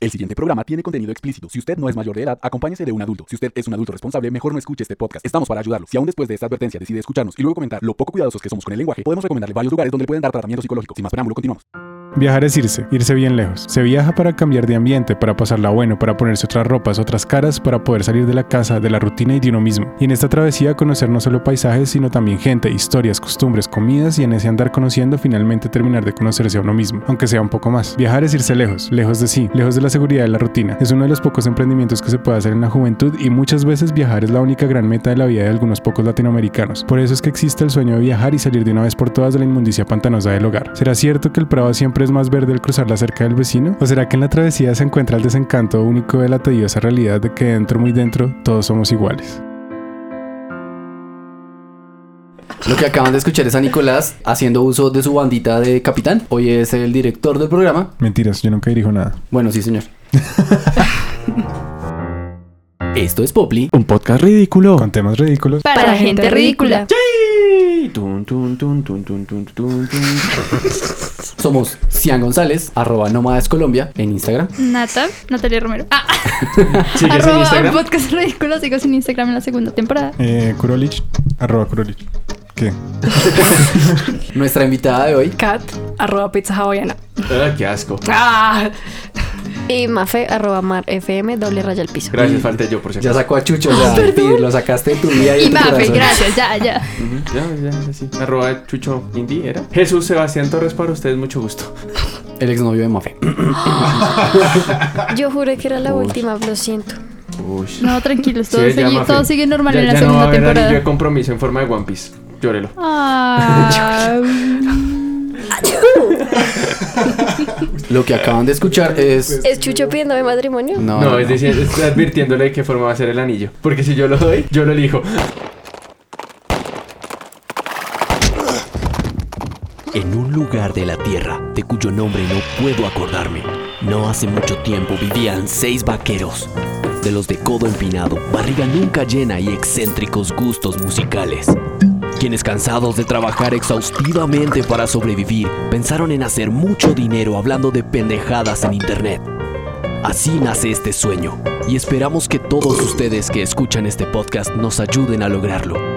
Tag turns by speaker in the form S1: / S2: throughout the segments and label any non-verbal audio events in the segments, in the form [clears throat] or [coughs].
S1: El siguiente programa tiene contenido explícito. Si usted no es mayor de edad, acompáñese de un adulto. Si usted es un adulto responsable, mejor no escuche este podcast. Estamos para ayudarlo. Si aún después de esta advertencia decide escucharnos y luego comentar lo poco cuidadosos que somos con el lenguaje, podemos recomendarle varios lugares donde le pueden dar tratamiento psicológico. Sin más preámbulo, continuamos.
S2: Viajar es irse, irse bien lejos. Se viaja para cambiar de ambiente, para pasarla bueno, para ponerse otras ropas, otras caras, para poder salir de la casa, de la rutina y de uno mismo. Y en esta travesía conocer no solo paisajes, sino también gente, historias, costumbres, comidas y en ese andar conociendo finalmente terminar de conocerse a uno mismo, aunque sea un poco más. Viajar es irse lejos, lejos de sí, lejos de la seguridad de la rutina. Es uno de los pocos emprendimientos que se puede hacer en la juventud y muchas veces viajar es la única gran meta de la vida de algunos pocos latinoamericanos. Por eso es que existe el sueño de viajar y salir de una vez por todas de la inmundicia pantanosa del hogar. ¿Será cierto que el Prado siempre es más verde al cruzar la cerca del vecino? ¿O será que en la travesía se encuentra el desencanto único de la tediosa realidad de que dentro muy dentro todos somos iguales?
S3: Lo que acaban de escuchar es a Nicolás haciendo uso de su bandita de capitán. Hoy es el director del programa.
S2: Mentiras, yo nunca dirijo nada.
S3: Bueno, sí, señor. Esto es Popli.
S1: Un podcast
S4: Oh.
S1: ridículo.
S2: Con temas ridículos.
S5: Para gente ridícula.
S4: Tun, tun, tun, tun, tun, tun, tun, tun.
S3: Somos Cian González, arroba Nómadas Colombia en Instagram.
S5: Nata, Natalia Romero.
S4: [laughs]
S5: Ah,
S4: ¿Sigues en
S5: arroba
S4: Instagram?
S5: podcast ridículo. Sigo sin Instagram en la segunda temporada.
S2: Eh, Kurolich, arroba Kurolich. ¿Qué?
S3: Nuestra invitada de hoy.
S6: Cat, arroba pizza hawaiana.
S4: Ah, qué asco.
S6: ¡Ah!
S7: Y mafe arroba mar fm doble raya al piso.
S4: Gracias, falté yo por si
S3: Ya
S4: acaso.
S3: sacó a Chucho, o sea, Pidi, lo sacaste de tu vida Ah, y,
S5: Y
S3: de tu
S5: Mafe,
S3: corazón.
S5: gracias, ya, ya.
S4: Ujú, Ya, ya, ya, sí. Arroba Chucho Indy era. Jesús Sebastián Torres para ustedes, mucho gusto.
S3: El exnovio de Mafe.
S7: Yo juré que era la última, lo siento.
S4: Uy.
S5: No, tranquilos,
S4: Sí,
S5: todo,
S4: ya,
S5: sigue,
S4: Mafe.
S5: todo sigue normal
S4: Ya-
S5: en la
S4: ya no va
S5: segunda
S4: a haber anillo de
S5: temporada.
S4: compromiso en forma de One Piece. Llórelo.
S5: Ah,
S3: Lo que acaban de escuchar es.
S7: ¿Es Chucho pidiéndome matrimonio?
S3: Pues, Este No,
S4: No, es decir, estoy advirtiéndole de qué forma va a ser el anillo. Porque si yo lo doy, yo lo elijo.
S8: En un lugar de la Tierra, de cuyo nombre no puedo acordarme, no hace mucho tiempo vivían seis vaqueros, de los de codo empinado, barriga nunca llena y excéntricos gustos musicales, quienes cansados de trabajar exhaustivamente para sobrevivir, pensaron en hacer mucho dinero hablando de pendejadas en Internet. Así nace este sueño, y esperamos que todos ustedes que escuchan este podcast nos ayuden a lograrlo.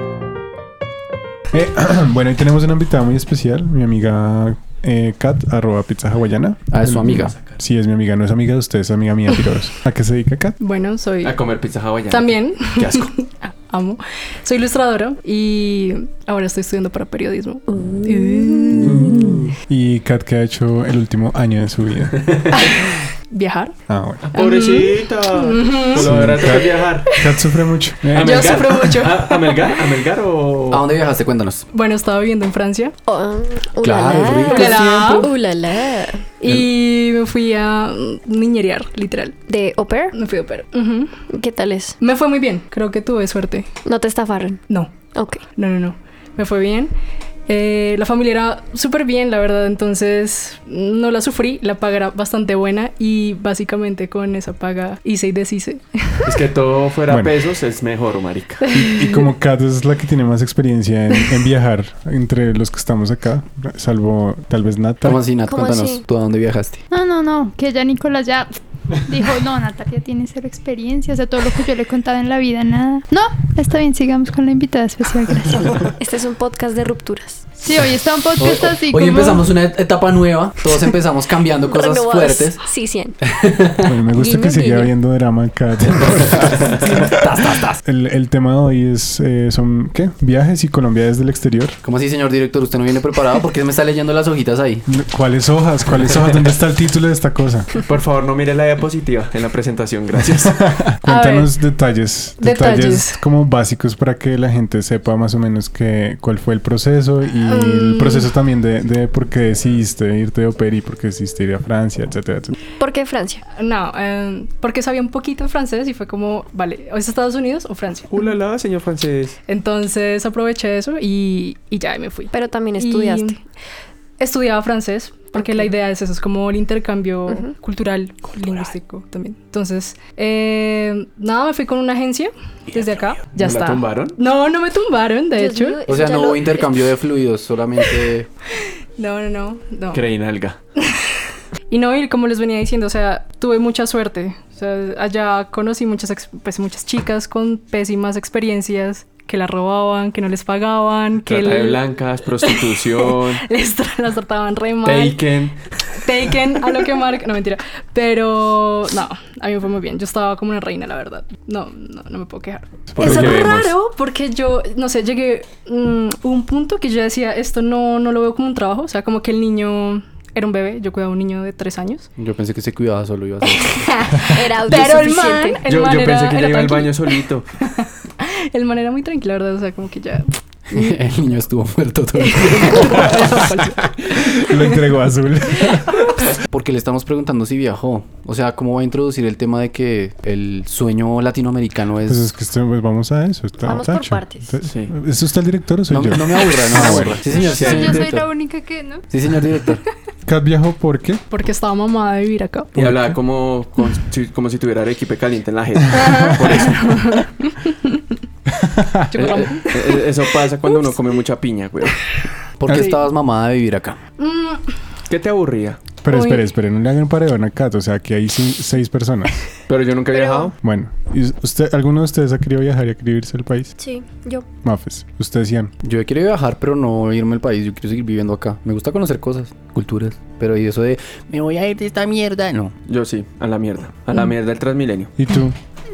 S2: Eh, [clears throat] bueno, hoy tenemos una invitada muy especial, mi amiga eh, Kat, arroba pizza hawaiana.
S3: Ah, es su amiga.
S2: Sí, es mi amiga, no es amiga de ustedes, es amiga mía, piros. ¿A qué se dedica Kat?
S6: Bueno, soy.
S4: A comer pizza hawaiana.
S6: También. [laughs]
S4: Qué asco.
S5: [laughs]
S6: Ah, Amo. Soy ilustradora y ahora estoy estudiando para periodismo. Eh,
S2: ¿Y Kat qué ha hecho el último año de su vida?
S6: Viajar.
S2: Ah, bueno.
S4: Pobrecita. Por lo verás que viajar.
S2: Kat sufre mucho. Eh,
S4: ¿A Melgar?
S6: sufro mucho.
S4: ¿A, a Melgar? ¿A Melgar o.?
S3: ¿A dónde viajaste? Cuéntanos.
S6: Bueno, estaba viviendo en Francia
S7: Oh,
S3: Claro,
S7: ulala.
S3: rico
S6: Ulala. siempre.
S7: Uh, Ulala.
S6: y me fui a mm, niñerear, literal.
S7: ¿De au pair?
S6: Me fui a operar. Ujú.
S7: ¿Qué tal es?
S6: Me fue muy bien. Creo que tuve suerte.
S7: ¿No te estafaron?
S6: No,
S7: Ok.
S6: No, no, no. Me fue bien. Eh, la familia era súper bien, la verdad. Entonces no la sufrí. La paga era bastante buena y básicamente con esa paga hice y deshice.
S4: Es que todo fuera
S2: Bueno.
S4: pesos es mejor, marica.
S6: [laughs]
S2: Y como Kat es la que tiene más experiencia en, en viajar entre los que estamos acá, salvo tal vez Nata.
S3: ¿Cómo así, Nat?
S7: ¿Cómo
S3: Cuéntanos,
S7: así?
S3: ¿tú a dónde viajaste?
S5: No, no, no, que ya Nicolás ya dijo, no, Natalia tiene cero experiencia, o sea, todo lo que yo le he contado en la vida, nada. No, está bien, sigamos con la invitada especial, gracias.
S7: Este es un podcast de rupturas.
S5: Sí, hoy está un podcast
S3: Hoy-
S5: así
S3: hoy
S5: como...
S3: empezamos una et- etapa nueva. Todos empezamos cambiando cosas
S5: [laughs]
S7: Renovadas.
S3: fuertes.
S7: Sí, cien.
S2: Bueno, me gusta
S7: Guiño,
S2: que siga
S7: guiño.
S2: habiendo drama en
S3: [laughs]
S2: Kat.
S3: Tas, tas, tas.
S2: El, el tema de hoy es, eh, son, ¿qué? Viajes y Colombia desde el exterior.
S3: ¿Cómo así, señor director? ¿Usted no viene preparado? ¿Por qué me está leyendo las hojitas ahí?
S2: ¿Cuáles hojas? ¿Cuáles hojas? ¿Dónde está el título de esta cosa?
S4: Por favor, no mire la diapositiva en la presentación, gracias.
S6: [laughs]
S2: Cuéntanos detalles, detalles.
S6: Detalles.
S2: como básicos para que la gente sepa más o menos que, cuál fue el proceso y el
S6: Mm.
S2: proceso también de, de por qué decidiste irte de Operi, por qué decidiste ir a Francia, etcétera, etcétera.
S7: ¿Por qué Francia?
S6: No, eh, porque sabía un poquito de francés y fue como, vale, ¿o es Estados Unidos o Francia?
S4: Ulala, Uh, señor francés.
S6: Entonces aproveché eso y, y ya y me fui.
S7: Pero también
S6: Y
S7: estudiaste.
S6: Estudiaba francés, porque
S7: Ok.
S6: la idea es eso, es como el intercambio
S7: Ujú.
S6: cultural, lingüístico también. Entonces, eh, nada, me fui con una agencia desde acá. Ya
S4: ¿No la
S6: está.
S4: tumbaron?
S6: No, no me tumbaron, de
S7: Dios
S6: hecho.
S7: mío,
S3: O sea,
S7: ya
S3: no
S7: lo-
S3: hubo intercambio de fluidos, solamente...
S6: No, no, no. no.
S4: Creí en alga.
S6: Y no, y como les venía diciendo, o sea, tuve mucha suerte. O sea, allá conocí muchas, ex- pues, muchas chicas con pésimas experiencias que la robaban, que no les pagaban, que
S4: Trata de
S6: le-
S4: blancas, prostitución,
S6: [laughs] les tra- las trataban re mal.
S4: taken.
S6: Taken a lo
S4: [laughs]
S6: que marca. No, mentira. Pero no, a mí me fue muy bien. Yo estaba como una reina, la verdad. No, no, no me puedo quejar.
S4: Por
S6: es
S4: lo que
S6: algo
S4: vemos.
S6: raro porque yo, no sé, llegué mm, hubo un punto que yo decía, esto no, no lo veo como un trabajo. O sea, como que el niño era un bebé. Yo cuidaba a un niño de tres años.
S3: Yo pensé que se cuidaba solo, iba a ser.
S5: [laughs]
S7: [laughs] Era
S6: Pero el man,
S7: autosuficiente.
S6: el
S4: Yo,
S6: man
S4: yo
S6: era,
S4: pensé que
S6: era
S4: ya iba al
S6: tranqui.
S4: baño
S6: [laughs]
S4: solito.
S6: El man era muy tranquilo, la verdad. O sea, como que ya.
S3: El niño estuvo muerto todo el tiempo.
S2: Lo entregó azul.
S3: Porque le estamos preguntando si viajó. O sea, ¿cómo va a introducir el tema de que el sueño latinoamericano es...
S2: Pues es que esto- pues vamos a eso. está-
S7: Vamos por
S2: Tacho.
S7: partes.
S2: Entonces,
S4: Sí.
S2: ¿Es usted el director o soy
S3: no,
S2: yo?
S3: no me aburra, no me
S2: Ah,
S3: aburra.
S2: bueno.
S3: Sí, señor, sí,
S5: Yo,
S3: señor
S5: yo soy la
S3: director.
S5: única que, ¿no?
S3: Sí, señor director.
S2: Kat viajó porque
S6: Porque estaba mamada de vivir acá.
S4: Y hablaba como, con- si, como si tuviera Arequipe caliente en la jeta. Por eso.
S6: [laughs] Yo como-
S4: Eh, eh, eh, eso pasa cuando uno come mucha piña, güey.
S3: ¿Por qué
S2: Sí.
S3: estabas mamada de vivir acá?
S6: Mm,
S4: ¿Qué te aburría?
S2: Pero
S6: Uy.
S2: espere, espere, no le hagan paredón a Kat. O sea, que hay sí- seis personas.
S4: Pero yo nunca he viajado.
S2: Bueno, ¿y usted, ¿alguno de ustedes ha querido viajar y ha querido irse al país?
S7: Sí, yo.
S2: Mafes, ustedes decían.
S3: Yo quiero viajar, pero no irme al país. Yo quiero seguir viviendo acá. Me gusta conocer cosas, culturas. Pero y eso de... Me voy a ir de esta mierda. No.
S4: Yo sí, a la mierda. A
S6: Mm.
S4: la mierda del Transmilenio.
S2: ¿Y tú?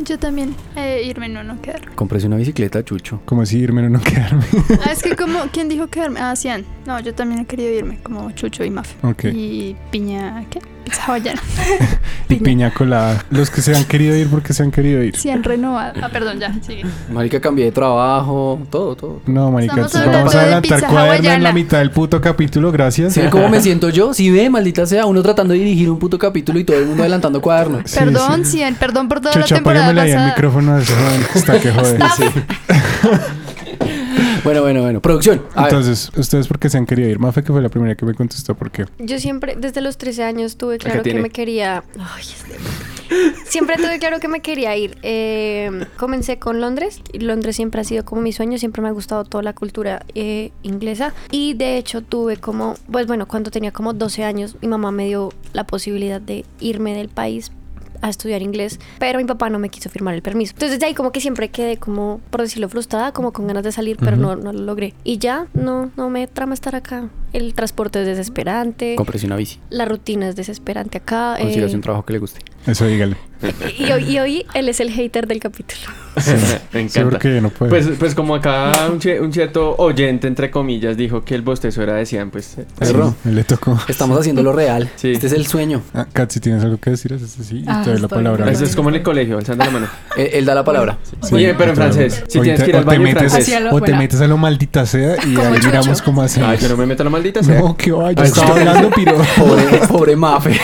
S5: Yo también. Eh, irme no, no quedar.
S3: Compré una bicicleta, Chucho.
S2: ¿Cómo así irme o no quedarme? [laughs]
S5: Ah, es que como, ¿quién dijo quedarme? Ah, Cian. No, yo también he querido irme, como Chucho y Maf.
S2: Ok. Y,
S5: Y piña, ¿qué? Pizza hawaiana. [laughs]
S2: piña colada. Los que se han querido ir porque se han querido ir.
S5: Cian renovado. Ah, perdón, ya, sigue.
S3: Marica, cambié de trabajo. Todo, todo.
S2: No, marica,
S5: Estamos
S2: entonces
S5: hablando
S2: vamos a
S5: de
S2: adelantar
S5: pizza
S2: cuaderno en la
S5: hawaiana.
S2: mitad del puto capítulo, gracias.
S3: ¿Sí ve [laughs] cómo me siento yo? Si ve, maldita sea, uno tratando de dirigir un puto capítulo y todo el mundo adelantando cuadernos.
S2: Sí,
S5: perdón,
S2: sí.
S5: Cian, perdón por toda
S2: Chucho,
S5: la temporada
S2: apágamele ahí el
S5: pasada.
S2: micrófono a ese joven que está que jode.
S3: [laughs] Bueno, bueno, bueno. Producción. A ver.
S2: Entonces, ¿ustedes por qué se han querido ir? Mafe, que fue la primera que me contestó, ¿por qué?
S7: Yo siempre, desde los 13 años, tuve claro que
S4: tiene.
S7: me quería. Ay, este- Siempre tuve claro que me quería ir. Eh, comencé con Londres. y Londres siempre ha sido como mi sueño. Siempre me ha gustado toda la cultura eh, inglesa. Y de hecho, tuve como. Pues bueno, cuando tenía como 12 años, mi mamá me dio la posibilidad de irme del país a estudiar inglés, pero mi papá no me quiso firmar el permiso. Entonces de ahí como que siempre quedé como, por decirlo, frustrada, como con ganas de salir, pero no, no lo logré. Y ya no, no me trama estar acá. El transporte es desesperante.
S3: Compré una bici.
S7: La rutina es desesperante acá. eh,
S3: Consígase un trabajo que le guste.
S2: Eso dígale.
S7: y, hoy, y hoy él es el hater del capítulo.
S4: [laughs] Me
S2: Seguro
S4: encanta.
S2: que no puede.
S4: Pues, pues como acá un, cie- un cierto oyente, entre comillas, dijo que el bostezo era de Cian, pues... eh,
S2: Sí,
S3: Perro.
S2: le tocó.
S3: Estamos haciendo lo real.
S4: Sí.
S3: Este es el sueño.
S2: Ah, Kat, si tienes algo que decir, es así. Y
S6: Ah,
S2: te doy la
S6: estoy
S2: palabra.
S6: bien.
S4: Eso es como en el colegio, alzando la mano.
S3: Él, él da la palabra.
S2: Sí,
S4: Oye, pero en
S2: te doy la
S4: francés.
S2: palabra.
S4: Si
S2: O
S4: tienes
S2: te-
S4: que ir
S2: o
S4: al
S2: te
S4: baño en
S2: metes-
S4: francés.
S6: Hacia lo-
S2: O te
S6: Bueno.
S2: metes a lo maldita sea
S5: [laughs]
S2: y ahí miramos cómo hacemos.
S4: Ay, yo no me meto a la
S2: [laughs]
S4: maldita sea.
S2: No, que
S3: [laughs]
S2: vaya.
S4: Ay,
S2: Estaba [laughs]
S4: sí.
S2: hablando, piro.
S3: Pobre, pobre Mafe.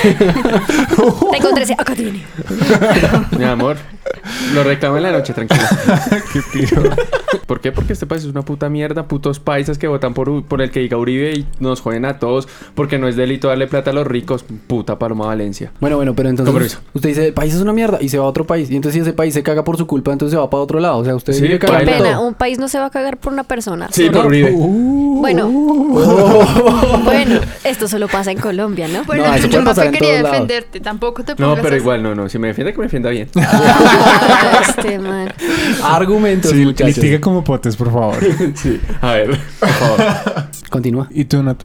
S7: Tengo 13, acá tiene.
S4: Mi amor, lo reclamo en la noche, tranquilo.
S2: [laughs] Qué piro.
S4: ¿Por qué? Porque este país es una puta mierda, putos paisas que votan por, U- por el que diga Uribe y nos joden a todos porque no es delito darle plata a los ricos. Puta Paloma Valencia.
S3: [laughs] Bueno, bueno, pero entonces
S4: Compromiso.
S3: usted dice, el país es una mierda y se va a otro país. Y entonces si ese país se caga por su culpa, entonces se va para otro lado. O sea, usted
S4: Sí,
S3: vive
S4: qué
S7: Qué
S3: cagando
S4: Bailando.
S7: pena,
S3: todo.
S7: un país no se va a cagar por una persona.
S4: Sí, por
S7: Solo-
S4: Uribe.
S3: Uh.
S7: Bueno,
S3: [laughs]
S7: bueno, esto solo pasa en
S5: [laughs]
S7: Colombia, ¿no?
S5: Bueno,
S3: No, eso
S5: yo
S3: puede
S5: no
S3: pasar
S5: te
S3: en
S5: quería
S3: todos lados.
S5: defenderte, tampoco te
S4: No,
S5: pongas
S4: pero
S5: así.
S4: igual, no, no. Si me defiende, que me defienda bien.
S7: Ah, este man.
S3: Argumentos,
S2: Sí,
S3: muchachos.
S2: litiga como potes, por favor.
S4: Sí. A ver, por favor.
S3: Continúa.
S2: ¿Y tú, Nat?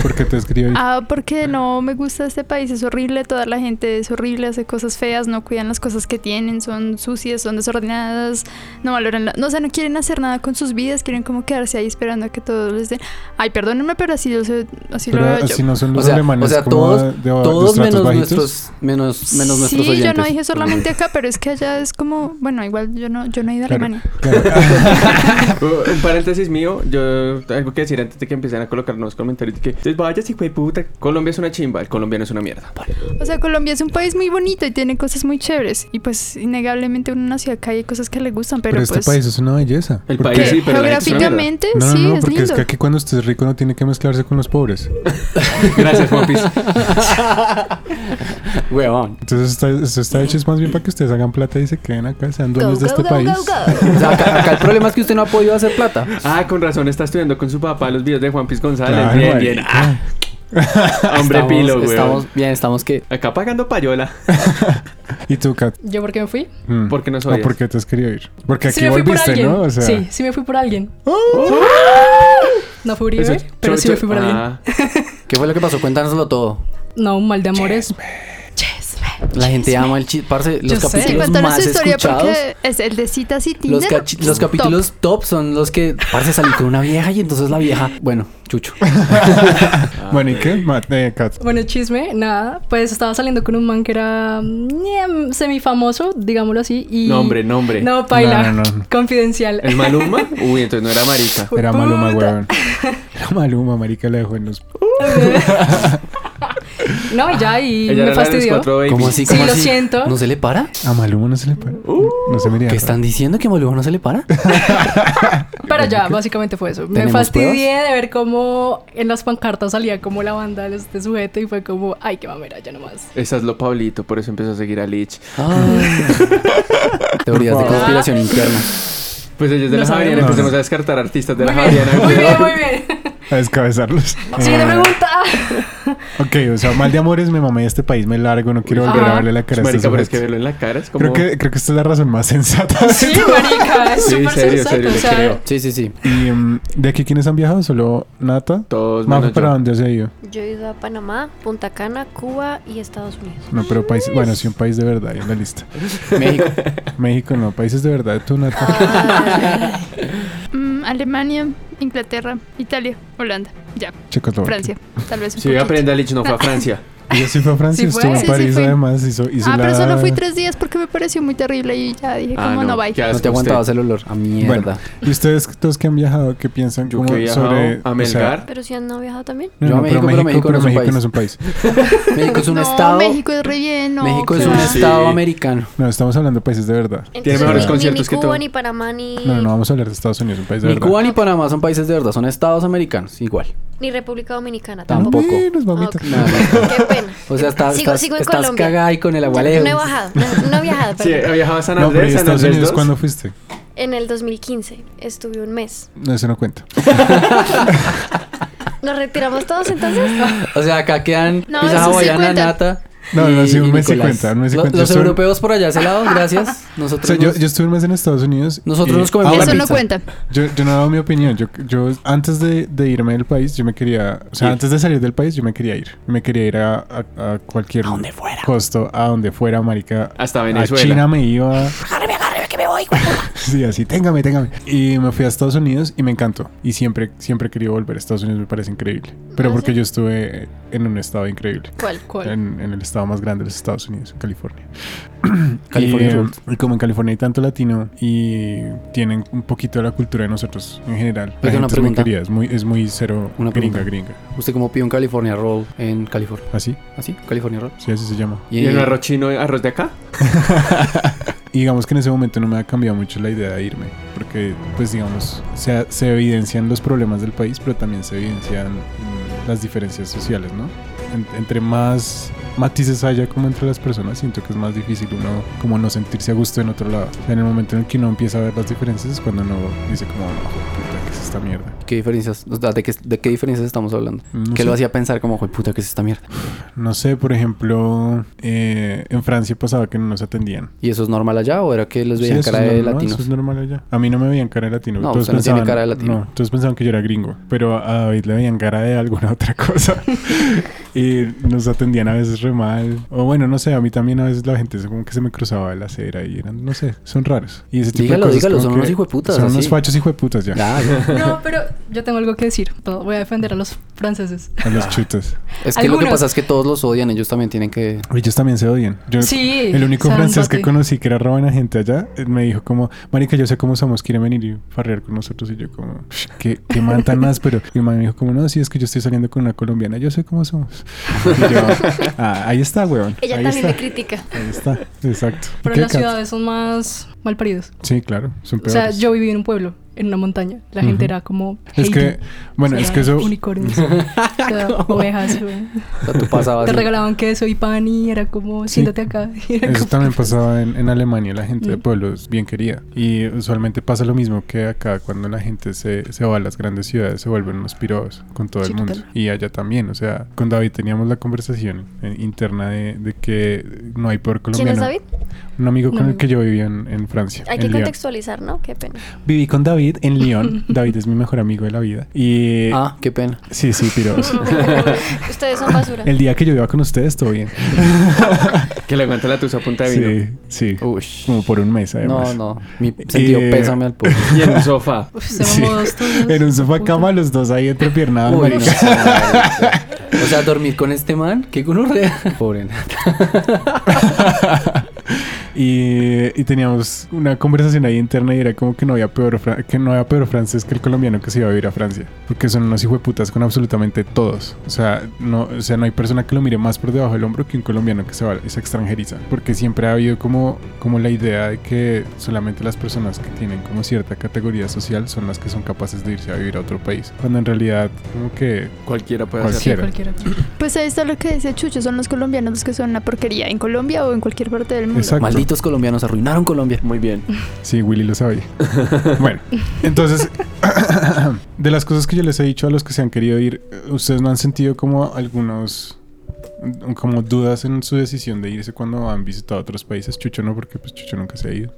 S2: ¿Por qué te escribí?
S5: Ah, porque no me gusta este país, es horrible, toda la gente es horrible, hace cosas feas, no cuidan las cosas que tienen, son sucias, son desordenadas, no valoran, la- no, o sea, no quieren hacer nada con sus vidas, quieren como quedarse ahí esperando a que todos les den. Ay, perdónenme, pero así, lo sé- así
S2: Pero
S5: lo veo yo.
S2: así no son
S3: O
S2: los
S3: sea,
S2: alemanes
S3: o sea,
S2: como
S3: todos,
S2: de- de
S3: todos
S2: estratos
S3: menos
S2: bajitos.
S3: nuestros, menos, menos nuestros
S5: sí, yo
S3: oyentes.
S5: no dije solamente acá, pero es que allá es como, bueno, igual yo no, yo no he ido a
S2: Claro,
S5: Alemania.
S3: [laughs]
S2: claro.
S4: Uh, [laughs] Un paréntesis mío, yo tengo que decir antes de que empiecen a colocar nuevos comentarios que "Ustedes vaya si de puta, Colombia es una chimba, el colombiano es una mierda.
S5: O sea, Colombia es un país muy bonito y tiene cosas muy chéveres. Y pues, innegablemente, uno nació acá y hay cosas que le gustan, pero,
S2: [laughs] Pero este
S5: pues.
S2: país es una belleza.
S4: El
S2: ¿Por
S4: país
S2: qué?
S5: que
S4: sí, pero la gente es una
S5: geográficamente,
S2: No, no,
S5: sí,
S2: no,
S5: es
S2: porque
S5: lindo.
S2: es que aquí cuando usted es rico no tiene que mezclarse con los pobres.
S4: Gracias, Juanpis.
S3: Weón.
S2: Entonces está, esto está hecho es más bien para que ustedes hagan plata y se queden acá, sean
S7: Go,
S2: dueños de
S7: go,
S2: este
S7: go,
S2: país.
S7: go, go.
S3: O [laughs] sea, acá, acá el problema es que usted no ha podido hacer plata.
S4: Ah, con razón está estudiando con su papá los videos de Juanpis González.
S2: Claro,
S4: bien,
S2: marica.
S4: bien. Ah, [laughs] Hombre
S3: Estamos-
S4: pilo, güey.
S3: Estamos bien, estamos que.
S4: Acá pagando payola.
S2: ¿Y tú, Kat?
S6: ¿Yo por qué me fui?
S2: Mm.
S4: Porque no
S2: No,
S4: soy.
S2: ¿por qué te has querido ir? Porque aquí
S6: sí me fui por
S2: volviste,
S6: alguien.
S2: ¿no? O sea,
S6: Sí, sí me fui por alguien. No fue Uribe,
S4: Eso-
S6: pero
S4: cho-
S6: sí me fui por
S4: cho-
S6: alguien.
S4: Ah,
S3: ¿Qué fue lo que pasó? Cuéntanoslo todo.
S6: No, un mal de amores. Chisme.
S3: La gente ama el chiste. Parce, los
S6: Yo sé.
S5: Sí,
S6: Los
S3: capítulos
S5: cuéntanos
S3: más
S5: su historia
S3: escuchados.
S5: porque es el de citas y
S3: Los,
S5: Tinder.
S3: cachi- los
S5: top.
S3: capítulos top son los que parce salí con una vieja y entonces la vieja. Bueno, chucho.
S4: Ah,
S2: Bueno, ¿y qué? Mat- eh, Kat.
S6: Bueno, chisme, nada. Pues estaba saliendo con un man que era mm, semifamoso, digámoslo así. Y...
S4: Nombre, nombre.
S6: No, paila.
S2: No, no, no.
S6: Confidencial.
S4: ¿El Maluma? Uy, entonces no era marica.
S2: Era Maluma, weón. Era Maluma, marica, la dejó en los...
S6: [laughs] No, ya, y
S4: Ella
S6: me
S4: era la de los
S6: fastidió.
S4: cuatro babies.
S3: ¿Cómo así?
S6: Sí,
S3: ¿Cómo
S6: lo
S3: así?
S6: siento.
S3: ¿No se le para?
S2: A Maluma no se le para.
S5: Uh.
S2: no se me iría.
S3: ¿Qué están diciendo que Maluma no se le
S5: [laughs]
S3: para?
S6: Pero ya, básicamente fue eso. Me
S3: ¿Tenemos
S6: fastidié de ver cómo en las pancartas salía como la banda de este sujeto y fue como, ay, qué mamera, ya nomás.
S4: Esa es lo Pablito, por eso empezó a seguir a Lich.
S3: Ay. Teorías
S2: Por
S3: de
S2: favor.
S3: conspiración interna.
S4: Pues ella es de
S6: No
S4: la
S2: sabemos.
S4: Javeriana, empecemos
S2: No, no.
S4: a descartar artistas de la
S6: muy bien,
S4: Javeriana.
S6: muy
S4: güey.
S6: bien, muy bien.
S2: A descabezarlos.
S6: Siguiente
S2: Eh, [laughs]
S6: pregunta.
S2: Ok, o sea, mal de amores me mamé de este país, me largo, no [laughs] quiero volver a
S6: Ajá.
S2: verle la cara a este
S4: Marica, pero es que
S2: sujeto.
S4: verlo en la cara es como.
S2: Creo que, creo que esta es la razón más [laughs] sensata. de
S6: Sí,
S2: todo.
S6: marica, es
S4: Sí,
S6: súper
S4: serio,
S6: sensato.
S4: serio,
S6: o
S4: le
S6: sea,
S4: creo.
S3: Sí, sí, sí.
S2: ¿Y mm, de aquí quiénes han viajado? ¿Solo Nata?
S4: Todos
S2: Majo,
S4: menos yo.
S2: ¿para dónde has ido?
S7: Yo he ido a Panamá, Punta Cana, Cuba y Estados
S2: [laughs]
S7: Unidos.
S2: No, pero países... Bueno, sí, un país de verdad, ahí en la lista.
S3: México.
S2: México no, países de verdad, tú, Nata.
S5: [laughs]
S7: Ay,
S5: Mm, Alemania, Inglaterra, Italia, Holanda, ya,
S2: Checoslovaquia.
S5: Francia, tal vez un
S4: Si
S5: poquito.
S4: yo aprendí a Lich,
S2: [laughs]
S4: no fue a Francia.
S2: Yo sí fui a Francia,
S6: Sí fue.
S2: estuve en
S5: Sí, sí
S2: París
S5: fui.
S2: además, hizo, hizo
S5: Ah,
S2: la...
S5: pero solo fui tres días porque me pareció muy terrible y ya dije
S4: Ah,
S5: como no, bye.
S4: qué
S3: No
S4: asco
S3: te aguantabas
S4: usted.
S3: el olor. A mierda.
S2: Bueno, ¿y ustedes todos que han viajado, qué piensan?
S4: Yo
S2: como
S4: que he viajado
S2: sobre,
S4: a
S2: o sea,
S4: Melgar.
S7: Pero si han no viajado también.
S2: no,
S3: Yo a
S2: no, pero
S3: México, pero
S2: México, pero México no es un país.
S3: México es un
S5: [laughs] no,
S3: estado. México,
S5: México es re bien, no.
S3: es
S5: qué
S3: un
S5: va.
S4: Sí.
S3: estado americano.
S2: No, estamos hablando de países de verdad.
S7: Entonces,
S4: mejores
S7: ni-
S4: conciertos que
S7: ni Cuba,
S4: todo.
S7: ni Panamá, ni,
S2: No, no, no vamos a hablar de Estados Unidos, un país de
S3: Ni
S2: verdad.
S3: Cuba ni Panamá son países de verdad, son estados americanos. Igual.
S7: ni República Dominicana.
S3: Tam-
S7: Tampoco.
S3: tampoco.
S2: Menos, mamita.
S4: Ah,
S7: Ok.
S3: No, no.
S7: Qué pena.
S3: [laughs] O sea, está-
S7: Sigo-
S3: estás,
S7: sigo en
S3: estás
S7: Colombia.
S3: cagada ahí con el
S7: No
S3: agualeo.
S7: he bajado, no, no he
S3: [laughs]
S7: viajado,
S4: Sí,
S7: perdón.
S4: he viajado a San
S2: No, pero ¿y
S4: Andrés, San
S2: Estados
S4: Andrés
S2: Unidos
S4: 2.
S2: cuándo fuiste?
S7: En el 2015 estuve un mes.
S2: No, eso no cuenta.
S7: ¿Nos retiramos
S3: [laughs]
S7: todos entonces?
S3: O sea, acá quedan
S5: No,
S3: pizza
S5: eso sí
S3: hawaiana,
S5: cuenta.
S3: nata.
S2: No, no,
S3: y-
S2: sí, un
S3: y
S2: mes sí
S3: Nicolás.
S2: cuenta, un mes sí
S3: Lo-
S2: cuenta. Yo
S3: Los
S2: estuve-
S3: europeos por allá ese lado,
S2: [laughs]
S3: gracias.
S2: O
S3: Nosotros,
S2: sea, yo,
S3: nos-
S2: yo estuve un mes en Estados Unidos.
S3: nosotros
S2: y-
S3: nos comemos
S2: Ah,
S3: la
S5: Eso no
S3: pizza.
S5: cuenta.
S2: Yo, yo no he dado mi opinión. Yo, yo antes de, de irme del país, yo me quería... O sea,
S3: Ir.
S2: antes de salir del país, yo me quería ir. Me quería ir a, a- a cualquier...
S3: A donde fuera.
S2: Costo, a donde fuera, marica.
S4: Hasta
S2: A
S4: Venezuela.
S2: Ah, China me iba... Agárreme, agárreme, que me voy. [laughs] sí, así, téngame, téngame. Y me fui a Estados Unidos y me encantó. Y siempre, siempre he querido volver a Estados Unidos, me parece increíble. Pero
S5: Ah,
S2: porque
S5: ¿sí?
S2: yo estuve en un estado increíble.
S6: ¿Cuál? ¿Cuál?
S2: En, en el estado más grande de los Estados Unidos, en California.
S3: California
S2: y,
S3: Road.
S2: y como en California hay tanto latino y tienen un poquito de la cultura de nosotros en general. La
S3: Oiga, una
S2: gente es muy
S3: pregunta.
S2: querida, es muy, es muy cero
S3: Una
S2: gringa,
S3: pregunta.
S2: gringa.
S3: ¿Usted cómo pide un California Roll en California?
S2: Así,
S3: ¿Así? ¿California Roll?
S2: sí, así se llama.
S4: ¿Y el arroz chino, arroz
S2: [laughs]
S4: de acá?
S2: Y digamos que en ese momento no me ha cambiado mucho la idea de irme, porque pues digamos, se, se evidencian los problemas del país, pero también se evidencian mm, las diferencias sociales, ¿no? En- entre más matices haya como entre las personas, siento que es más difícil uno como no sentirse a gusto en otro lado. O sea, en el momento en el que uno empieza a ver las diferencias es cuando uno dice como, "No, puta, ¿qué es esta mierda?
S3: ¿Qué diferencias? O sea, ¿de, qué, de qué diferencias estamos hablando?
S2: No
S3: ¿Qué
S2: sé.
S3: lo hacía pensar como, "Joder, puta, qué es esta mierda?
S2: No sé, por ejemplo, eh, en Francia pasaba que no nos atendían.
S3: ¿Y eso es normal allá o era que les
S2: Sí,
S3: veían
S2: eso
S3: cara
S2: es
S3: de
S2: normal,
S3: latinos?
S2: Eso es normal allá. A mí no me veían cara de latino.
S3: No, usted no tiene cara de latino.
S2: No, todos pensaban que yo era gringo. Pero a David le veían cara de alguna [laughs] otra
S3: [laughs]
S2: cosa. y nos atendían a veces re mal. O bueno, no sé, a mí también a veces la gente se- como que se me cruzaba de la acera y eran, no sé, son raros. Y ese tipo
S3: Dígalo,
S2: de cosas.
S3: dígalo,
S2: como
S3: son
S2: que
S3: unos hijueputas,
S2: Son unos
S3: así.
S2: fachos hijueputas ya.
S3: Ya, ya.
S6: No, pero yo tengo algo que decir. Voy a defender a los franceses.
S2: A los chutas.
S3: Es que lo que
S6: Algunos.
S3: pasa es que todos los odian, ellos también tienen que...
S2: Ellos también se odian. Yo,
S6: Sí,
S2: El único
S6: San
S2: francés que
S6: Bate.
S2: conocí que era rabana gente allá eh, me dijo como, marica, yo sé cómo somos, quieren venir y farrear con nosotros. Y yo como, "Ush, qué, qué man tan áspero. Y mi mamá me dijo como, no, sí, es que yo estoy saliendo con una colombiana, yo sé cómo somos. Y yo, "Ah, ahí está, weón.
S7: Ella
S2: ahí
S7: también
S2: está.
S7: me critica.
S2: Ahí está, exacto. ¿Y
S6: Pero
S2: qué,
S6: las
S2: Kat?
S6: ciudades son más malparidos.
S2: Sí, claro, son
S6: O sea,
S2: peores.
S6: yo viví en un pueblo en una montaña. La gente era como...
S2: Es que,
S6: Haiti.
S2: bueno,
S6: O sea,
S2: es que eso... [laughs]
S6: Unicornios. o sea, ovejas. güey.
S3: O sea, tú pasabas.
S6: Te
S3: y-
S6: regalaban queso y pan y era como, siéntate acá. [laughs] Y era
S2: Eso
S6: como-
S2: también pasaba en, en Alemania, la gente de
S6: Mm.
S2: pueblo es bien querida. Y usualmente pasa lo mismo que acá, cuando la gente se, se va a las grandes ciudades, se vuelven unos pirados con todo el
S6: Sí,
S2: mundo.
S6: total.
S2: Y allá también, o sea, con David teníamos la conversación eh, interna de, de que no hay peor
S7: ¿Quién
S2: colombiano.
S7: es David?
S2: Un amigo
S6: Un
S2: con el
S6: amigo.
S2: que yo vivía en, en Francia.
S7: Hay
S2: en
S7: que
S2: Lyon.
S7: contextualizar, ¿no? Qué pena.
S3: [laughs]
S2: Viví con David en
S6: [laughs]
S2: Lyon. David es mi mejor amigo de la vida. Y...
S3: Ah, qué pena.
S2: Sí, sí,
S6: [laughs]
S2: pirados.
S7: Ustedes son basura.
S2: el día que yo iba con ustedes, todo
S3: [laughs]
S2: bien.
S4: Que le aguanta la tusa a punta de vino.
S2: Sí, sí.
S3: Uy.
S2: Como por un mes,
S3: No,
S2: además.
S3: no. Mi sentido
S2: Eh,
S3: pésame al
S4: [laughs]
S3: pueblo.
S4: Y en un sofá.
S6: Uf,
S2: Sí.
S6: éramos
S2: [laughs]
S6: todos-
S2: En un sofá
S6: puta.
S2: cama los dos ahí
S4: Ah,
S2: entrepiernados.
S3: Uy, no,
S2: marica.
S3: marica. O sea, dormir con este man, qué gonorrea. [laughs] Pobre. Nat.
S2: [laughs] y, y teníamos una conversación ahí interna y era como que no había peor fra- que no había peor francés que el colombiano que se iba a vivir a Francia, porque son unos hijueputas con absolutamente todos. O sea, no, o sea, no hay persona que lo mire más por debajo del hombro que un colombiano que se va y se extranjeriza, porque siempre ha habido como como la idea de que solamente las personas que tienen como cierta categoría social son las que son capaces de irse a vivir a otro país, cuando en realidad como que
S4: Cualquiera puede hacer.
S6: Sí,
S2: [laughs] cualquiera.
S6: cualquiera.
S5: Pues ahí está lo que dice Chucho, son los colombianos los que son una porquería en Colombia o en cualquier parte del mundo.
S2: Exacto.
S3: Malditos colombianos arruinaron Colombia.
S4: Muy bien.
S2: Sí, Willy lo
S3: [laughs]
S2: sabía. bueno, entonces, [coughs] de las cosas que yo les he dicho a los que se han querido ir, eh, ¿ustedes no han sentido como algunos, mm, como dudas en su decisión de irse cuando han visitado otros países? Chucho no, porque pues Chucho nunca se ha ido.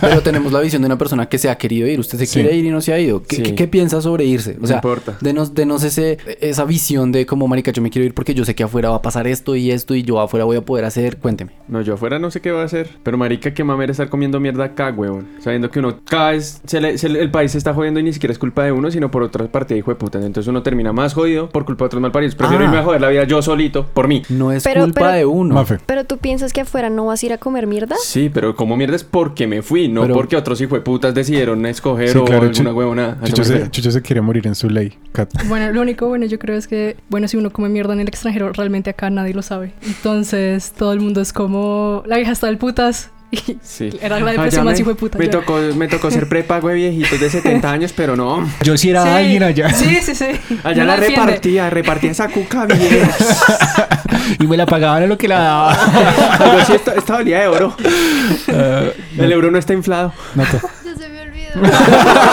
S3: Pero tenemos la visión de una persona que se ha querido ir. Usted se
S2: Sí.
S3: quiere ir y no se ha ido. ¿Qué,
S4: Sí.
S3: qué- qué piensa sobre irse? O
S4: No
S3: sea,
S4: importa.
S3: denos, denos ese, esa visión de como, marica, yo me quiero ir porque yo sé que afuera va a pasar esto y esto y yo afuera voy a poder hacer. Cuénteme.
S4: No, yo afuera no sé qué va a hacer. Pero marica, qué mamera estar comiendo mierda acá, huevón. Sabiendo que uno cada vez se le- se le- el país se está jodiendo y ni siquiera es culpa de uno, sino por otra parte hijo de puta. Entonces uno termina más jodido por culpa de otros malparidos. Prefiero
S3: Ah.
S4: irme a joder la vida yo solito, por mí.
S3: No es
S7: Pero-
S3: culpa
S7: pero-
S3: de uno.
S2: Mafe.
S7: Pero tú piensas que afuera no vas a ir a comer mierda?
S4: Sí, pero como mierda es porque me fui, no
S3: Pero-
S4: porque otros hijo de putas decidieron escoger
S2: Sí,
S4: o
S2: claro,
S4: alguna
S2: Chu-
S4: huevona.
S3: Ah,
S2: Chucho se, Chucho se quiere morir en su ley, Kat.
S6: Bueno, lo único bueno yo creo es que, bueno, si uno come mierda en el extranjero, realmente acá nadie lo sabe. Entonces, todo el mundo es como, la vieja está del putas. [laughs] Y
S4: Sí.
S6: era la
S4: Ay,
S6: depresión
S4: ya
S6: más
S4: me-
S6: hijo de puta.
S4: Me
S6: ya.
S4: tocó, me tocó ser prepago de viejitos de
S6: [laughs]
S4: 70 años, pero no.
S2: Yo sí era
S6: Sí.
S2: alguien allá.
S6: Sí, sí, sí.
S4: Allá
S6: No
S4: la
S6: defiende.
S4: repartía, repartía esa cuca bien.
S2: [laughs] Y me la pagaban a lo que la
S4: [laughs]
S2: daba.
S4: Pero sí, esta, esta valía de oro.
S2: Eh,
S4: El euro no
S2: [laughs]
S4: está inflado.
S5: Ya se me olvidó.
S3: [laughs]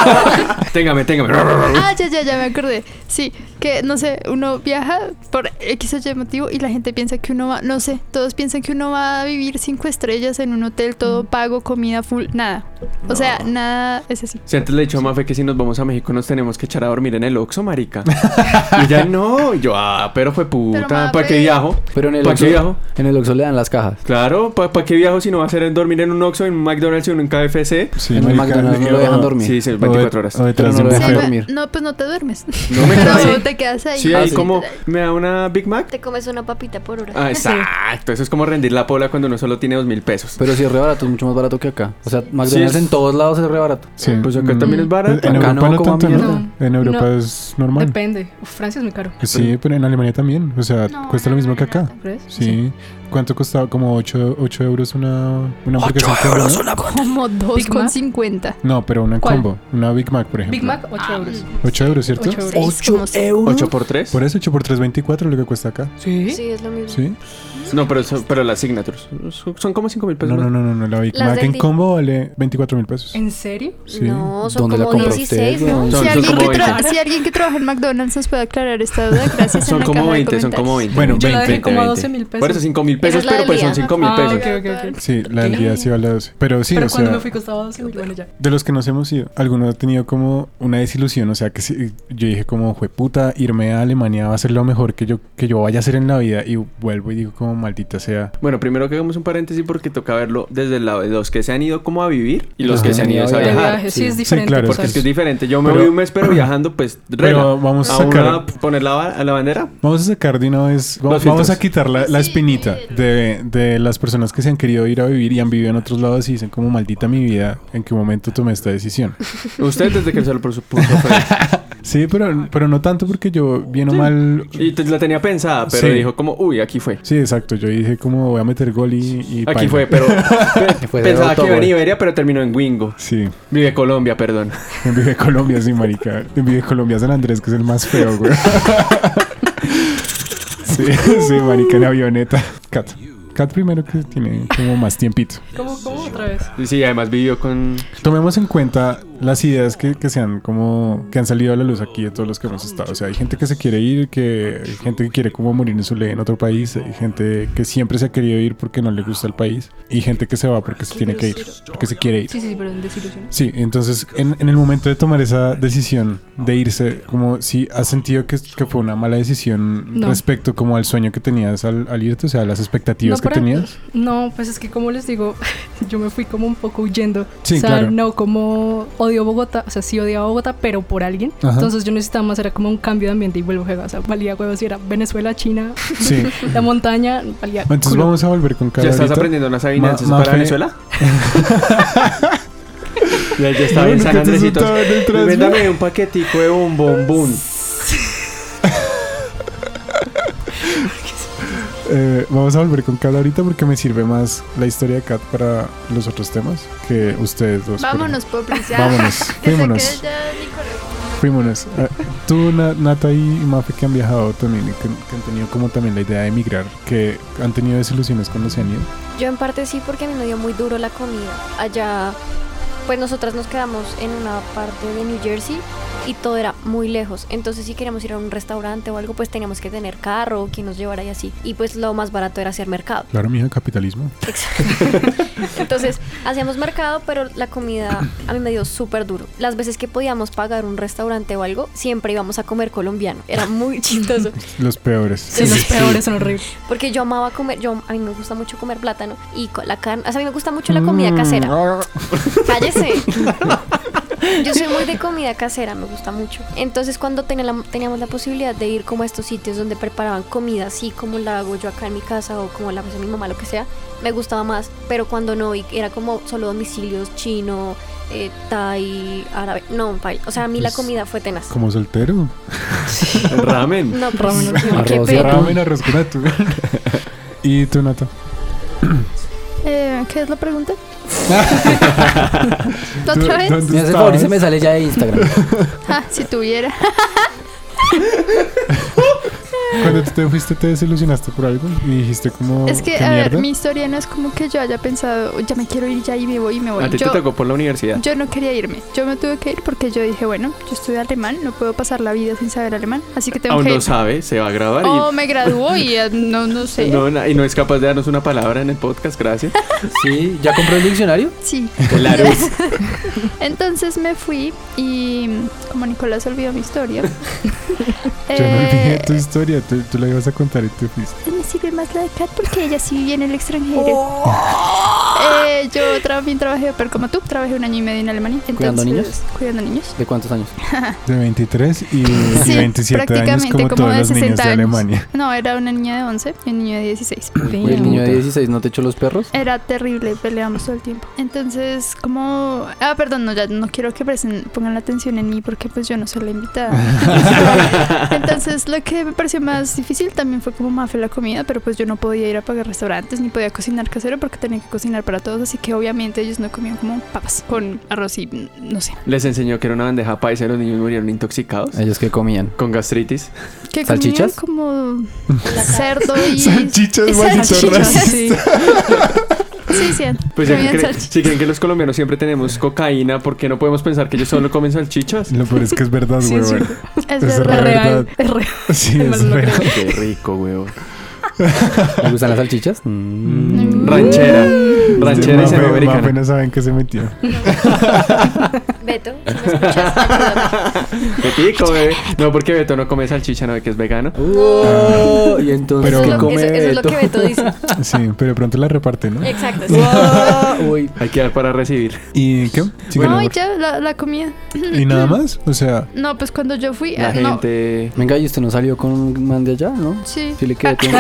S4: Téngame, téngame.
S5: Ah, ya, ya, ya me acordé. Sí, que no sé, uno viaja por X o Y motivo y la gente piensa que uno va, no sé, todos piensan que uno va a vivir cinco estrellas en un hotel, todo pago, comida full, nada. O sea, nada es así.
S4: Si antes le he dicho a Mafe que si nos vamos a México nos tenemos que echar a dormir en el Oxxo, marica. y ya no. Y yo, ah, pero fue
S5: Pero,
S4: puta.
S5: Mafe.
S4: ¿Para qué viajo?
S3: Pero en el
S4: ¿Para
S3: Oxxo,
S4: qué viajo?
S3: en el Oxxo le dan las cajas.
S4: Claro, ¿para qué viajo si no va a ser en dormir en un Oxxo, en un McDonald's o en un KFC?
S2: Sí,
S3: en el
S2: marica, "Oh,
S3: McDonald's no lo
S2: o-
S3: dejan dormir.
S4: Sí, sí,
S2: o de-
S4: 24 horas.
S2: o detrás
S3: Pero
S2: de
S3: no
S2: un
S3: lo dejan
S2: buffet.
S3: dormir.
S5: No, pues no te duermes.
S4: No
S7: [laughs]
S4: me
S5: [laughs] Pero
S4: cansé.
S5: te quedas ahí.
S4: Sí, ahí
S3: sí.
S4: como, ¿me da una Big Mac?
S7: Te comes una papita por hora.
S4: Ah, exacto. Eso es como rendir la pola cuando uno solo tiene dos mil pesos.
S3: Pero si es re barato, es mucho más barato que acá. O sea, McDonald's
S4: es-
S3: en todos lados es re barato.
S2: Sí.
S4: Pues acá
S2: Mm.
S4: también es barato.
S2: En
S3: Acá
S2: Europa
S3: no,
S2: no
S3: coma
S2: tanto, ¿no?
S6: mierda.
S2: En Europa
S6: No.
S2: es normal.
S6: Depende. Uf, Francia es muy caro.
S3: Pues
S2: Sí, pero en Alemania también. O sea,
S5: No,
S2: cuesta
S5: en
S2: lo mismo que
S5: Alemania
S2: acá.
S5: no
S6: ¿Crees?
S2: Sí. ¿Cuánto costaba? Como 8, euros una, una hamburguesa. entera, ¿no?
S5: Como dos
S6: Big
S5: con
S6: Mac.
S5: 50.
S2: No, pero una en
S6: ¿Cuál?
S2: combo. Una Big Mac, por ejemplo.
S6: Big Mac, 8 euros.
S2: 8 euros, Ah, ¿cierto?
S6: 8 euros.
S5: Ocho
S3: euros.
S4: 8 por 3
S2: Por eso 8 por 3, 24 lo que cuesta acá.
S6: Sí.
S7: Sí, es lo mismo.
S2: ¿Sí?
S4: No, pero, eso- pero las signatures son- son como 5 mil pesos.
S2: No, no,
S4: más.
S2: no, no, no, La Big
S7: Las
S2: Mac
S7: del
S2: en
S7: di-
S2: combo vale 24 mil pesos.
S6: ¿En serio?
S2: Sí.
S7: No, son
S3: ¿Dónde la
S7: como
S3: compra
S7: 16,
S3: usted,
S7: ¿no?
S3: weón?
S4: Son- son
S5: Si alguien, que
S4: como
S5: tra-
S4: 20.
S5: si alguien que trabaja en McDonald's nos puede aclarar esta duda, gracias.
S4: Son
S5: en la
S4: como
S5: caja de
S4: 20, son como
S5: comentarios.
S4: 20.
S2: Bueno,
S6: Yo la dejé
S2: 20.
S6: como a
S4: 20.
S6: 12 mil pesos.
S4: Por eso 5 mil
S7: Esa
S4: pesos,
S7: es la
S4: pero
S7: del
S4: pues son
S7: día.
S4: 5 mil
S6: Ah,
S4: pesos.
S6: ok, ok, ok.
S2: Sí, la del
S6: ¿Qué?
S2: día sí vale 12. Pero sí,
S6: Pero
S2: o
S6: cuando
S2: sea,
S6: me fui costaba 12 mil. Bueno, ya.
S2: de los que nos hemos ido, alguno ha tenido como una desilusión. O sea, que sí, yo dije como, jueputa, irme a Alemania va a ser lo mejor que yo, que yo vaya a hacer en la vida. Y vuelvo y digo como, maldita sea,
S4: Bueno, primero que hagamos un paréntesis porque toca verlo desde el lado de los que se han ido como a vivir y
S2: Ah,
S4: los
S3: Ajá.
S4: que se han ido a
S3: De
S6: De
S4: viajar.
S6: viaje, sí, es
S3: Sí,
S6: diferente.
S2: claro,
S6: por
S4: Porque es
S6: supuesto.
S4: que es diferente. Yo me
S2: Pero-
S4: voy un
S2: [clears throat]
S4: mes, pero viajando, pues,
S2: Pero
S4: rela.
S2: vamos a
S4: a una,
S2: sacar-
S4: poner la, a la bandera.
S2: Vamos a sacar de una vez, va- vamos,
S4: Los filtros.
S2: a quitar la, la
S5: Sí,
S2: espinita
S5: sí.
S2: de, de las personas que se han querido ir a vivir y han vivido en otros lados y dicen como maldita mi vida, en qué momento tomé esta decisión. [laughs]
S4: Usted desde que se lo propuso. fue-
S2: Sí, pero, pero no tanto porque yo, bien o mal.
S4: Y te- la tenía pensada, pero
S2: Sí.
S4: dijo como, uy, aquí fue.
S2: Sí, exacto. Yo dije, como voy a meter gol y. y
S4: Aquí
S2: paila. [laughs]
S4: fue, pero pe-
S3: Fue de
S4: pensaba que iba en
S3: autogol.
S4: Iberia, pero terminó en Wingo.
S2: Sí,
S4: Vive Colombia, perdón.
S2: envié de Colombia, sí, marica. Envié de Colombia a San Andrés, que es el más feo, güey. [laughs] Sí, sí, marica, en avioneta. Cat. Cat primero que tiene como más tiempito.
S6: ¿Cómo, cómo otra vez?
S4: Y sí, además vivió con...
S2: Tomemos en cuenta las ideas que, que se han como que han salido a la luz aquí de todos los que hemos estado. O sea, hay gente que se quiere ir, que hay gente que quiere como morir en su ley en otro país, hay gente que siempre se ha querido ir porque no le gusta el país y gente que se va porque se tiene que ir, porque se quiere ir.
S6: Sí, sí, sí, perdón, desilusión.
S2: Sí, entonces en, en el momento de tomar esa decisión de irse, como si has sentido que, que fue una mala decisión
S6: No.
S2: respecto como al sueño que tenías al, al irte, o sea, las expectativas que
S6: para-
S2: tenías.
S6: No, pues es que como les digo, [laughs] yo me fui como un poco huyendo.
S2: Sí,
S6: o sea,
S2: claro.
S6: no como odio Bogotá, o sea, sí odiaba Bogotá, pero por alguien.
S2: Ajá.
S6: Entonces yo necesitaba más, era como un cambio de ambiente y vuelvo a o sea, valía huevos si era
S2: [laughs]
S6: Venezuela, China, [laughs]
S2: Sí.
S6: la montaña, valía
S2: Entonces
S6: culo.
S2: vamos a volver con Cara
S4: ¿Ya estás
S2: ahorita.
S4: aprendiendo unas adivinanzas
S2: Ma-
S4: para
S2: Mafe- [laughs]
S4: Venezuela? ya, ya está
S2: No,
S4: bien,
S2: nunca
S4: San
S2: te
S4: Andresitos.
S2: asustaba en el transfer.
S4: Véndame un paquetico de un bombón.
S2: Eh, vamos a volver con Kat ahorita porque me sirve más la historia de Kat para los otros temas que ustedes dos. por
S5: Vámonos, popis, [laughs] ya.
S2: ejemplo. Vámonos,
S5: Que
S2: fuímonos,
S5: se quede ya Nicolás.
S2: fuímonos. Ah, tú, Na- Nata y Mafe que han viajado también y que, que han tenido como también la idea de emigrar, que han tenido desilusiones cuando se han ido.
S7: Yo en parte sí porque a mí me dio muy duro la comida. Allá, pues nosotras nos quedamos en una parte de New Jersey y todo era muy lejos. Entonces si queríamos ir a un restaurante o algo, pues teníamos que tener carro o quien nos llevara y así. Y pues lo más barato era hacer mercado. [laughs]
S2: Claro, mija, capitalismo.
S7: Exacto. Entonces hacíamos mercado, pero la comida a mí me dio súper duro. Las veces que podíamos pagar un restaurante o algo, siempre íbamos a comer colombiano. Era muy chistoso.
S2: Los peores.
S6: Sí, los peores son horribles.
S7: Porque yo amaba comer, yo a mí me gusta mucho comer plátano y con la carne, o sea, a mí me gusta mucho la
S2: Mm.
S7: comida casera. Cállese.
S3: [laughs]
S7: Yo soy muy de comida casera, me gusta mucho. Entonces, cuando tenía la- teníamos la posibilidad de ir como a estos sitios donde preparaban comida así como la hago yo acá en mi casa o como la hace mi mamá, lo que sea, me gustaba más. Pero cuando no, y era como solo domicilios chino, eh, thai, árabe. No, paila. o sea, a mí la
S2: Pues,
S7: comida fue tenaz.
S2: Como soltero.
S4: Ramen.
S7: No, pues,
S6: Ramen,
S7: qué
S3: arroz y
S7: pena.
S2: Ramen, arroz con atún. [laughs] ¿Y tú, [laughs] Nata?
S5: Eh, ¿Qué es la pregunta?
S2: ¿Tú-
S5: ¿Otra
S2: dónde
S5: vez?
S3: Me hace el
S2: estabas?
S3: favor y se me sale ya de Instagram.
S5: Ah, si tuviera.
S2: Cuando tú te fuiste, ¿te desilusionaste por algo? Y dijiste como...
S5: Es que,
S2: Oh, "¿Qué
S5: a ver,
S2: mierda?"
S5: mi historia no es como que yo haya pensado, ya me quiero ir ya y me voy y me voy.
S4: A ti Ah, te
S5: Yo-
S4: tocó por la universidad.
S5: Yo no quería irme. Yo me tuve que ir porque yo dije, bueno, yo estudio alemán, no puedo pasar la vida sin saber alemán, así que tengo
S4: Aún
S5: que Oh,
S4: no
S5: ir.
S4: sabe, se va a grabar y...
S5: O me graduó y eh, no, no
S4: [laughs]
S5: sé.
S4: No, na- y no es capaz de darnos una palabra en el podcast,
S5: [laughs]
S4: gracias.
S3: [laughs] Sí, ¿ya compró el diccionario?
S5: Sí.
S4: Claro.
S5: Entonces me fui y como Nicolás olvidó mi
S4: [laughs]
S5: historia.
S2: Yo no olvidé
S5: eh,
S2: tu historia, tú, tú la ibas a contar y te fuiste.
S5: me sirve más la de Kat porque ella sí vive en el extranjero.
S4: Oh.
S5: Eh, yo también trabajé, pero como tú, trabajé un año y medio en Alemania.
S3: ¿Cuidando
S5: entonces-
S3: niños?
S5: Cuidando niños.
S3: ¿De cuántos años?
S2: De 23 y, y
S5: Sí,
S2: 27 años
S5: prácticamente,
S2: como,
S5: como
S2: todos
S5: de
S2: los niños
S5: 60
S2: de
S5: años.
S2: Alemania.
S5: No, era una niña de 11 y un niño de 16.
S3: Uy, ¿El niño de 16 no te echó los perros?
S5: Era terrible, peleamos todo el tiempo. Entonces, como... Ah, perdón, no, ya no quiero que presten- pongan la atención en mí porque pues yo no soy
S4: [laughs]
S5: la invitada. Entonces, lo que me pareció más difícil también fue como mafe la comida, pero pues yo no podía ir a pagar restaurantes ni podía cocinar casero porque tenía que cocinar para todos, así que obviamente ellos no comían como papas con arroz y mm, no sé.
S4: Les enseñó que era una bandeja paisa y los niños murieron intoxicados.
S3: Ellos que comían.
S4: Con gastritis.
S5: ¿Qué
S3: ¿Salchichas?
S5: comían? Como
S3: [laughs]
S5: cerdo y...
S2: Salchichas,
S5: y
S2: maldiciones.
S5: salchichas.
S6: [laughs] Sí.
S5: Sí, sí.
S4: Pues ya que
S5: comían
S4: cre-
S5: salchichas.
S4: si creen que los colombianos siempre tenemos cocaína, ¿por qué no podemos pensar que ellos solo comen salchichas?
S2: Lo peor es que es verdad,
S6: Sí, es
S2: huevón.
S5: Es
S4: Pues,
S2: Es
S5: verdad.
S6: Es real,
S2: verdad.
S6: es real.
S2: Sí,
S6: Además,
S2: es
S6: no
S2: real.
S6: creo.
S4: Qué rico, weón.
S3: ¿Le gustan las salchichas? Mm.
S4: Ranchera.
S5: Mm.
S2: Este
S4: Ranchera y
S2: mafe-
S4: centroamericana.
S2: mafe no saben que se metió.
S7: Beto, si me
S3: [laughs]
S7: escuchas, ayúdame.
S4: Betico, bebé. No, porque Beto no come salchicha, no, que es vegano.
S3: Oh, y entonces,
S2: Pero-
S7: Eso es
S3: ¿qué
S7: lo-
S3: come
S7: eso- eso es lo que Beto dice.
S2: Sí, pero de pronto la reparte, ¿no?
S7: Exacto.
S3: [laughs] Ah, uy.
S4: Hay que dar para recibir.
S2: ¿Y qué? Sigue,
S5: no,
S2: amor.
S5: y ya, la, la comida.
S2: ¿Y nada más? O sea,
S5: No, pues cuando yo fui.
S4: La
S5: ah, no,
S4: gente.
S3: Venga, y usted no salió con un man de allá, ¿no?
S5: Sí. Ah,
S3: Si le
S7: [laughs]
S3: queda tiempo.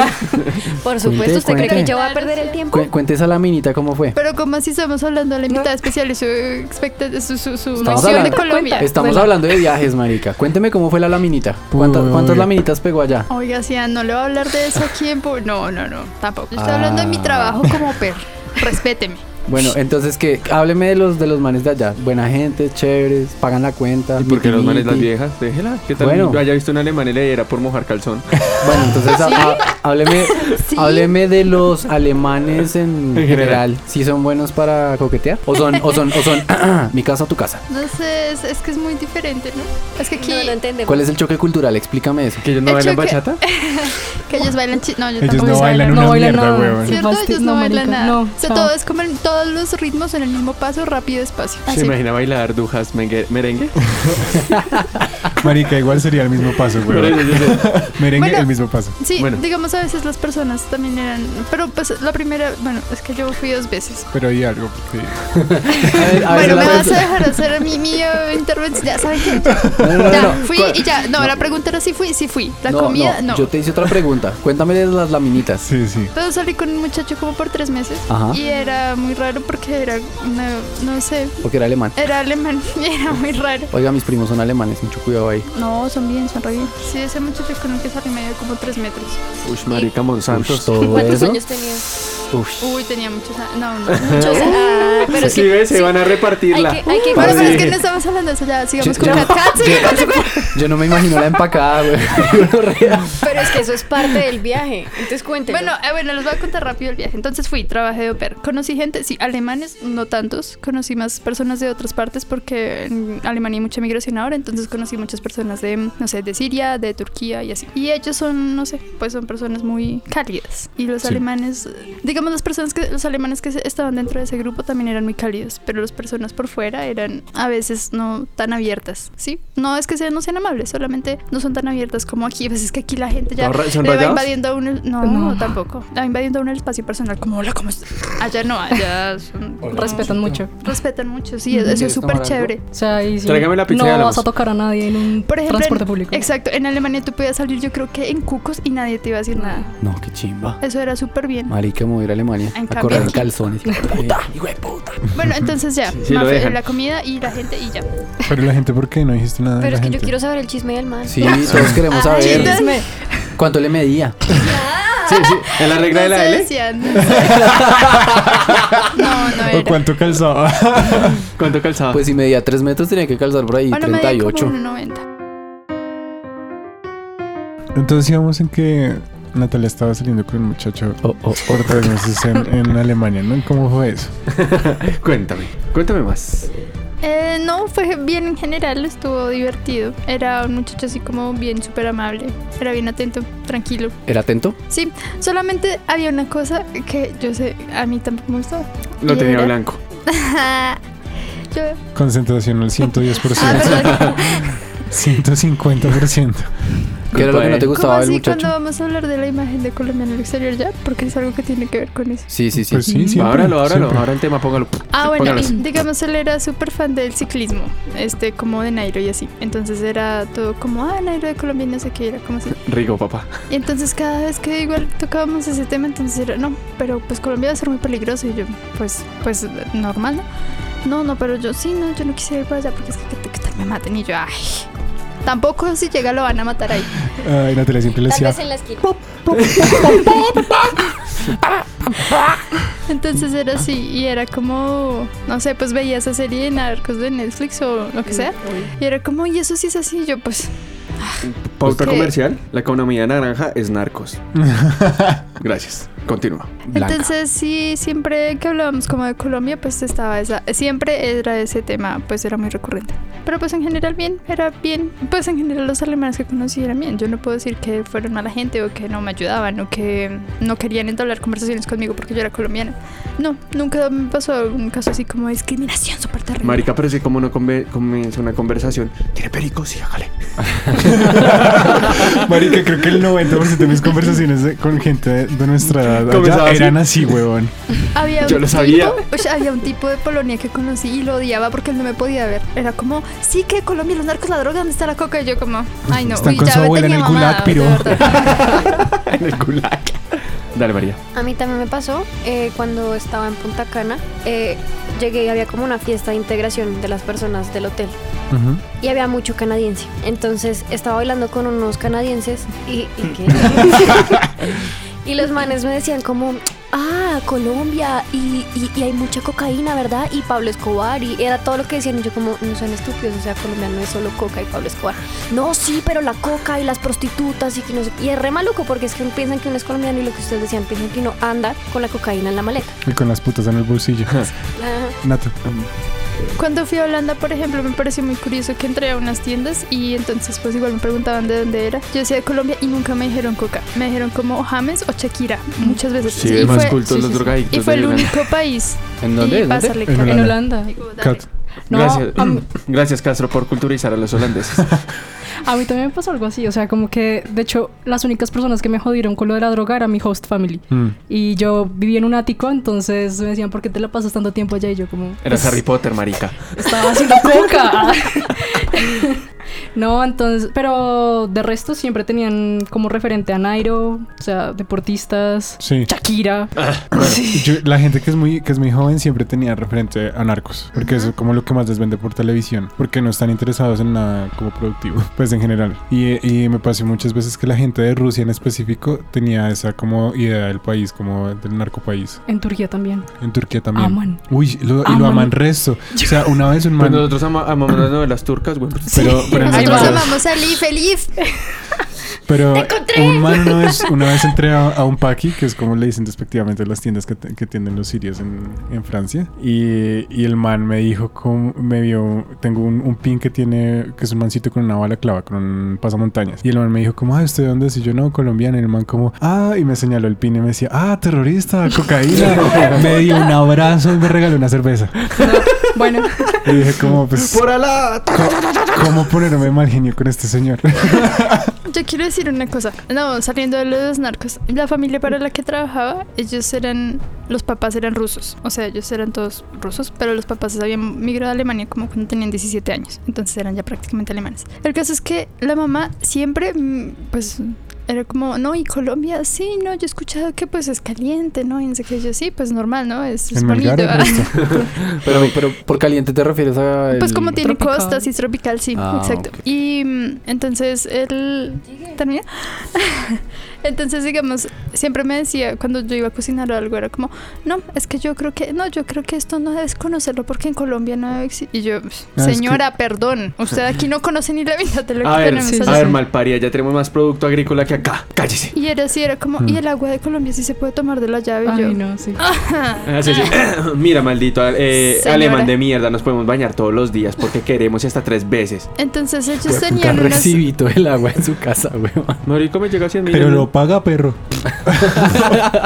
S7: Por supuesto, ¿usted cree que
S3: cuente.
S7: yo voy a perder el tiempo?
S3: Cu- cuente esa laminita cómo fue.
S5: Pero como así estamos hablando de la invitada especial y su, expecta- su, su, su
S3: Estamos
S5: nación de
S3: hablando-
S5: Colombia.
S3: Estamos hablando de viajes, marica. Cuénteme cómo fue la laminita. ¿Cuántas,
S2: Uy.
S3: cuántas laminitas pegó allá?
S5: Oiga, si no le voy a hablar de eso aquí en... pu- No, no, no, tampoco. Yo estoy
S3: Ah.
S5: hablando de mi trabajo como per. Respéteme.
S3: Bueno, entonces que hábleme de los de los manes de allá. Buena gente, chéveres, pagan la cuenta.
S4: ¿Y por qué
S3: miti,
S4: los manes las
S3: miti.
S4: viejas? Déjela. ¿Qué tal?
S3: Bueno.
S4: Yo haya visto un alemán y le diera por mojar calzón.
S3: Bueno, entonces ha- ha-
S5: [laughs]
S3: hábleme, hábleme de los alemanes en,
S4: En general.
S3: general. Si son buenos para coquetear o son o son o son
S5: [laughs]
S3: [clears throat] mi casa tu casa.
S5: Entonces, es que es muy diferente, ¿no? Es que aquí...
S7: No lo entendemos.
S3: ¿Cuál es el choque cultural? Explícame eso.
S4: ¿Que
S5: [laughs]
S4: ellos no
S5: El
S4: bailan
S5: choque-
S4: bachata?
S5: Que ellos bailan... chi- No, yo
S2: Ellos
S5: tampoco
S2: no
S5: sé
S2: bailan
S5: bailar.
S2: una
S6: Pues, bailan
S2: mierda,
S6: nada.
S2: weón.
S6: Sí,
S5: ¿Cierto?
S6: Basti-
S5: Ellos no, bailan
S6: marica,
S5: nada.
S6: No,
S5: o sea,
S6: chao.
S5: todo es como en- todos los ritmos en el mismo paso, rápido, despacio.
S4: ¿Se
S5: Así.
S4: imagina bailar dujas mengue-
S3: [laughs]
S4: merengue?
S2: Marica, igual sería el mismo paso,
S4: Pero
S2: weón.
S4: yo- yo- yo-
S2: Merengue,
S5: Bueno.
S2: el mismo paso.
S5: Sí,
S4: Bueno.
S5: digamos a veces las personas también eran... Pero pues la primera... Bueno, es que yo fui dos veces.
S2: Pero hay algo. sí.
S3: A ver, a ver,
S5: Bueno,
S3: la-
S5: me vas a dejar hacer mi, mi eh, intervención. Ya, ¿saben qué?
S3: No, no, no,
S5: ya,
S3: no.
S5: fui
S3: ¿Cuál?
S5: y ya. No, la pregunta era si fui, si fui. La
S3: No,
S5: comida, no.
S3: Yo te hice otra pregunta. Cuéntame de las laminitas.
S2: Sí, sí.
S5: Pero salí con un muchacho como por tres meses.
S3: Ajá.
S5: Y era muy raro porque era, una- no sé,
S3: Porque era alemán.
S5: era alemán [laughs] y era muy raro.
S3: Oiga, mis primos son alemanes, mucho cuidado ahí.
S5: No, son bien, son re bien. Sí, ese muchacho con el que salí medio como tres metros.
S4: Uy, marica
S3: Ush,
S4: Monsantos.
S3: todo
S7: ¿Cuántos
S3: eso.
S7: años tenías?
S3: Ush.
S5: Uy, tenía muchos años. No, no, muchos
S7: Muchos. Ah, pero
S4: Sí,
S7: sí.
S4: ve, se
S7: sí.
S4: van a
S7: Hay
S4: repartirla.
S7: que, hay
S5: Bueno,
S7: que
S5: pero es
S7: comparar.
S5: que no estamos hablando de eso, ya sigamos
S3: Yo-
S5: con
S3: yo-
S5: Cat Cat. sigue
S3: yo-
S5: con tu cuento.
S3: Yo no me imagino la empacada,
S4: [laughs]
S3: güey.
S7: Pero es que eso es parte del viaje. Entonces cuéntenlo.
S5: Bueno, eh, bueno, les voy a contar rápido el viaje. Entonces fui, trabajé de au pair. Conocí gente, sí, alemanes, no tantos. Conocí más personas de otras partes porque en Alemania hay mucha migración ahora. Entonces conocí muchas personas de, no sé, de Siria, de Turquía y así. Y ellos son, no sé, pues son personas muy cálidas. Y los
S2: Sí.
S5: alemanes, eh, digamos, las personas que, los alemanes que se- estaban dentro de ese grupo también eran muy cálidos. Pero las personas por fuera eran a veces no tan abiertas, ¿sí? No es que sean, no sean amables, solamente no son tan abiertas como aquí. Pues es que aquí la gente ya
S4: ¿Son ra- son
S5: le va
S4: rayados?
S5: invadiendo a uno el- no,
S6: No.
S5: tampoco. La va invadiendo a uno el espacio personal. Como, hola, ¿cómo estás? Allá no, allá
S6: [laughs]
S5: son-
S6: Respetan mucho.
S5: Respetan mucho, sí, eso es
S3: ¿Quieres
S5: súper
S3: tomar
S5: chévere.
S6: O sea, ahí sí.
S4: Tráigame la pizza y pues.
S6: No
S4: hablamos.
S6: vas a tocar a nadie en un
S5: Por ejemplo,
S6: transporte
S5: en-
S6: público.
S5: exacto, en Alemania tú podías salir, yo creo que en cucos y nadie te iba a decir nada.
S6: Ah.
S3: No, qué chimba.
S5: Eso era súper bien.
S3: Marica, me voy a ir a Alemania
S5: En
S3: a
S5: cambio
S3: correr en
S5: aquí-
S3: calzones. Puta, hijo de puta.
S4: [laughs]
S5: Bueno, entonces ya,
S4: sí lo
S5: Mafe,
S4: dejan.
S5: la comida y la gente y ya.
S2: Pero la gente, ¿por qué no dijiste nada? de
S7: pero
S2: la
S7: es que yo
S2: gente?
S7: quiero saber el chisme del man.
S3: Sí, todos
S4: Ah,
S3: queremos
S5: Ay,
S3: saber
S5: Ah, entonces-
S3: cuánto le medía.
S4: Sí, sí. En la regla
S5: no
S4: de la
S5: se
S4: L.
S5: decían,
S4: [laughs]
S5: no, se- no, no
S2: ¿O
S5: era.
S2: cuánto calzaba?
S4: ¿Cuánto calzaba?
S3: Pues si medía 3 metros tenía que calzar por ahí
S5: Bueno, me dio como
S3: 38.
S5: 1,90.
S2: Entonces íbamos en que Natalia estaba saliendo con un muchacho
S3: Oh, oh, oh.
S2: por tres meses en, en Alemania, ¿no? ¿Cómo fue eso?
S4: Cuéntame. Cuéntame más.
S5: Eh, no, fue bien en general, estuvo divertido. Era un muchacho así como bien súper amable. Era bien atento, tranquilo.
S3: ¿Era atento?
S5: Sí, solamente había una cosa que yo sé, a mí tampoco me gustaba.
S4: Lo
S5: Y
S4: tenía
S5: era-
S4: blanco.
S5: yo,
S2: Concentración al
S3: [laughs]
S7: [laughs]
S2: 110%,
S5: ah, perdón.
S2: 150%.
S3: ¿Qué era lo que no te
S5: ¿Cómo
S3: gustaba del
S5: así
S3: muchacho?
S5: cuando vamos a hablar de la imagen de Colombia en el exterior ya? Porque es algo que tiene que ver con eso.
S3: Sí, sí, sí.
S2: Pues sí, siempre,
S4: ábralo, ábralo.
S2: siempre.
S4: Ahora el tema, póngalo.
S5: Ah, bueno,
S4: Póngalo.
S5: y digamos, él era súper fan del ciclismo, este, como de Nairo y así. Entonces era todo como, ah, Nairo de Colombia, y no sé qué, era como así.
S4: Rigo, papá.
S5: Y entonces cada vez que igual tocábamos ese tema, entonces era, no, pero pues Colombia va a ser muy peligroso. Y yo, pues, pues normal, ¿no? No, no, pero yo sí, no, yo no quisiera ir para allá porque es que, que- que tal me maten. Y yo, ay, tampoco si llega lo van a matar ahí.
S2: Ay, Natalia siempre le
S7: Tal
S2: decía,
S7: vez en la esquina.
S5: Entonces era así, y era como, no sé, pues veía esa serie en Arcos de Netflix o lo que sea. Y era como, y eso sí es así. Y yo, pues,
S4: Pauta
S5: Ok.
S4: comercial. La economía naranja es [laughs] narcos. Gracias. Continúa.
S5: Entonces sí, siempre que hablábamos como de Colombia, pues estaba esa, siempre era ese tema, pues era muy recurrente. Pero pues en general bien, era bien, pues en general los alemanes que conocí eran bien. Yo no puedo decir que fueron mala gente o que no me ayudaban o que no querían entablar conversaciones conmigo porque yo era colombiana. No, nunca me pasó un caso así como de discriminación súper terrible.
S4: Marica, pero es que como no conve- comienza una conversación. ¿Tiene perico? Sí, hágale.
S2: [laughs]
S4: [laughs]
S2: Marica, creo que el 90% de mis conversaciones de- con gente de, de nuestra edad allá
S4: Comenzaba así.
S2: eran así, huevón.
S5: Había
S4: Yo
S5: un
S4: lo
S5: [laughs]
S4: sabía.
S5: tipo- o sea, había un tipo de Polonia que conocí y lo odiaba porque él no me podía ver. Era como, sí que Colombia, los narcos, la droga, ¿dónde está la coca? Y yo como, ay no,
S2: Están
S5: uy,
S2: con
S5: ya
S2: su
S5: vete
S2: abuela en
S5: mi
S2: el
S5: mamá,
S2: gulag,
S5: de
S2: piro.
S5: verdad.
S4: En el gulag. Dale, María.
S7: A mí también me pasó eh, cuando estaba en Punta Cana. eh, llegué y había como una fiesta de integración de las personas del hotel.
S2: Ujú.
S7: Y había mucho canadiense. Entonces estaba bailando con unos canadienses y. ¿y qué? [laughs] Y los manes me decían como, ah, Colombia, y, y- y hay mucha cocaína, ¿verdad? Y Pablo Escobar, y era todo lo que decían, y yo como, no sean estúpidos, o sea, Colombia no es solo coca y Pablo Escobar. No, sí, pero la coca y las prostitutas y que no sé, y es re maluco porque es que piensan que uno es colombiano y lo que ustedes decían, piensan que uno anda con la cocaína en la maleta.
S2: Y con las putas en el bolsillo. Nata.
S5: Cuando fui a Holanda, por ejemplo, me pareció muy curioso que entré a unas tiendas y entonces pues igual me preguntaban de dónde era. Yo decía de Colombia y nunca me dijeron Coca. Me dijeron como James o Shakira muchas veces.
S4: Sí,
S5: Y
S4: es más
S5: fue-
S4: cultos los drogadictos
S5: Y fue
S4: de
S5: el
S4: Holanda.
S5: único país.
S3: ¿En
S5: y
S3: dónde? ¿En dónde?
S5: pásale
S2: En
S5: Coca.
S6: En
S2: Holanda.
S6: Holanda.
S2: Cat.
S6: No,
S4: Gracias.
S6: a mí-
S4: [laughs] Gracias, Castro, por culturizar a los holandeses.
S6: A mí también me pasó algo así, o sea, como que de hecho las únicas personas que me jodieron con lo de la droga era mi host family.
S2: Mm.
S6: Y yo vivía en un ático, entonces me decían, ¿por qué te la pasas tanto tiempo allá? Y yo como... "Pues,
S4: Eras Harry Potter, marica.
S6: Estaba haciendo coca. [laughs] no, entonces, pero de resto siempre tenían como referente a Nairo, o sea, deportistas,
S2: Sí.
S6: Shakira.
S2: Yo- la gente que es muy que es muy joven siempre tenía referente a narcos, porque eso es como lo que más les vende por televisión, porque no están interesados en nada como productivo, [laughs] pues en general. Y, y me pasó muchas veces que la gente de Rusia en específico tenía esa como idea del país, como del narcopaís.
S6: En Turquía también.
S2: En Turquía también.
S6: Aman.
S2: Uy, lo, y lo
S6: Aman.
S2: aman
S6: [laughs]
S2: resto. O sea, una vez un
S4: Pues
S2: man...
S4: nosotros ama- amamos las novelas turcas, güey.
S2: Pero, pero
S5: Nosotros
S2: nosotros-
S5: amamos a Leaf, el Leaf.
S2: Pero un man una vez, una vez entré a, a un paqui, que es como le dicen despectivamente a las tiendas que, te- que tienen los sirios en, en Francia. Y, y el man me dijo, como, me vio, tengo un, un pin que tiene, que es un mancito con una bala clava, con un pasamontañas. Y el man me dijo, como, ah, ¿usted dónde? es?" Y yo, no, colombiano. Y el man como, ah, y me señaló el pin y me decía, ah, terrorista, cocaína. me dio un abrazo y me regaló una cerveza.
S6: Bueno,
S5: [laughs]
S2: Y dije, como, pues... ¡Por ¿Cómo ponerme mal genio con este señor?
S5: Yo quiero decir una cosa. No, saliendo de los narcos. La familia para la que trabajaba, ellos eran. Los papás eran rusos. O sea, ellos eran todos rusos, pero los papás habían migrado a Alemania como cuando tenían 17 años. Entonces eran ya prácticamente alemanes. El caso es que la mamá siempre, mm, pues. Era como, no, y Colombia, sí, no, yo he escuchado que pues es caliente, ¿no? Y no sé qué, yo sí, pues normal, ¿no? Es, es
S2: en Melgar,
S5: bonito.
S2: el resto.
S5: [laughs]
S3: Pero, pero por caliente te refieres a.
S5: Pues
S3: el-
S5: como tiene
S6: Tropical.
S5: costas y es tropical, sí,
S3: Ah,
S5: exacto.
S3: ok.
S5: Y mm, entonces él termina. [laughs] entonces, digamos, siempre me decía cuando yo iba a cocinar o algo, era como, no, es que yo creo que, no, yo creo que esto no debes conocerlo porque en Colombia no existe. Y yo, "Pues,
S2: es que-
S5: señora, perdón, usted aquí no conoce ni la mitad de lo
S4: A
S5: que
S4: ver,
S5: tenemos
S6: sí,
S5: allá".
S4: a ver, malparía, ya tenemos más producto agrícola que acá. Cállese.
S5: Y era así, era como, y el agua de Colombia sí se puede tomar de la llave. y yo, Ah.
S6: ay no, sí.
S4: Así, Ah, sí. [coughs] Mira, maldito eh,
S5: Señora.
S4: alemán de mierda, nos podemos bañar todos los días porque queremos y hasta tres veces.
S5: Entonces ellos
S3: Puta,
S5: tenían unas...
S3: recibito el agua en su casa, [laughs] weón.
S4: Marico me llega 100 mil.
S2: Pero lo paga perro.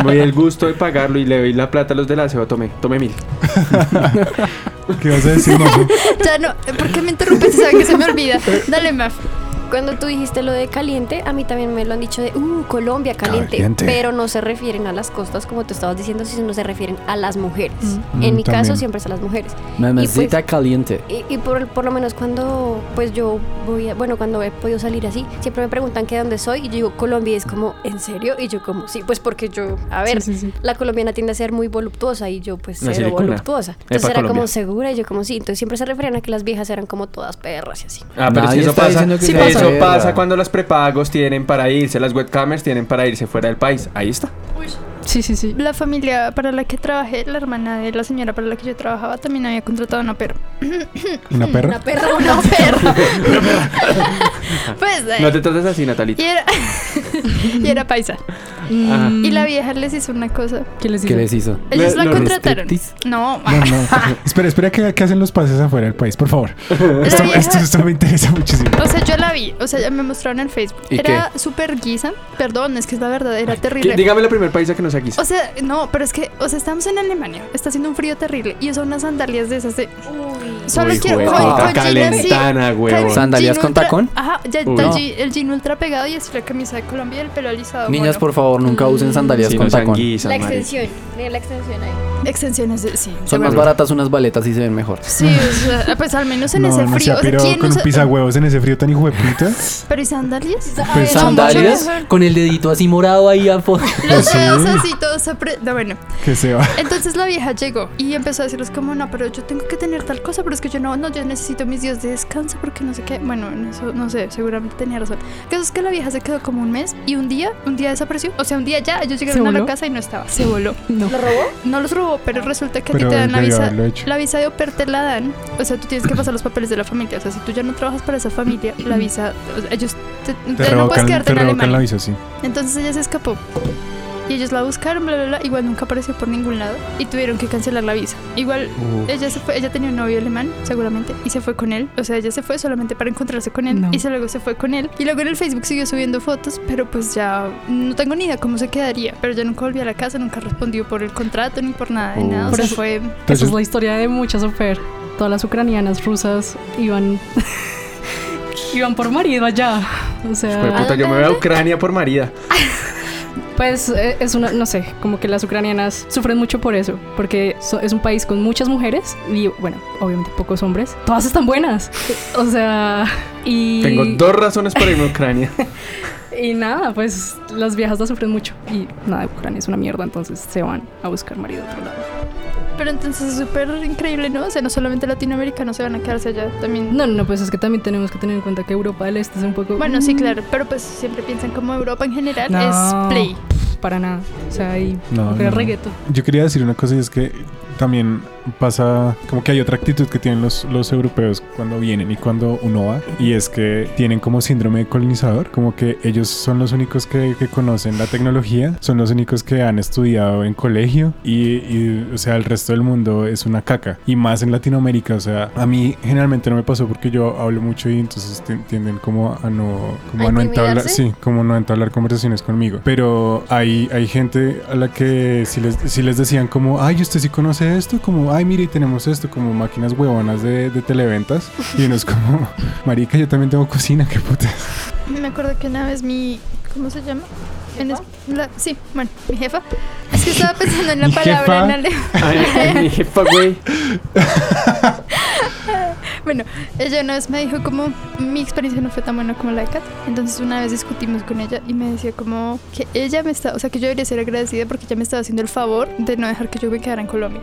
S4: Me doy el gusto de pagarlo y le doy la plata a los del aseo. Tome, tome mil.
S2: ¿Qué vas a decir, Majo?
S5: Ya no, ¿por qué me interrumpes? Saben que se me olvida. Dale, Maf.
S7: Cuando tú dijiste lo de caliente, a mí también me lo han dicho de, uh, Colombia caliente,
S2: Caliente.
S7: pero no se refieren a las costas como tú estabas diciendo, sino se refieren a las mujeres.
S2: Mm.
S7: en
S2: Mm,
S7: mi caso
S2: también.
S7: siempre es a las mujeres.
S3: Mamacita caliente.
S7: Y, y por, por lo menos cuando pues yo voy a, bueno, cuando he podido salir así, siempre me preguntan que dónde soy y yo digo Colombia y es como, ¿en serio? Y yo como, sí, pues porque yo, a ver,
S6: Sí, sí, sí.
S7: la colombiana tiende a ser muy voluptuosa y yo pues
S4: Una
S7: cero
S4: silicona.
S7: voluptuosa. Entonces
S4: Epa,
S7: era
S4: Colombia.
S7: como segura y yo como sí, entonces siempre se referían a que las viejas eran como todas perras
S2: [laughs]
S7: y así.
S4: Ah, pero
S3: Nadie
S4: si eso
S3: está
S4: pasa,
S3: diciendo que
S4: si
S3: sea
S4: eso
S3: mierda.
S4: pasa cuando los prepagos tienen para irse, las webcamers tienen para irse fuera del país. Ahí está.
S6: Sí, sí, sí.
S5: La familia para la que trabajé, la hermana de la señora para la que yo trabajaba, también había contratado a una perra.
S2: ¿Una perra?
S7: Una perra,
S5: Una
S2: [laughs]
S5: perra. pues, eh,
S4: Ah. No te trates así,
S5: y,
S4: Natalita.
S5: era, [laughs] y era paisa.
S4: Ajá.
S5: Ah. Y la vieja les hizo una cosa.
S6: Mm, ¿Qué les
S3: ¿Qué
S6: digo?
S3: les hizo?
S5: Ellos
S4: Le-
S5: la
S4: lo
S5: contrataron. No,
S2: No, no. espera, espera que, que hacen los pases afuera del país, por favor. Esto,
S5: vieja-
S2: esto, esto me interesa muchísimo.
S5: o sea, yo la vi. O sea, me mostraron en Facebook.
S3: ¿Y
S5: Era súper guisa. Perdón, es que es la verdad, era terrible.
S4: Dígame la primer paisa que nos aquí.
S5: O sea, no, pero es que, o sea, estamos en Alemania, está haciendo un frío terrible y son unas sandalias de esas de. Solo
S4: Uy,
S5: quiero
S4: hijo de
S5: con-
S4: puta,
S5: con jean así,
S4: calentana,
S5: con
S4: huevón.
S5: jean
S3: ¿Sandalias con
S5: ultra-
S3: tacón?
S5: Ajá, ya
S4: Uy.
S5: está el,
S4: No.
S5: jean, el jean ultra pegado y así la camisa de Colombia y el pelo alisado.
S3: Niñas,
S5: bueno.
S3: por favor, nunca usen sandalias
S4: Sí,
S3: con
S4: no
S3: tacón.
S4: sanguizan, marica.
S7: mira la extensión ahí.
S5: Extensiones de. Sí.
S3: Son más baratas unas baletas y se ven mejor.
S5: Sí, o sea, pues al menos en
S2: no,
S5: ese
S2: no
S5: frío.
S2: se ha
S5: o sea,
S2: pirado
S5: ¿quién
S2: con un
S5: usa-
S2: pisahuevos en ese frío tan hijo de
S5: [laughs]
S2: puta.
S5: ¿Pero y sandalias?
S2: Pues,
S5: Son mucho
S8: Sandalias
S5: mejor.
S8: con el dedito así morado ahí a fondo.
S5: Los
S2: Pues Sí.
S5: dedos así, todos apre- no, Bueno,
S2: que se va.
S5: entonces la vieja llegó y empezó a decirles como, no, pero yo tengo que tener tal cosa, pero es que yo no, no, yo necesito mis días de descanso porque no sé qué. Bueno, en eso no sé, seguramente tenía razón. El caso es que la vieja se quedó como un mes y un día, un día desapareció. O sea, un día ya, ellos llegaron a la
S6: voló?
S5: casa y no estaba, se voló.
S6: No.
S5: No los robó, pero resulta que a ti
S2: Pero
S5: te dan la
S2: debió
S5: visa.
S2: haberlo hecho.
S5: La visa de OPER te la dan. O sea, tú tienes que pasar los papeles de la familia. O sea, si tú ya no trabajas para esa familia, la visa. o sea, ellos.
S2: Te
S5: Te, te- no puedes
S2: revocan,
S5: quedarte
S2: te
S5: en
S2: revocan la
S5: Alemania.
S2: visa, sí.
S5: Entonces ella se escapó. Y ellos la buscaron, bla, bla, bla. Igual nunca apareció por ningún lado. Y tuvieron que cancelar la visa. Igual. Ella se fue, ella tenía un novio alemán, seguramente, y se fue con él. O sea, ella se fue solamente para encontrarse con él
S6: No.
S5: y se- luego se fue con él. Y luego en el Facebook siguió subiendo fotos, pero pues ya no tengo ni idea cómo se quedaría. Pero ya nunca volví a la casa, nunca respondió por el contrato ni por nada de
S3: Oh.
S5: nada. O
S6: Por
S5: sea,
S6: eso-
S5: fue
S6: Esa
S2: Entonces,
S6: es la historia de muchas ofer. Todas las ucranianas rusas iban. [laughs] iban por marido allá. O
S4: Hijo de
S6: sea,
S4: puta, yo me voy a Ucrania por María.
S6: pues eh, es una. no sé, como que las ucranianas sufren mucho por eso. Porque so- es un país con muchas mujeres y, bueno, obviamente pocos hombres. Todas están buenas. O sea, y.
S4: Tengo dos razones para irme a Ucrania.
S6: Y nada, pues las viejas las sufren mucho. Y nada, Ucrania es una mierda, entonces se van a buscar marido a otro lado.
S5: Pero entonces es súper increíble, ¿no? O sea, no solamente latinoamericanos se van a quedarse allá también.
S6: No, no, no, pues es que también tenemos que tener en cuenta que Europa del Este es un poco.
S5: Bueno, sí, claro, pero pues siempre piensan como Europa en general
S6: No.
S5: es play.
S6: Para nada. O sea, ahí.
S2: No,
S6: pero
S2: no.
S6: reggaeton.
S2: Yo quería decir una cosa y es que también pasa como que hay otra actitud que tienen los, los europeos cuando vienen y cuando uno va y es que tienen como síndrome de colonizador como que ellos son los únicos que, que conocen la tecnología son los únicos que han estudiado en colegio y, y, o sea el resto del mundo es una caca y más en Latinoamérica o sea a mí generalmente no me pasó porque yo hablo mucho y entonces ti- tienden como a no como
S7: ¿A
S2: a no entablar
S7: intimidarse?
S2: sí, como no entablar conversaciones conmigo. Pero hay, hay gente a la que si les, si les decían como, ay, usted sí conoce esto, como, ay, mire, tenemos esto, como máquinas huevonas de, de televentas. Y uno es como, marica, yo también tengo cocina, qué puta.
S5: Me acuerdo que una vez mi. ¿Cómo se llama? En es- la- sí, bueno, mi jefa. [laughs] Es
S2: [laughs]
S5: que estaba pensando en la
S2: Mi
S5: palabra
S2: jefa.
S5: en alemán.
S4: Ay, ay, mi jefa, güey.
S5: Bueno, ella una vez me dijo como mi experiencia no fue tan buena como la de Kat. Entonces una vez discutimos con ella y me decía como que ella me está, o sea, que yo debería ser agradecida porque ella me estaba haciendo el favor de no dejar que yo me quedara en Colombia.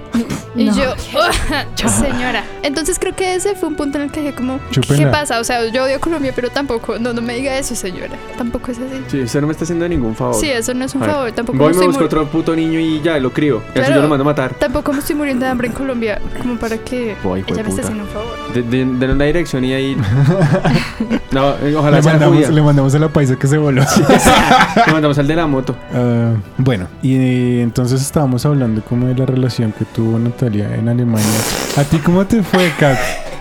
S5: Y
S6: No.
S5: yo, señora. Entonces creo que ese fue un punto en el que dije como, ¿qué
S2: Chúpela.
S5: pasa? O sea, yo odio Colombia, pero tampoco, no, no me diga eso, señora. Tampoco es así.
S4: Sí, usted no me está haciendo ningún favor.
S5: Sí, eso no es
S4: Oh.
S5: un
S4: A ver,
S5: favor. Tampoco
S4: Voy,
S5: me
S4: me
S5: estoy
S4: busco
S5: muri-
S4: otro puto niño y ya lo crío. Y así
S5: Claro.
S4: yo lo mando a matar.
S5: Tampoco me estoy muriendo de hambre en Colombia, como para que
S4: Voy, hijo de
S5: ella me
S4: puta.
S5: esté haciendo un favor.
S4: De, de, denle una dirección y
S5: [laughs]
S4: ahí. No, eh, ojalá
S2: Le
S4: sea
S2: mandamos,
S4: judía.
S2: le mandamos a la paisa que se voló.
S4: Le mandamos al de la moto.
S2: [laughs] Ah, bueno, y eh, entonces estábamos hablando como de la relación que tuvo Natalia en Alemania. ¿A ti cómo te fue, Kat?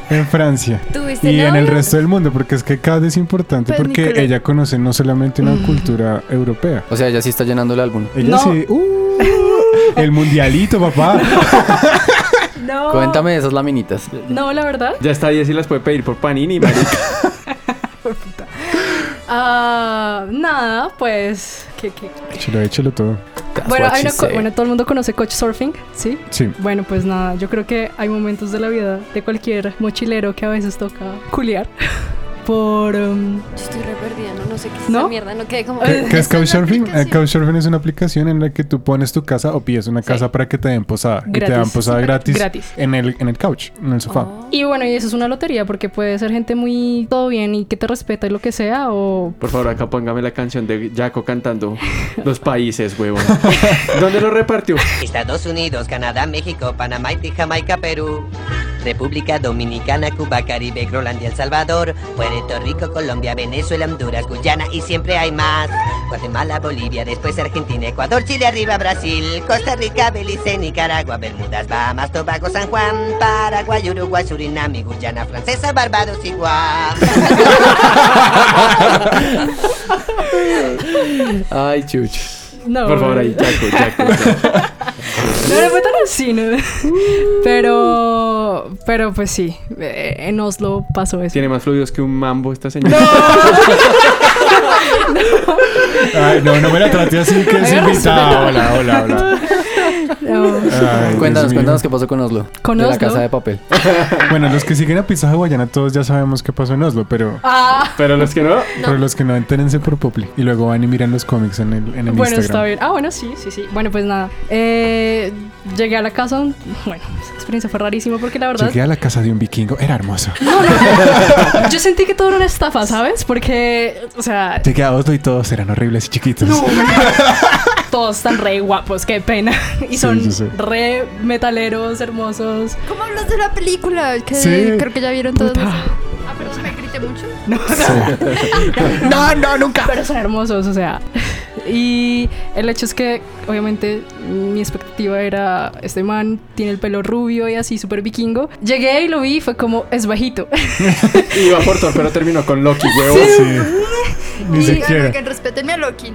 S2: En Francia.
S7: ¿Tuviste
S2: Y en el
S7: novio?
S2: resto del mundo, porque es que CAD es importante
S5: Pues,
S2: porque
S5: Nicolás. Mm.
S2: ella conoce no solamente una cultura europea.
S3: O sea, ella sí está llenando el álbum.
S2: Ella
S6: No.
S2: sí. ¡uh! el mundialito, papá.
S6: No.
S3: Cuéntame de esas laminitas.
S6: No, la verdad.
S4: Ya está 10 y las puede pedir por Panini, marica.
S6: Ah, nada, pues. que- que-
S2: Échalo, échalo todo.
S3: That's
S6: Bueno,
S3: what
S6: hay
S3: she
S6: una co-
S3: said.
S6: bueno, todo el mundo conoce coach surfing, ¿sí?
S2: Sí.
S6: Bueno, pues nada, yo creo que hay momentos de la vida de cualquier mochilero que a veces toca culiar. [laughs] Por. um,
S7: Yo estoy re perdida, no, no sé qué es
S6: ¿No?
S7: esa mierda, no quedé como...
S2: ¿Qué, qué es
S5: Es una
S2: Couchsurfing? Eh,
S5: aplicación.
S2: Couchsurfing es una aplicación en la que tú pones tu casa o pides una casa para que te den posada. Y te
S6: Gratis.
S2: dan posada gratis,
S6: Gratis.
S2: En, el, en el couch, en el sofá.
S5: Oh.
S6: Y bueno, y eso es una lotería porque puede ser gente muy todo bien y que te respeta y lo que sea o
S4: Por favor, acá póngame la canción de Jaco cantando Los países, huevón.
S5: [laughs]
S4: ¿Dónde lo repartió?
S9: Estados Unidos, Canadá, México, Panamá, Haití, Jamaica, Perú. República Dominicana, Cuba, Caribe, Groenlandia, El Salvador, Puerto Rico, Colombia, Venezuela, Honduras, Guyana y siempre hay más. Guatemala, Bolivia, después Argentina, Ecuador, Chile, arriba Brasil, Costa Rica, Belice, Nicaragua, Bermudas, Bahamas, Tobago, San Juan, Paraguay, Uruguay, Surinam y Guyana Francesa, Barbados y Guam.
S3: [laughs]
S8: [laughs]
S3: Ay, chucho.
S6: no.
S4: Por favor, ahí, Jaco, Jaco. Jaco.
S6: [laughs] No pues, no fue tan así, ¿no? Pero pero pues sí, eh, en Oslo pasó eso.
S4: Tiene más fluidos que un mambo esta señora.
S2: Ay, no, no me la traté así que es
S6: Agarra su
S2: [laughs] invitada. Hola, hola, hola.
S6: No.
S2: Ay, Dios
S3: Cuéntanos,
S2: mío.
S3: cuéntanos qué pasó con Oslo.
S6: Con
S3: de la
S6: Oslo.
S3: casa de papel.
S2: Bueno, los que siguen a Pizza Hawaiana, todos ya sabemos qué pasó en Oslo, pero.
S6: Ah,
S4: Pero los que no,
S2: Pero los que no, entérense por Popli. Y luego van y miran los cómics en el, en el
S6: bueno,
S2: Instagram.
S6: está bien. Ah, bueno, sí, sí, sí. Bueno, pues nada. Eh, llegué a la casa. Bueno, esa experiencia fue rarísima porque la verdad.
S2: Llegué a la casa de un vikingo, era hermoso. [laughs]
S6: Yo sentí que todo era una estafa, ¿sabes? Porque, o sea,
S2: Llegué a Oslo y todos eran horribles y chiquitos. [laughs]
S6: todos están re guapos, qué pena. [laughs] Y
S2: Sí,
S6: son
S2: sí, sí.
S6: re metaleros, hermosos.
S5: ¿Cómo hablas de la película? Que
S2: Sí.
S5: creo que ya vieron todos.
S6: Puta.
S5: Ah, pero me grité mucho.
S6: No,
S3: [laughs]
S6: no,
S3: No, no, nunca.
S6: pero son hermosos, o sea. [laughs] Y el hecho es que, obviamente, mi expectativa era: este man tiene el pelo rubio y así, súper vikingo. Llegué y lo vi y fue como: es bajito. [laughs]
S4: iba por Thor, pero terminó con Loki, huevo.
S2: Sí. Ni
S5: Y
S2: siquiera.
S5: que respétenme a Loki.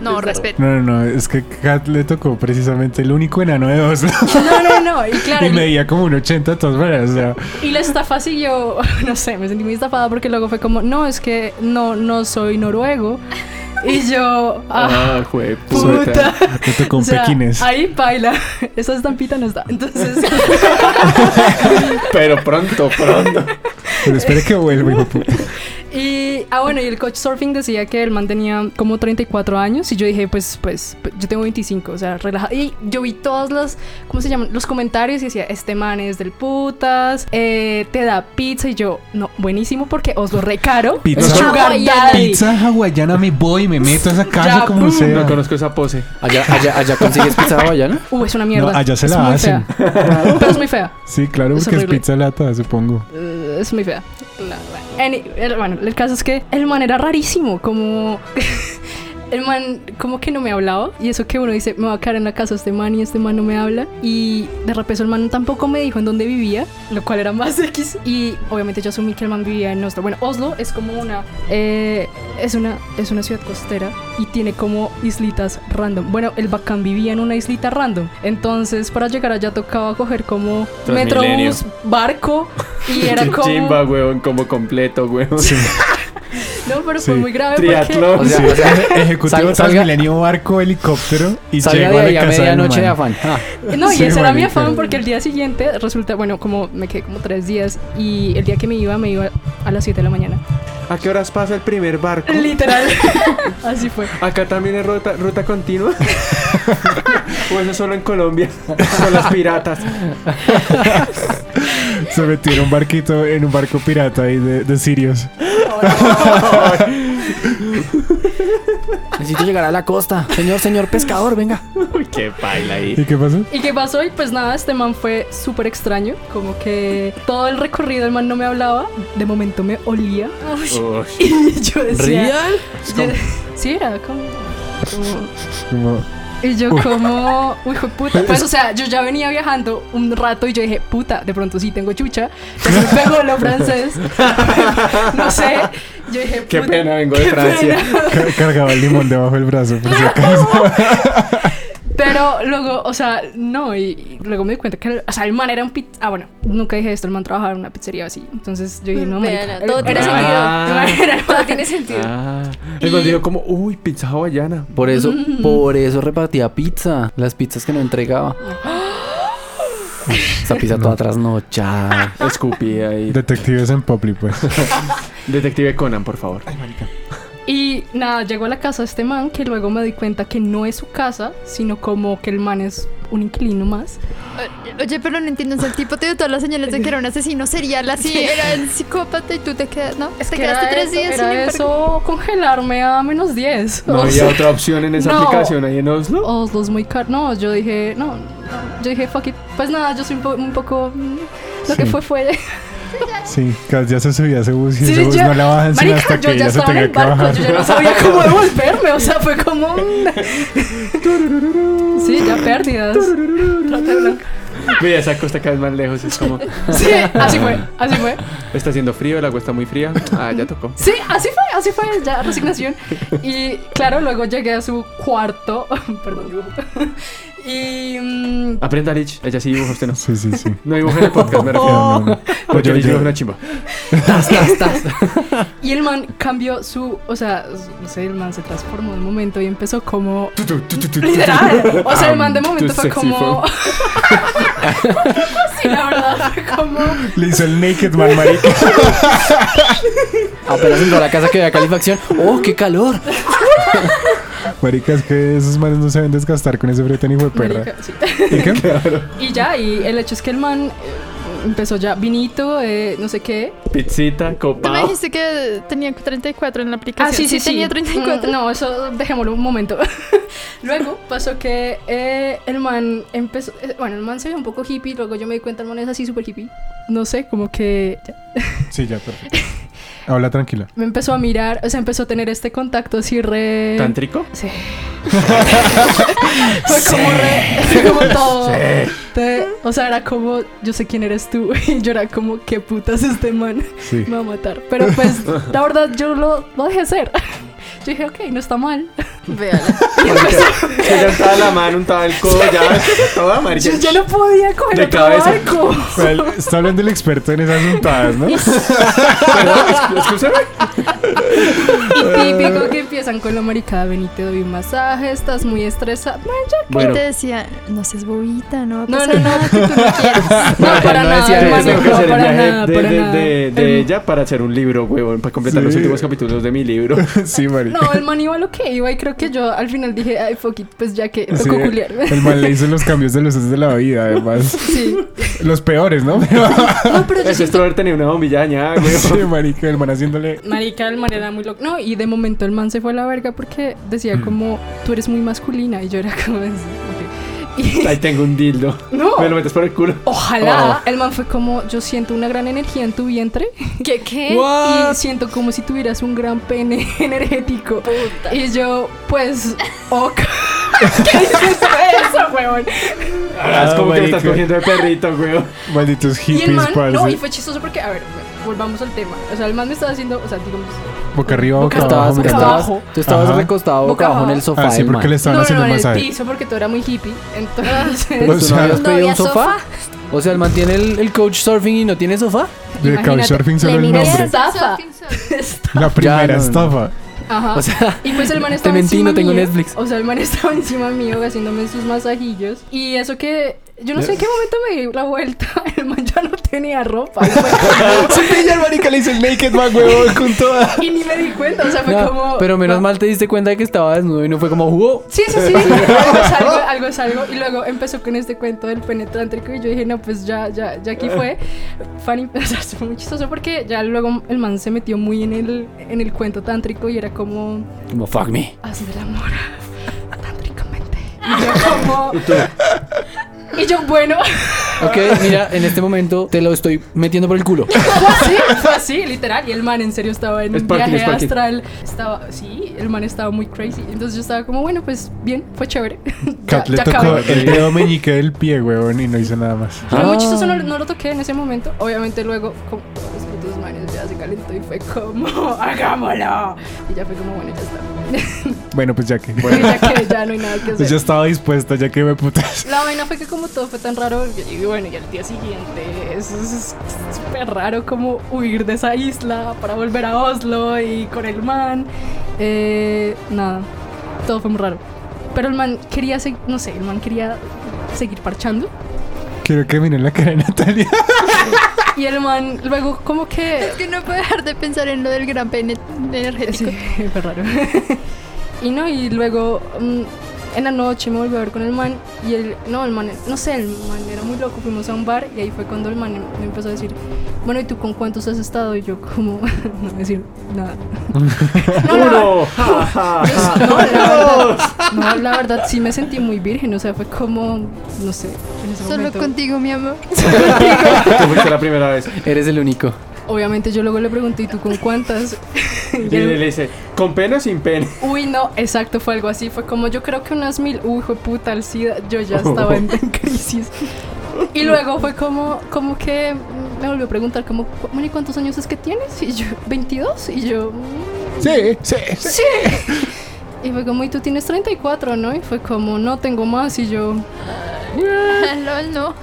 S5: No, No, respeten.
S2: No, no, no, es que Kat le tocó precisamente el único enano de Oslo.
S6: No, no, no. Y
S2: [laughs]
S6: claro,
S2: y
S6: el-
S2: medía como un 80 de todas maneras. O sea,
S6: Y la estafa siguió, [laughs] no sé, me sentí muy estafada porque luego fue como, no, es que no, no soy noruego. Y yo, ah,
S4: Ah, jue
S6: puta.
S4: puta.
S2: le tocó un
S6: [laughs] O sea,
S2: pequines.
S6: Ahí baila. [laughs] Esa estampita no está. Entonces,
S4: Pero pronto, pronto.
S2: Pero espere que vuelva, hijo de puta.
S6: y, ah, bueno, y el coach surfing decía que el man tenía como 34 años. Y yo dije, pues, pues, yo tengo 25, o sea, relajado. Y yo vi todas las, ¿cómo se llaman? Los comentarios y decía, este man es del putas, eh, te da pizza. Y yo, no, buenísimo porque os lo recaro.
S2: Pizza.
S6: Sugar daddy.
S2: Pizza hawaiana, me voy, me meto a esa casa
S6: Ya,
S2: como
S6: pum.
S2: sea.
S4: No conozco esa pose.
S3: Allá, allá, allá consigues pizza hawaiana.
S6: Uh, es una mierda.
S2: No, allá se
S6: Es
S2: la
S6: muy
S2: hacen.
S6: fea. Pero es muy fea.
S2: Sí, claro,
S6: Es
S2: porque es
S6: horrible.
S2: pizza lata, supongo.
S6: Eh, es muy fea. La- la- Any- el- bueno, el caso es que el man era rarísimo. Como. [laughs] El man como que no me hablaba y eso que uno dice, me va a quedar en la casa este man y este man no me habla y de repente el man tampoco me dijo en dónde vivía, lo cual era más [laughs] X y obviamente yo asumí que el man vivía en Oslo. Bueno, Oslo es como una, eh, es una es una ciudad costera y tiene como islitas random. Bueno, el Bacán vivía en una islita random, entonces para llegar allá tocaba coger como
S4: Transmilenio.
S6: metrobús, barco y era
S4: Qué
S6: como...
S4: chimba, huevón, como completo, huevón. [laughs]
S6: No, pero
S2: Sí.
S6: fue muy grave porque...
S4: Triatlón.
S3: O sea, o sea,
S2: [laughs] Ejecutivo
S3: Salga- salga-
S2: Transmilenio barco helicóptero y
S3: salga
S2: llego
S3: de
S2: a
S3: ahí
S2: la
S3: a
S2: casa del
S3: medianoche de
S2: man.
S3: afán. Ah,
S6: [laughs] No,
S2: Sí,
S6: y ese era mi
S2: marica.
S6: afán porque el día siguiente resulta, bueno, como me quedé como tres días y el día que me iba, me iba a las 7 de la mañana.
S4: ¿A qué horas pasa el primer barco?
S6: Literal. [laughs] Así fue.
S4: [laughs] Acá también es ruta, ruta [laughs] continua. o eso solo en Colombia. [laughs] Con las piratas.
S2: Se metió en un barquito, en un barco pirata ahí de, de Sirius.
S3: necesito llegar a la costa. Señor, señor pescador, venga.
S4: Uy, qué baila ahí.
S2: ¿Y qué pasó?
S6: ¿Y qué pasó? Y pues nada, este man fue súper extraño. Como que todo el recorrido el man no me hablaba. De momento me olía. [laughs]
S4: Uy,
S6: Y yo decía...
S3: ¿Real?
S6: yo- sí, era como... como-
S2: Como,
S6: Y yo como, uy, hijo de puta. Pues, o sea, yo ya venía viajando un rato y yo dije, puta, de pronto sí tengo chucha. Entonces pegó
S4: [laughs]
S6: lo francés. [laughs] no sé. Yo dije,
S4: Qué
S6: puta,
S4: pena, vengo de
S6: qué
S4: Francia.
S6: pena.
S2: ca- cargaba el limón debajo del brazo, por si acaso.
S6: Pero luego, o sea, no, y, y luego me di cuenta que, o sea, el man era un pizza. Ah, bueno, nunca dije esto, el man trabajaba en una pizzería así. Entonces yo dije, no,
S7: Vean,
S6: marica,
S7: todo
S6: era-
S7: tiene
S6: era-
S7: sentido.
S6: era el man.
S7: [laughs] Todo tiene sentido.
S4: Ah, el man dijo como, uy, pizza hawaiana.
S3: Por eso,
S7: Mm.
S3: por eso repartía pizza. Las pizzas que no entregaba. Esa pizza toda trasnochada.
S4: Escupí
S6: [laughs]
S4: ahí.
S2: Detectives en Popli, pues.
S4: Detective Conan, por favor.
S6: Y nada, llegó a la casa de este man que luego me di cuenta que no es su casa, sino como que el man es un inquilino más.
S5: O- Oye, pero no entiendo. o sea, el tipo te dio todas las señales de que era un asesino serial así. Era un psicópata y tú te quedas, ¿no? te
S6: que
S5: quedaste
S6: era
S5: tres
S6: eso,
S5: días sin
S6: era
S5: embargo.
S6: eso congelarme a menos 10.
S4: No
S6: O [laughs]
S4: había
S6: sea,
S4: otra opción en esa
S6: No.
S4: aplicación ahí en Oslo.
S6: Oslo es muy caro. No, yo dije, no. Yo dije, fuck it. Pues nada, yo soy un, po- un poco. mm, Lo que
S2: Sí.
S6: fue fue.
S2: Sí, Kat ya se subía a ese bus y ese bus
S6: yo-
S2: no la bajan sino
S6: [laughs] Marica,
S2: hasta
S6: yo
S2: que
S6: ya
S2: ella se
S6: estaba
S2: tenga
S6: en el
S2: que
S6: barco.
S2: bajar.
S6: Yo ya no sabía
S2: [laughs]
S6: cómo devolverme. O sea, fue como. un- sí, ya
S2: [laughs]
S6: pérdidas. Plata blanca.
S4: Mira, esa costa cada vez más lejos. Es como,
S6: Sí, así fue. Así fue.
S4: está haciendo frío, el agua está muy fría. Ah, ya tocó.
S6: Sí, así fue, así fue, ya [laughs] resignación. Y claro, luego llegué a su cuarto, perdón, dibujo. Y. mm,
S4: Aprenda, Rich. Ella sí dibuja, usted no.
S2: Sí, sí,
S6: [laughs]
S2: sí.
S4: No dibuja en el podcast, me
S6: Oh.
S4: refiero.
S2: No, no, no.
S4: Porque
S2: Pues Yo-
S4: Rich
S2: yo-
S4: dibuja una chimba.
S6: y el man cambió su. O sea, no sé, el man se transformó de momento y empezó como. Literal. O sea, el
S2: Um,
S6: man de momento
S4: Too
S6: fue
S4: sexy
S6: como. [laughs] sí, la verdad, fue como.
S2: Le hizo el naked man, marica. [laughs]
S3: Apenas entró a la casa que había calefacción. ¡Oh, qué calor!
S2: Marica, es que esos manes no se deben desgastar con ese frete ni hijo de perra.
S6: Marica, sí.
S2: ¿Y qué?
S6: Y ya, y el hecho es que el man eh, empezó ya vinito, eh, no sé qué.
S4: Pizzita,
S5: Tú me
S4: copado.
S5: dijiste que tenía 34 en la aplicación. Ah, tenía 34.
S6: Mm, no, eso dejémoslo un momento. [laughs] luego pasó que eh, el man empezó. eh, bueno, el man se vio un poco hippie. Luego yo me di cuenta, el man es así súper hippie. No sé, como que ya,
S2: Sí, ya, perfecto. Habla tranquila.
S6: me empezó a mirar, o sea, empezó a tener este contacto así re. [laughs]
S4: ¿Tántrico? [laughs]
S6: Sí. Fue como re. fue como todo. Te- o sea, era como, yo sé quién eres tú. [laughs] Y yo era como, qué putas este man.
S2: Sí.
S6: Me va a matar. Pero pues, la verdad, yo lo, lo dejé hacer. [laughs] Yo dije, ok, no está mal.
S4: [laughs] Ella estaba la mano, untaba el codo, ya. Toda marica.
S6: Yo ya no podía coger
S4: De
S6: otro
S4: cabeza. [laughs]
S6: barco.
S2: Pero el- Está hablando el experto en esas juntadas,
S6: [laughs]
S2: ¿no?
S4: [laughs]
S6: Y típico que empiezan con la maricada, ven y te doy un masaje, estás muy estresada. Man, ya-
S5: Y te decía, no seas bobita, no va a
S6: No,
S5: pasar
S6: no, no,
S5: nada.
S6: que tú no quieres. No, para
S3: no
S6: nada,
S3: decía
S6: hermano,
S3: eso.
S4: Tengo que
S6: no,
S4: hacer el
S6: para
S4: viaje
S6: nada,
S4: de,
S6: para
S4: de-
S6: nada.
S4: de- de ella para hacer un libro, huevón, para completar los
S2: Sí.
S4: últimos capítulos de mi
S6: [laughs]
S4: libro.
S2: Sí, marica.
S6: No, el man iba a lo que iba y creo que yo al final dije, ay, fuck it, pues ya que
S2: Sí,
S6: tocó culiar.
S2: el man le hizo los cambios de luces de la vida, además.
S6: [laughs] Sí.
S2: Los peores, ¿no?
S6: No, pero yo
S4: Eso es todo
S6: siento...
S4: Pues haber tenido una bombilla
S6: [laughs]
S2: [laughs]
S4: dañada,
S2: sí,
S4: huevón.
S2: marica, el man haciéndole.
S6: Marica, el man era muy loco. No, y de momento el man se fue a la verga porque decía como, tú eres muy masculina. Y yo era como, "Sí, ok". Y- [laughs]
S4: Ahí tengo un dildo.
S6: no,
S4: Me lo metes por el culo.
S6: ojalá. El man fue como, yo siento una gran energía en tu vientre.
S7: [laughs] ¿Qué, qué?
S6: Y siento como si tuvieras un gran pene [laughs] energético.
S7: Puta.
S6: Y yo,
S3: [laughs]
S6: pues, ok. ¿Qué dices eso, weón?
S4: Ah, es como que le estás
S2: marica.
S4: cogiendo de perrito, huevón.
S2: Malditos
S6: Y el
S2: hippies,
S6: man,
S2: parce.
S6: no, y fue chistoso porque, a ver, volvamos al tema. O sea, el man me estaba haciendo, o sea, digamos,
S2: Boca arriba, boca,
S6: Boca
S2: abajo.
S3: Estabas,
S6: boca
S2: marica.
S3: estabas,
S6: abajo.
S3: tú estabas
S2: Ajá.
S3: recostado boca
S6: Boca
S3: abajo en
S6: abajo.
S3: el sofá.
S2: Ah, sí,
S3: el
S2: porque
S3: man.
S2: le estaban
S6: no, no,
S2: haciendo
S6: no, en el
S2: masaje.
S6: piso porque todo era muy hippie.
S3: Ah,
S2: [laughs]
S6: Entonces,
S2: O
S3: ¿Tú
S2: sea-
S3: no habías
S7: ¿No
S3: pedido
S7: había
S3: un sofá?
S7: sofá?
S3: Pues, O sea, el man tiene el, el coach surfing y no tiene sofá.
S2: De
S6: Imagínate,
S2: Couchsurfing solo
S7: le
S2: el
S7: miré
S2: nombre.
S6: esa- estafa.
S2: La primera
S3: no, no.
S2: estafa.
S6: ajá.
S3: O
S7: [laughs]
S3: sea, [laughs]
S6: y pues el man
S3: te
S6: estaba
S3: mentí,
S6: encima
S3: no tengo
S6: mío.
S3: Netflix.
S6: O sea, el man [laughs] estaba encima mío haciéndome sus masajillos. Y eso que yo no sé en qué momento me di la vuelta. [laughs] El man ya no tenía ropa.
S2: Sí, ella, marica, le hizo el naked man, huevón, con toda.
S6: y ni me di cuenta. O sea, fue
S3: No,
S6: como.
S3: pero menos
S6: no.
S3: mal te diste cuenta de que estaba desnudo y no fue como jugó.
S6: Sí, sí, sí. algo es algo, algo es algo. Y luego empezó con este cuento del penetrántrico y yo dije, no, pues ya, ya, ya aquí fue. Fanny, o sea, fue muy chistoso porque ya luego el man se metió muy en el, en el cuento tántrico y era como,
S3: Como fuck me.
S6: hazme el amor [laughs] tántricamente. Y yo como... Y yo, bueno, [laughs]
S3: Ok, mira, en este momento te lo estoy metiendo por el culo.
S6: fue así, fue así, literal. Y el man en serio estaba en
S4: Es
S6: un
S4: parking,
S6: viaje
S4: es parking.
S6: astral. Estaba, sí, el man estaba muy crazy. Entonces yo estaba como, bueno, pues bien, fue chévere. [laughs] Ya-
S2: Kat le
S6: ya
S2: tocó
S6: acabé.
S2: el dedo meñique del pie, huevón, y no hizo nada más.
S6: Fue
S3: Ah.
S6: muy chistoso, no, no lo toqué en ese momento. Obviamente luego, con todos los putos manes, ya se calentó y fue como, [laughs] hagámoslo. Y ya fue como, bueno, ya está. [laughs]
S2: Bueno, pues ya que.
S6: Y ya que ya no hay nada que
S2: [laughs]
S6: hacer.
S2: Pues ya estaba dispuesta, ya que me putas.
S6: La vaina fue que como todo fue tan raro, y bueno, y al día siguiente es es- es súper raro como huir de esa isla para volver a Oslo y con el man. Eh, nada, todo fue muy raro. Pero el man quería, se- no sé, el man quería seguir parchando.
S2: Quiero que miren la cara de Natalia.
S6: Y el man luego como que
S5: Es que no puedo dejar de pensar en lo del gran pene energético.
S6: Sí, [laughs] fue raro. y no, y luego mm, en la noche me volví a ver con el man y el, no, el man, no sé, el man era muy loco, fuimos a un bar y ahí fue cuando el man me empezó a decir, bueno, ¿y tú con cuántos has estado? Y yo como, [laughs] no decir nada. [laughs] no, la- [laughs]
S4: Uno. Ja, ja, ja.
S6: no, la verdad, no, la verdad sí me sentí muy virgen, o sea, fue como, no sé, en ese
S5: Solo
S6: momento.
S5: contigo, mi amor.
S4: [laughs] Tú fuiste la primera vez.
S3: Eres el único.
S6: Obviamente yo luego le pregunté, ¿y tú con
S4: [laughs]
S6: cuántas?
S4: Y él le dice, ¿con pene o sin pene?
S6: Uy, no, exacto, fue algo así. Fue como yo creo que unas mil. Uy, fue puta, el SIDA. Yo ya estaba en,
S2: [laughs]
S6: en crisis. Y luego fue como, como que me volvió a preguntar, como, "Cu- bueno, ¿y cuántos años es que tienes? Y yo, 22. Y yo, "Mm,
S2: Sí, sí, sí.
S6: sí. Y fue como, y tú tienes 34, ¿no? Y fue como, no tengo más.
S2: [laughs]
S6: Y yo,
S5: LOL, no.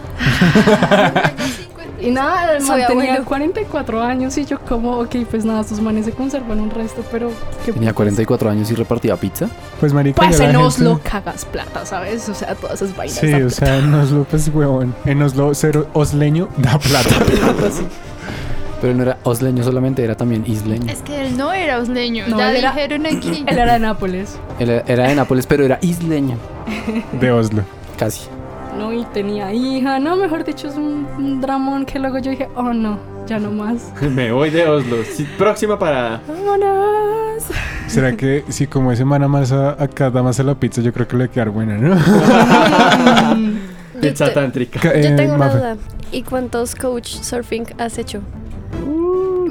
S6: y nada, el man
S5: Soy
S6: tenía
S5: abuelo.
S6: 44 años. Y yo, como, ok, pues nada, sus manes se conservan un resto, pero. ¿qué
S3: Tenía
S6: putas?
S3: 44 años y repartía pizza.
S2: Pues marica,
S6: Pues
S2: ya la
S6: en
S2: gente-
S6: Oslo cagas plata, ¿sabes? O sea, todas esas vainas.
S2: Sí,
S6: dan
S2: o sea, en Oslo, pues, huevón. En Oslo, ser osleño da plata.
S6: plata, sí.
S3: Pero no era osleño solamente, era también isleño.
S5: Es que él no era osleño.
S6: No,
S5: ya
S6: él era-
S5: dijeron [clears throat] aquí.
S6: Él era de Nápoles.
S3: Él era- era de Nápoles, pero era isleño.
S2: De Oslo.
S3: Casi.
S6: No, y tenía hija. No, mejor dicho, es un, un dramón que luego yo dije, oh no, ya no más.
S4: [laughs] Me voy de Oslo. Sí, Próxima parada.
S6: Vámonos. [laughs]
S2: ¿Será que si como ese man amasa acá, da más a la pizza, yo creo que le va a quedar buena, ¿no?
S7: Yo
S5: este-
S4: Pizza
S7: te-
S5: [laughs]
S4: tántrica.
S2: Ca- [laughs]
S7: Yo
S2: eh,
S7: tengo una
S2: Mafe.
S7: duda. ¿Y cuántos coach surfing has hecho?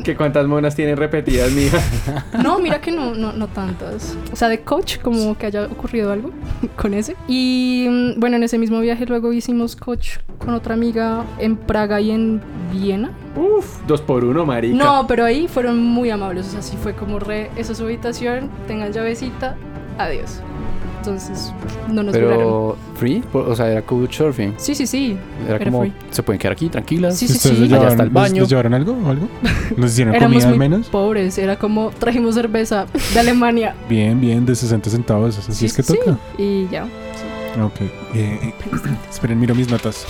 S4: Que cuántas monas tienen repetidas, mija.
S6: No, mira que no, no, no tantas. O sea, de coach, como que haya ocurrido algo [laughs] con ese. Y mm, bueno, en ese mismo viaje luego hicimos coach con otra amiga en Praga y en Viena.
S4: Uf, dos por uno, marica.
S6: No, pero ahí fueron muy amables. O sea, sí fue como re, esa es su habitación, tengan llavecita, adiós. Entonces, no nos violaron.
S3: Pero free, por- o sea, era couchsurfing.
S6: Sí, sí, sí.
S3: Era
S6: Era
S3: como,
S6: free.
S3: se pueden quedar aquí tranquilas.
S6: Sí, sí,
S2: ¿Ustedes
S6: sí.
S2: le
S3: Allá
S2: llevaron-
S3: está el
S2: les- les
S3: baño.
S2: llevaron algo o algo? ¿Nos dieron
S6: Éramos
S2: comida al
S6: muy
S2: menos?
S6: pobres. Era como trajimos cerveza de Alemania.
S2: Bien, bien, de 60 centavos. Así es que
S6: sí.
S2: toca.
S6: Y ya.
S2: Ok. Eh, esperen, miro mis notas.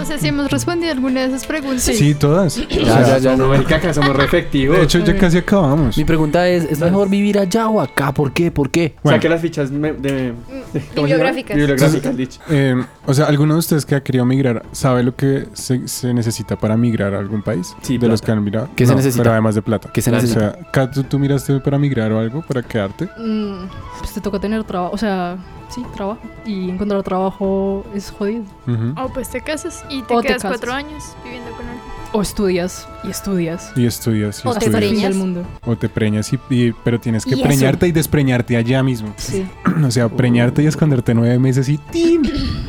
S5: O sea, si hemos respondido alguna de esas preguntas.
S2: sí. todas. O sea,
S3: Ya, ya, ya,
S4: No,
S3: no.
S4: marica, acá somos re efectivos.
S2: De hecho, ya
S6: Ok.
S2: casi acabamos.
S3: Mi pregunta es, ¿es mejor vivir allá o acá? ¿Por qué? ¿Por qué?
S2: Bueno,
S4: Saqué las fichas me- de... ¿cómo se llama?
S7: Bibliográficas.
S4: Bibliográficas, dicho.
S2: eh, o sea, ¿alguno de ustedes que ha querido migrar sabe lo que se, se necesita para migrar a algún país?
S4: Sí,
S2: de
S4: plata.
S2: los que han mirado.
S3: ¿Qué se necesita?
S2: Pero además de plata.
S3: ¿Qué se
S2: O
S3: necesita?
S2: sea, Kat, ¿tú, tú miraste para migrar o algo para quedarte?
S6: Mm, pues te toca tener trabajo. O sea, sí, trabajo. Y encontrar trabajo es jodido.
S2: Ujú.
S5: O pues te casas y te
S6: O te
S5: quedas
S6: casas.
S5: cuatro años viviendo con él.
S6: O estudias y estudias.
S2: Y estudias. Y
S7: O te
S6: Hasta el
S2: estudias.
S6: fin del
S7: preñas.
S6: mundo.
S2: O te preñas, y, y- pero tienes que
S7: Y eso.
S2: preñarte y despreñarte allá mismo.
S6: Sí.
S2: [laughs] O sea, preñarte y esconderte nueve meses y ¡tim!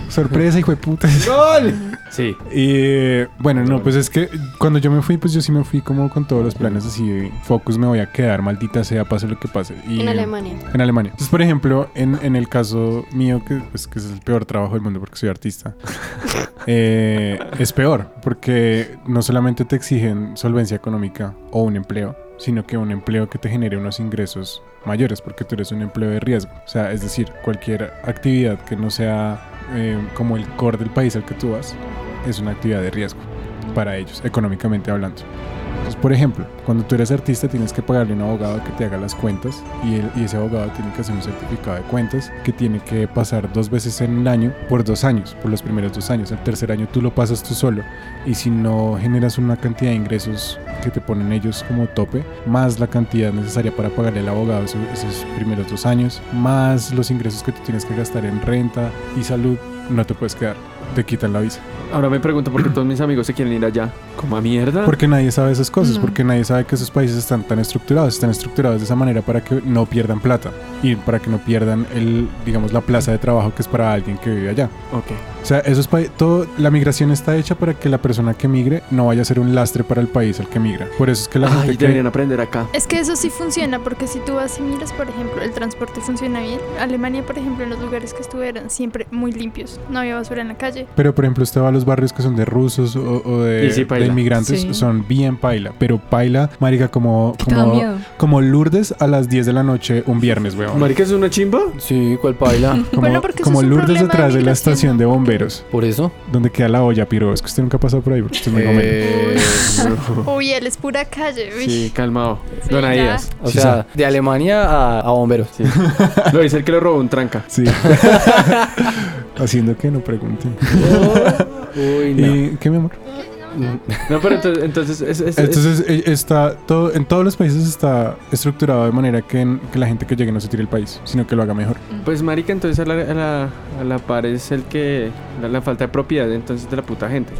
S2: Sorpresa, hijo de
S3: [laughs]
S2: puta.
S4: ¡Gol! Sí.
S2: Y eh, bueno, no, pues es que cuando yo me fui, pues yo sí me fui como con todos los planes así, de, focus me voy a quedar, maldita sea, pase lo que pase. Y,
S7: En Alemania.
S2: En Alemania. Entonces, por ejemplo, en, en el caso mío, que, pues, que es el peor trabajo del mundo porque soy artista, eh, es peor porque no solamente te exigen solvencia económica o un empleo, sino que un empleo que te genere unos ingresos mayores porque tú eres un empleo de riesgo. O sea, es decir, cualquier actividad que no sea eh, como el core del país al que tú vas, es una actividad de riesgo para ellos, económicamente hablando. Entonces, por ejemplo, cuando tú eres artista tienes que pagarle a un abogado que te haga las cuentas y, el- y ese abogado tiene que hacer un certificado de cuentas que tiene que pasar dos veces en un año por dos años, por los primeros dos años. El tercer año tú lo pasas tú solo y si no generas una cantidad de ingresos que te ponen ellos como tope, más la cantidad necesaria para pagarle al abogado esos, esos primeros dos años, más los ingresos que tú tienes que gastar en renta y salud, no te puedes quedar, te quitan la visa.
S4: Ahora me pregunto por qué todos mis amigos se quieren ir allá. ¿Como a mierda?
S2: Porque nadie sabe esas cosas,
S6: No.
S2: porque nadie sabe que esos países están tan estructurados, están estructurados de esa manera para que no pierdan plata y para que no pierdan el, digamos, la plaza de trabajo que es para alguien que vive allá.
S4: Ok.
S2: O sea, esos pa- todo, la migración está hecha para que la persona que migre no vaya a ser un lastre para el país al que migra. Por eso es que la
S4: Ay,
S2: gente cree-
S4: deberían aprender acá.
S5: Es que eso sí funciona, porque si tú vas y miras, por ejemplo, el transporte funciona bien. Alemania, por ejemplo, en los lugares que estuve eran siempre muy limpios. No había basura en la calle.
S2: Pero por ejemplo, usted va a los barrios que son de rusos o, o de,
S4: Y sí, paila.
S2: de inmigrantes,
S6: Sí.
S2: son bien paila. Pero paila, marica, como,
S6: Te da
S2: como,
S6: miedo.
S2: como Lourdes a las 10 de la noche un viernes, weón.
S4: ¿Marica es una chimba?
S3: Sí, ¿cuál
S6: [laughs]
S3: paila?
S2: Como,
S5: Bueno, porque eso
S2: como
S5: es un
S2: Lourdes
S5: problema de
S2: detrás de la
S5: migración,
S2: estación de
S5: ¿no?
S2: bomberos,
S3: Por eso.
S2: donde queda la olla, piro. Es que usted nunca ha pasado por ahí porque usted es muy gomelo.
S3: eh,
S5: Uy, él es pura calle. uy.
S4: Sí, calmado.
S5: Sí,
S4: Don
S2: [laughs]
S5: ya.
S4: Aídas.
S3: o
S2: Sí,
S3: sea, de Alemania a, a bomberos.
S4: Sí. Lo dice el que lo robó un tranca.
S2: Sí. [laughs] Haciendo que no pregunten.
S3: Uy,
S2: ¿Y qué, mi amor?
S5: Mm.
S4: No, pero entonces, entonces es, es-
S2: Entonces, eh, está todo, en todos los países está estructurado de manera que, en- que la gente que llegue no se tire el país, sino que lo haga mejor.
S4: es- pues marica, entonces a la, a la, a la par es el que la, la falta de propiedad entonces de la puta gente.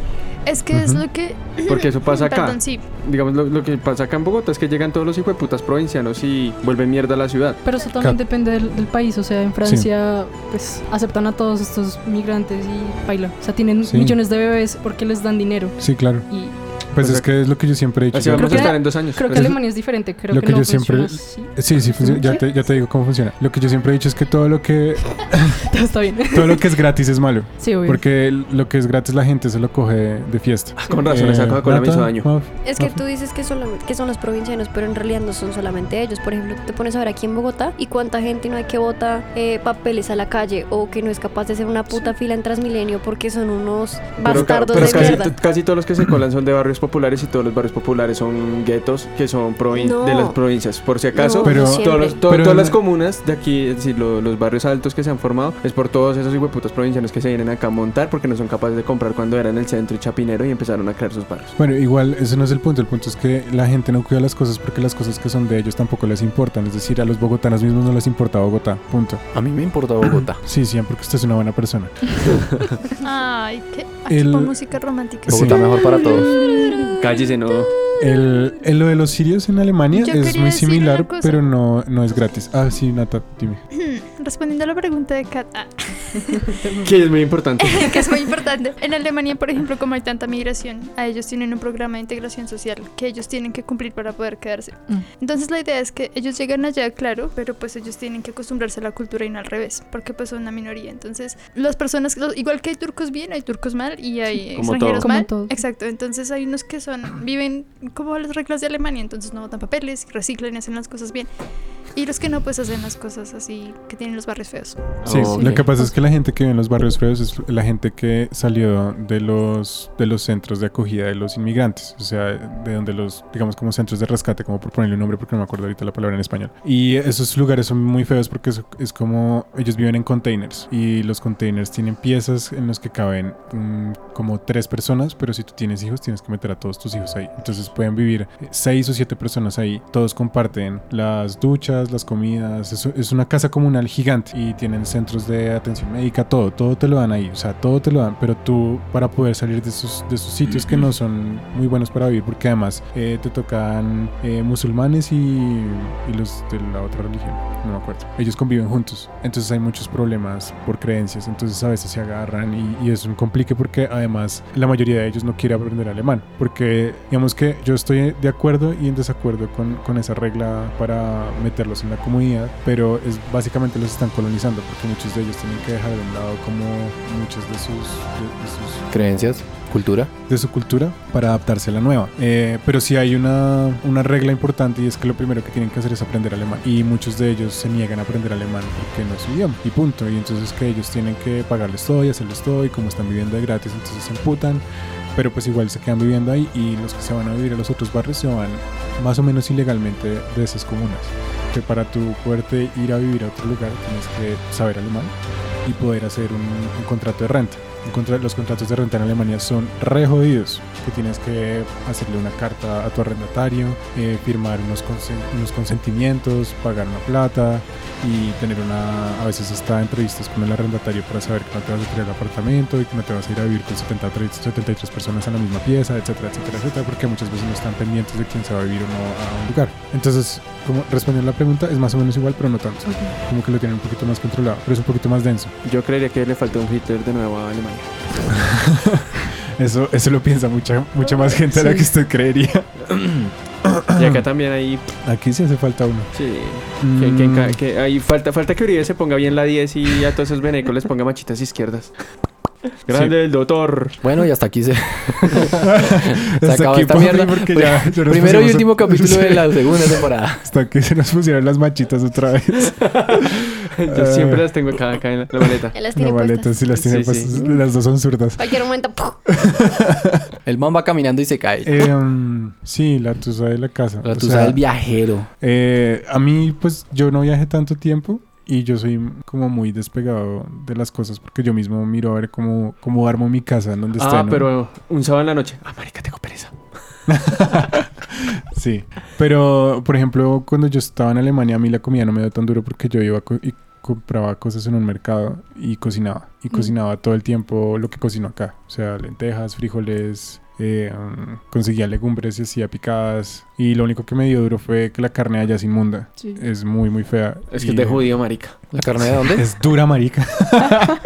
S5: Es que es
S2: Ujú.
S5: lo que.
S4: Porque eso pasa acá.
S5: Perdón, sí.
S4: Digamos lo, lo que pasa acá en Bogotá es que llegan todos los hijos de putas provincianos y vuelven mierda a la ciudad.
S6: Pero eso también
S2: Cap-
S6: depende del, del país. O sea, en Francia, pues aceptan a todos estos migrantes y baila. O sea, tienen
S2: Sí.
S6: millones de bebés porque les dan dinero.
S2: Sí, claro.
S6: Y
S2: Pues es
S4: Perfecto.
S2: que es lo que yo siempre he dicho.
S4: Así
S2: Yo-
S4: vamos
S6: que
S4: a estar
S6: era-
S4: en dos años.
S6: Creo que
S4: Pero-
S6: Alemania es diferente. Creo
S2: Lo
S6: que,
S2: que
S6: no
S2: yo siempre-
S6: funciona
S2: Sí, sí, funciona. Ya te, ya te digo cómo funciona. Lo que yo siempre he dicho es que todo lo que,
S6: así. [laughs] Está bien.
S2: todo lo que es gratis es malo.
S6: Sí, obvio.
S2: Porque lo que es gratis la gente se lo coge de fiesta. Eh,
S4: Ah, con razón, esa Coca-Cola
S2: con
S4: me hizo daño.
S7: Es que tú dices que, solo- que son los provincianos, pero en realidad no son solamente ellos. Por ejemplo, tú te pones a ver aquí en Bogotá y cuánta gente no hay que bota eh, papeles a la calle o que no es capaz de hacer una puta fila en Transmilenio porque son
S4: [laughs]
S7: unos
S4: Pero ca-
S7: bastardos
S4: pero
S7: de
S4: casi,
S7: mierda.
S4: t- casi todos los que se colan son de barrios populares y todos los barrios populares son guetos que son provin-
S7: No.
S4: de las provincias. Por si acaso,
S7: No,
S2: Pero-
S7: no
S4: todos
S7: siempre.
S4: los- to-
S2: Pero-
S4: todas las comunas de aquí, es decir, lo- los barrios altos que se han formado, es por todos esos hueputos provincianos que se vienen acá a montar porque no son capaces de comprar cuando eran el centro y chapinero y empezaron a crear sus barrios.
S2: Bueno, igual, ese no es el punto. El punto es que la gente no cuida las cosas porque las cosas que son de ellos tampoco les importan. Es decir, a los bogotanos mismos no les importa Bogotá. Punto.
S3: A mí me importa Bogotá.
S2: Sí, sí, porque usted es una buena persona.
S5: Ay, qué.
S2: El-
S5: Aquí pon música romántica.
S4: Oh.
S2: Sí.
S3: Bogotá mejor para todos.
S4: Cállese, no.
S2: El, el- lo de los sirios en Alemania
S5: Yo
S2: es
S5: quería
S2: muy
S5: decir
S2: similar,
S5: una cosa.
S2: pero no, no es gratis. Ah, sí, Nata, dime.
S5: Respondiendo a la pregunta de Kat, ah,
S4: Que es muy importante.
S5: [laughs] que es muy importante. En Alemania, por ejemplo, como hay tanta migración, a ellos tienen un programa de integración social que ellos tienen que cumplir para poder quedarse.
S6: Mm.
S5: Entonces la idea es que ellos llegan allá, claro, pero pues ellos tienen que acostumbrarse a la cultura y no al revés, porque pues son una minoría. Entonces las personas, los- igual que hay turcos bien, hay turcos mal y hay
S4: Como
S5: extranjeros
S6: todo.
S5: mal.
S6: Como todo.
S5: Exacto. Entonces hay unos que son viven como las reglas de Alemania, entonces no botan papeles, reciclan y hacen las cosas bien. Y los que no, pues hacen las cosas así, que tienen los barrios feos.
S2: Sí,
S3: Ok.
S2: lo que pasa es que la gente que vive en los barrios feos es la gente que salió de los, de los centros de acogida de los inmigrantes, o sea, de donde los, digamos, como centros de rescate, como por ponerle un nombre, porque no me acuerdo ahorita la palabra en español. Y esos lugares son muy feos porque es, es como ellos viven en containers y los containers tienen piezas en los que caben mm, como tres personas, pero si tú tienes hijos tienes que meter a todos tus hijos ahí. Entonces pueden vivir seis o siete personas ahí, todos comparten las duchas, las comidas, es, es una casa comunal gigante y tienen centros de atención médica, todo, todo te lo dan ahí, o sea, todo te lo dan, pero tú para poder salir de esos, de esos sitios que no son muy buenos para vivir, porque además eh, te tocan eh, musulmanes y, y los de la otra religión, no me acuerdo, ellos conviven juntos, entonces hay muchos problemas por creencias, entonces a veces se agarran y, y es un complique porque además la mayoría de ellos no quiere aprender alemán, porque digamos que yo estoy de acuerdo y en desacuerdo con, con esa regla para meterlos en la comunidad, pero es básicamente los están colonizando porque muchos de ellos tienen que dejar de un lado como muchas de sus, de- de sus
S3: Creencias, cultura.
S2: de su cultura para adaptarse a la nueva. Eh, pero sí hay una, una regla importante y es que lo primero que tienen que hacer es aprender alemán. Y muchos de ellos se niegan a aprender alemán porque no es su idioma. Y punto. Y entonces que ellos tienen que pagarles todo y hacerles todo. Y como están viviendo de gratis, entonces se emputan. Pero pues igual se quedan viviendo ahí y los que se van a vivir a los otros barrios se van más o menos ilegalmente de esas comunas. Que para tu poderte ir a vivir a otro lugar tienes que saber alemán y poder hacer un, un contrato de renta. Un contra- los contratos de renta en Alemania son re jodidos, que tienes que hacerle una carta a tu arrendatario, eh, firmar unos, consen- unos consentimientos, pagar una plata y tener una, a veces hasta entrevistas con el arrendatario para saber que no te vas a tirar el apartamento y que no te vas a ir a vivir con 73, 73 personas a la misma pieza, etcétera, etcétera, etcétera, porque muchas veces no están pendientes de quién se va a vivir o no a un lugar. Entonces, como responder la pregunta es más o menos igual, pero no tanto. Como que lo tienen un poquito más controlado, pero es un poquito más denso.
S4: Yo creería que le faltó un Hitler de nuevo a Alemania.
S2: Eso, eso lo piensa mucha, mucha más gente de la que usted creería.
S4: Y acá también hay.
S2: Aquí sí hace falta uno.
S4: Sí. Que,
S2: [laughs]
S4: que ca- que hay falta, falta que Uribe se ponga bien la 10 y a todos esos venecos les ponga machitas [laughs] izquierdas. Grande el [laughs] doctor.
S3: Bueno, y hasta aquí se, se
S2: Hasta
S3: acaba
S2: aquí,
S3: esta
S2: papi,
S3: mierda.
S2: porque
S3: Pri-
S2: ya- ya nos
S3: Primero y
S2: pusimos-
S3: último capítulo
S2: [laughs]
S3: de
S2: Sí,
S3: la segunda temporada.
S2: Hasta que se nos pusieron las machitas otra vez.
S4: Yo siempre las tengo acá, acá en la, la maleta.
S7: Él las
S2: [laughs]
S7: tiene
S2: No,
S7: puestas.
S2: maletas, sí las tiene
S4: Sí, sí.
S2: puestas. Las dos son zurdas.
S7: Cualquier momento, ¡puf!
S3: El man va caminando y se cae.
S2: Eh, um, sí, la tusa de la casa.
S3: La
S2: O
S3: tusa
S2: sea,
S3: del viajero.
S2: Eh, a mí, pues, yo no viajé tanto tiempo y yo soy como muy despegado de las cosas porque yo mismo miro a ver cómo, cómo armo mi casa, en donde esté.
S4: Ah,
S2: ¿no?
S4: pero un sábado en la noche. Ah, marica, tengo pereza.
S2: Sí, pero por ejemplo, cuando yo estaba en Alemania, a mí la comida no me dio tan duro porque yo iba co- y compraba cosas en un mercado y cocinaba. Y cocinaba todo el tiempo lo que cocino acá. O sea, lentejas, frijoles, eh, um, conseguía legumbres y hacía picadas. Y lo único que me dio duro fue que la carne allá es inmunda.
S6: Sí.
S2: Es muy, muy fea.
S4: Es
S2: Y-
S4: que es de judío, marica.
S3: ¿La carne
S2: [laughs]
S3: de dónde?
S2: Es dura,
S4: [laughs]
S2: marica.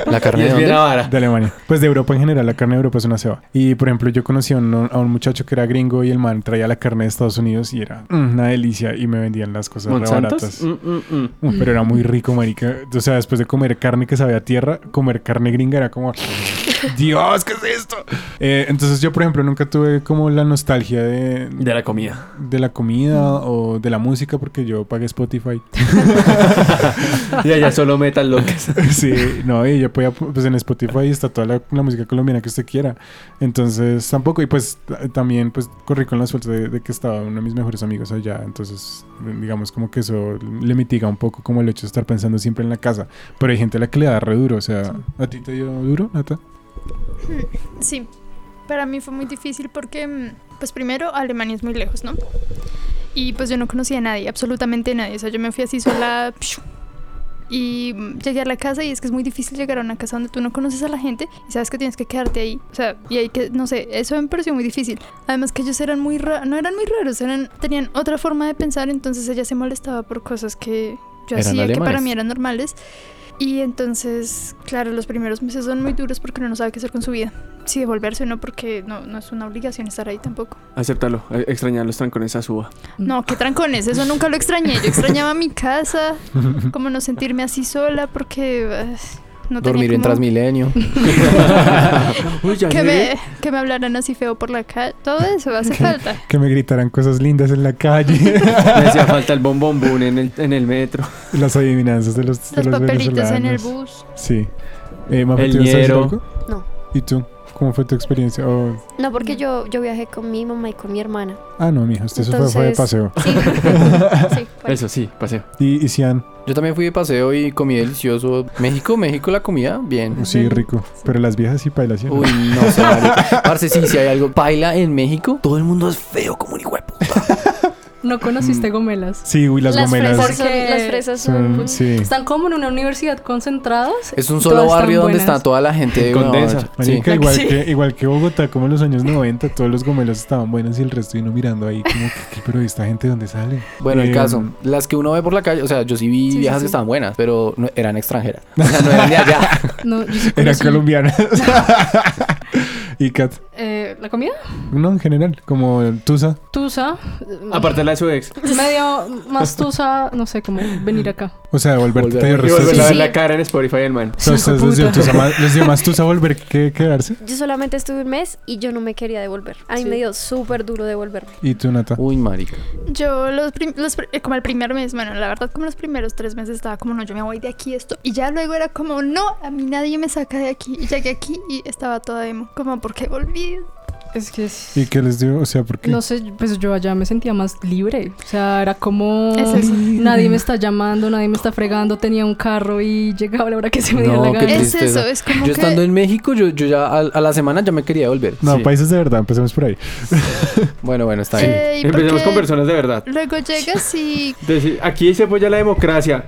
S3: ¿La
S4: Y
S3: carne de
S4: es bien
S3: dónde?
S4: avara.
S2: De Alemania. Pues de Europa en general, la carne de Europa es una ceba. Y por ejemplo, yo conocí a un, a un muchacho que era gringo y el man traía la carne de Estados Unidos y era mm, una delicia y me vendían las cosas re
S4: ¿Monsantos?
S2: baratas.
S4: Mm, mm, mm.
S2: Uh, pero era muy rico, marica. O sea, después de comer carne que sabía a tierra, comer carne gringa era como... Dios, ¿qué es esto? Eh, entonces yo, por ejemplo, nunca tuve como la nostalgia de,
S4: De la comida.
S2: de la comida o de la música porque yo pagué Spotify.
S4: Y allá solo metas locas. [laughs]
S2: Sí, no, y yo podía, pues en Spotify está toda la, la música colombiana que usted quiera. Entonces, tampoco, y pues t- también, pues corrí con la suerte de, de que estaba uno de mis mejores amigos allá. Entonces, digamos como que eso le mitiga un poco como el hecho de estar pensando siempre en la casa. Pero hay gente a la que le da re duro, o sea, ¿a ti te dio duro, Nata?
S5: Sí, para mí fue muy difícil porque, mm, pues primero, Alemania es muy lejos, ¿no? Y pues yo no conocía a nadie, absolutamente nadie. O sea, yo me fui así sola. pshu, Y mm, llegué a la casa y es que es muy difícil llegar a una casa donde tú no conoces a la gente y sabes que tienes que quedarte ahí. O sea, y hay que, no sé, eso me pareció muy difícil. Además que ellos eran muy raros, no eran muy raros, eran, tenían otra forma de pensar, entonces ella se molestaba por cosas que yo
S3: Eran
S5: hacía que para
S3: alemanes.
S5: mí eran normales. Y entonces, claro, los primeros meses son muy duros porque uno no sabe qué hacer con su vida. Si devolverse o no, porque no, no es una obligación estar ahí tampoco.
S4: Acéptalo. eh, Extrañar los trancones a [laughs] suba.
S5: No, qué trancones, eso nunca lo extrañé. Yo extrañaba mi casa, como no sentirme así sola porque eh, no tenía
S3: Dormir en
S5: como
S3: Transmilenio.
S4: Uy, ya
S5: que
S4: llegué.
S5: me, que me hablaran así feo por la calle. Todo eso
S4: [laughs]
S5: hace falta.
S2: Que me gritaran cosas lindas en la calle. [laughs]
S4: Me hacía falta el bombombón en el, en el metro.
S2: Las adivinanzas de los, de
S5: Los
S2: los
S5: papelitos en el
S2: venezolanos.
S4: [laughs]
S5: bus.
S2: Sí. Eh, Mafe,
S4: El
S2: ¿tú ibas a decir
S4: ñero.
S2: algo?
S7: No.
S2: ¿Y tú? ¿Cómo fue tu experiencia? Oh,
S7: No, porque yo, yo viajé con mi mamá y con mi hermana.
S2: ah, no, mija, usted se fue- fue de
S7: Entonces-
S2: paseo.
S7: Sí. sí fue.
S5: pues,
S3: Pues
S4: Eso sí, paseo.
S2: Y, y Sian,
S3: Yo también fui de paseo y comí delicioso. México, México, la comida, bien.
S2: pues sí, rico. Pero las viejas sí bailan, ¿sí?
S3: Uy, no sé, marica. Parce, sí, si hay algo. Baila en México, todo el mundo es feo como un huevo.
S6: No
S2: Mm.
S6: conociste gomelas.
S2: Sí, uy, [laughs] las,
S7: Las
S2: gomelas
S7: fresas, son-
S6: Porque-
S7: las fresas son...
S2: son... Sí.
S6: Están como en una universidad concentradas.
S2: [laughs]
S3: Es un solo
S6: Todas están
S3: barrio donde
S6: buenas.
S3: está toda la gente.
S4: En
S3: weón.
S4: Condesa.
S3: Sí.
S2: Marica, igual, que, igual que Bogotá, como en los años 90, todos los gomelos estaban buenos y el resto vino mirando ahí como que, que, pero esta gente de dónde sale?
S3: Bueno, el
S2: Eh,
S3: caso, las que uno ve por la calle, o sea, yo sí vi
S6: Sí, sí,
S3: viejas
S6: sí.
S3: que estaban buenas, pero no,
S2: [laughs]
S3: eran extranjeras. O sea, no eran de allá.
S6: No, yo sí
S2: Eran
S6: conocí- [laughs]
S2: colombianas. y Kat,
S6: Eh, ¿La comida?
S2: no, en general, como Tusa.
S6: Tusa.
S4: Aparte la de su ex.
S6: Medio más tusa, no sé, cómo venir acá.
S2: O sea, volverte
S3: Volver-
S2: de
S4: Y
S2: resto.
S4: volver a ver
S2: Sí.
S4: la cara en Spotify del man.
S2: O sea, ustedes les dio
S6: Hijo de
S2: tusa más- les dio más Tusa volver que quedarse.
S7: Yo solamente estuve un mes y yo no me quería devolver. A mí
S6: Sí.
S7: me dio súper duro devolverme.
S2: Y tú, Nata.
S3: Uy, marica.
S5: Yo los, prim- los pr- eh, como el primer mes, bueno, la verdad como los primeros tres meses estaba como, no, yo me voy de aquí esto. Y ya luego era como, no, a mí nadie me saca de aquí. Y llegué aquí y estaba toda emo, como, ¿por qué volví?
S6: Es que es-
S2: ¿Y qué les dio? O sea, porque
S6: No sé, pues yo allá me sentía más libre. O sea, era como.
S5: Es eso.
S6: Nadie me está llamando, nadie me está fregando. Tenía un carro y llegaba la hora que se me diera
S3: No,
S6: la
S3: qué
S6: gana.
S3: triste.
S5: Es
S3: tristeza.
S5: eso, es como
S3: Yo
S5: que...
S3: estando en México, yo, yo ya a, a la semana ya me quería volver.
S2: No, pues.
S3: Sí.
S2: países de verdad, empecemos por ahí.
S3: Bueno, bueno, está bien.
S5: eh, y
S4: Empecemos
S5: porque
S4: con personas de verdad.
S5: Luego llegas y
S4: Entonces, aquí se apoya la democracia.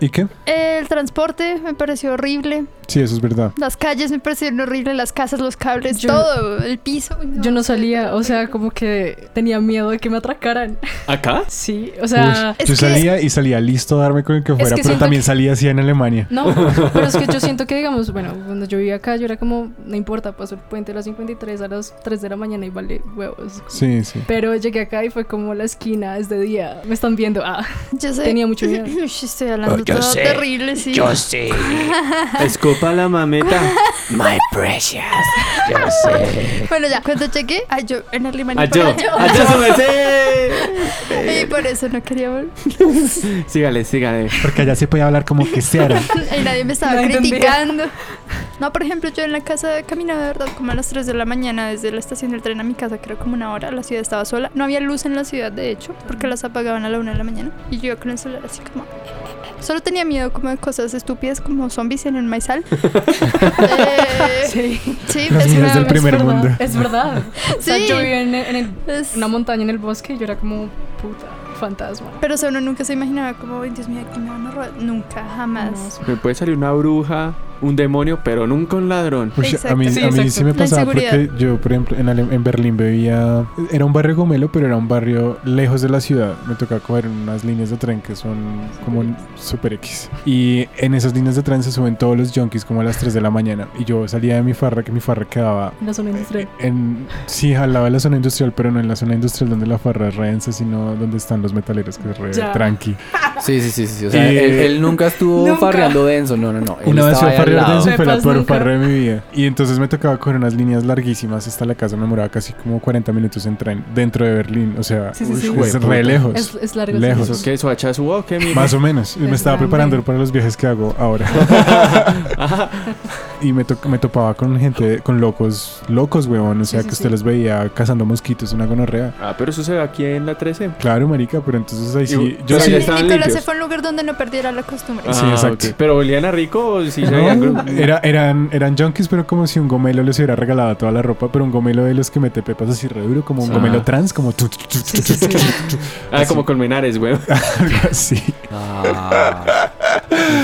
S2: ¿Y qué?
S5: el transporte me pareció horrible,
S2: Sí, eso es verdad.
S5: las calles me parecieron horribles, las casas, los cables,
S6: Yo-
S5: todo, el piso. uy,
S6: Yo no salía, o sea, como que tenía miedo de que me atracaran. [laughs]
S4: ¿Acá?
S6: Sí, o sea.
S5: Es
S2: yo
S5: que-
S2: salía y salía listo a darme con el que fuera,
S6: que
S2: pero
S6: siento
S2: también
S6: que-
S2: salía así en Alemania.
S6: No, pero es que yo siento que, digamos, bueno, cuando yo vivía acá, yo era como, no importa, paso el puente a las 53 a las 3 de la mañana y vale huevos.
S2: Sí, sí.
S6: Pero llegué acá y fue como la esquina, es de día, me están viendo. Ah,
S5: Yo sé- [laughs]
S6: tenía mucho miedo.
S5: Uy, Estoy hablando
S9: yo
S5: todo
S9: sé,
S5: terrible, sí.
S9: Yo sé,
S4: Escopa la mameta.
S9: my precious. Yo sé.
S5: Bueno, ya, cuando llegué, ay, yo en Alemania.
S4: Allá,
S3: Ah,
S4: allá su
S6: [laughs]
S4: merced.
S5: Y por eso no quería volver.
S4: [laughs] Sígale, sígale.
S2: Porque allá se podía hablar como que se
S6: [laughs]
S2: hará.
S5: Y nadie me estaba
S6: No entendía.
S5: criticando. No, por ejemplo, yo en la casa caminaba de verdad como a las 3 de la mañana desde la estación del tren a mi casa, que era como una hora. La ciudad estaba sola. No había luz en la ciudad, de hecho, porque las apagaban a la 1 de la mañana. Y yo iba con el celular así como. Solo tenía miedo como de cosas estúpidas como zombies en el [laughs] maizal. Eh, sí,
S6: Sí,
S2: Los
S5: es
S2: niños
S5: una-
S2: del primer
S6: es
S2: mundo.
S6: verdad. Es verdad. O sea,
S5: Sí.
S6: yo vivía en, en el-
S5: es-
S6: una montaña en el bosque y yo era como, puta, fantasma.
S5: Pero eso uno nunca se imaginaba como, "Ay, Dios mío, aquí me van a robar. Nunca, jamás.
S6: No,
S4: Me puede salir una bruja. un demonio, pero nunca un ladrón.
S2: Uy, a
S5: Exacto.
S2: mí,
S6: Sí,
S2: a mí
S6: exacto.
S2: sí me
S5: La
S2: pasaba porque
S5: inseguridad.
S2: yo, por ejemplo, en, Ale- en Berlín bebía. Era un barrio gomelo, pero era un barrio lejos de la ciudad. Me tocaba coger unas líneas de tren que son como un super X. Y en esas líneas de tren se suben todos los junkies como a las 3 de la mañana. Y yo salía de mi farra, que mi farra quedaba.
S6: En la zona industrial.
S2: En, sí, jalaba la zona industrial, pero no en la zona industrial donde la farra es reensa, sino donde están los metaleros, que es re
S6: Ya.
S2: tranqui.
S3: Sí, sí, sí, sí. sí. O sea,
S2: Y-
S3: él, él nunca estuvo
S6: Nunca.
S3: farreando denso. No, no, no. Él
S2: Eh, Una vez fui a
S3: estaba ahí al
S2: farrear
S3: lado.
S2: denso y fue la
S6: Sepas
S2: peor
S6: nunca.
S2: farra de mi vida. Y entonces me tocaba coger unas líneas larguísimas hasta la casa. Me demoraba casi como 40 minutos en tren dentro de Berlín. O sea,
S6: Sí, sí,
S2: uy,
S6: sí.
S2: es
S3: Hijueputa.
S2: re lejos.
S6: Es, es largo. sí.
S2: Lejos.
S4: ¿Eso qué? ¿Soacha subo o qué? mi-
S2: Más o menos. Y me
S6: Es
S2: estaba
S6: grande.
S2: preparando para los viajes que hago
S3: [laughs]
S2: ahora. y me, to- me topaba con gente, con locos, locos, weón. O sea,
S6: Sí, sí,
S2: que usted
S6: sí.
S2: los veía cazando mosquitos, una gonorrea.
S4: Ah, pero eso se ve aquí en la 13.
S2: Claro, marica, pero entonces ahí sí.
S4: Y-
S2: Yo
S4: pero
S2: sí.
S4: ya estaban
S5: Nicolás se
S4: limpios.
S5: fue a un lugar donde no perdiera la costumbre.
S4: Ah,
S2: Sí, exacto.
S4: ok. Pero olían a rico o sí se
S2: No,
S4: veían gru-
S2: era, eran, eran junkies, pero como si un gomelo les hubiera regalado toda la ropa, pero un gomelo de los que mete pepas así re duro, como un
S4: Ah.
S2: gomelo trans, como tu, tu, tu, tu,
S6: Sí, sí, sí.
S2: tu, [laughs]
S4: Ah, como colmenares, [laughs] güey.
S2: algo así.
S3: Ah.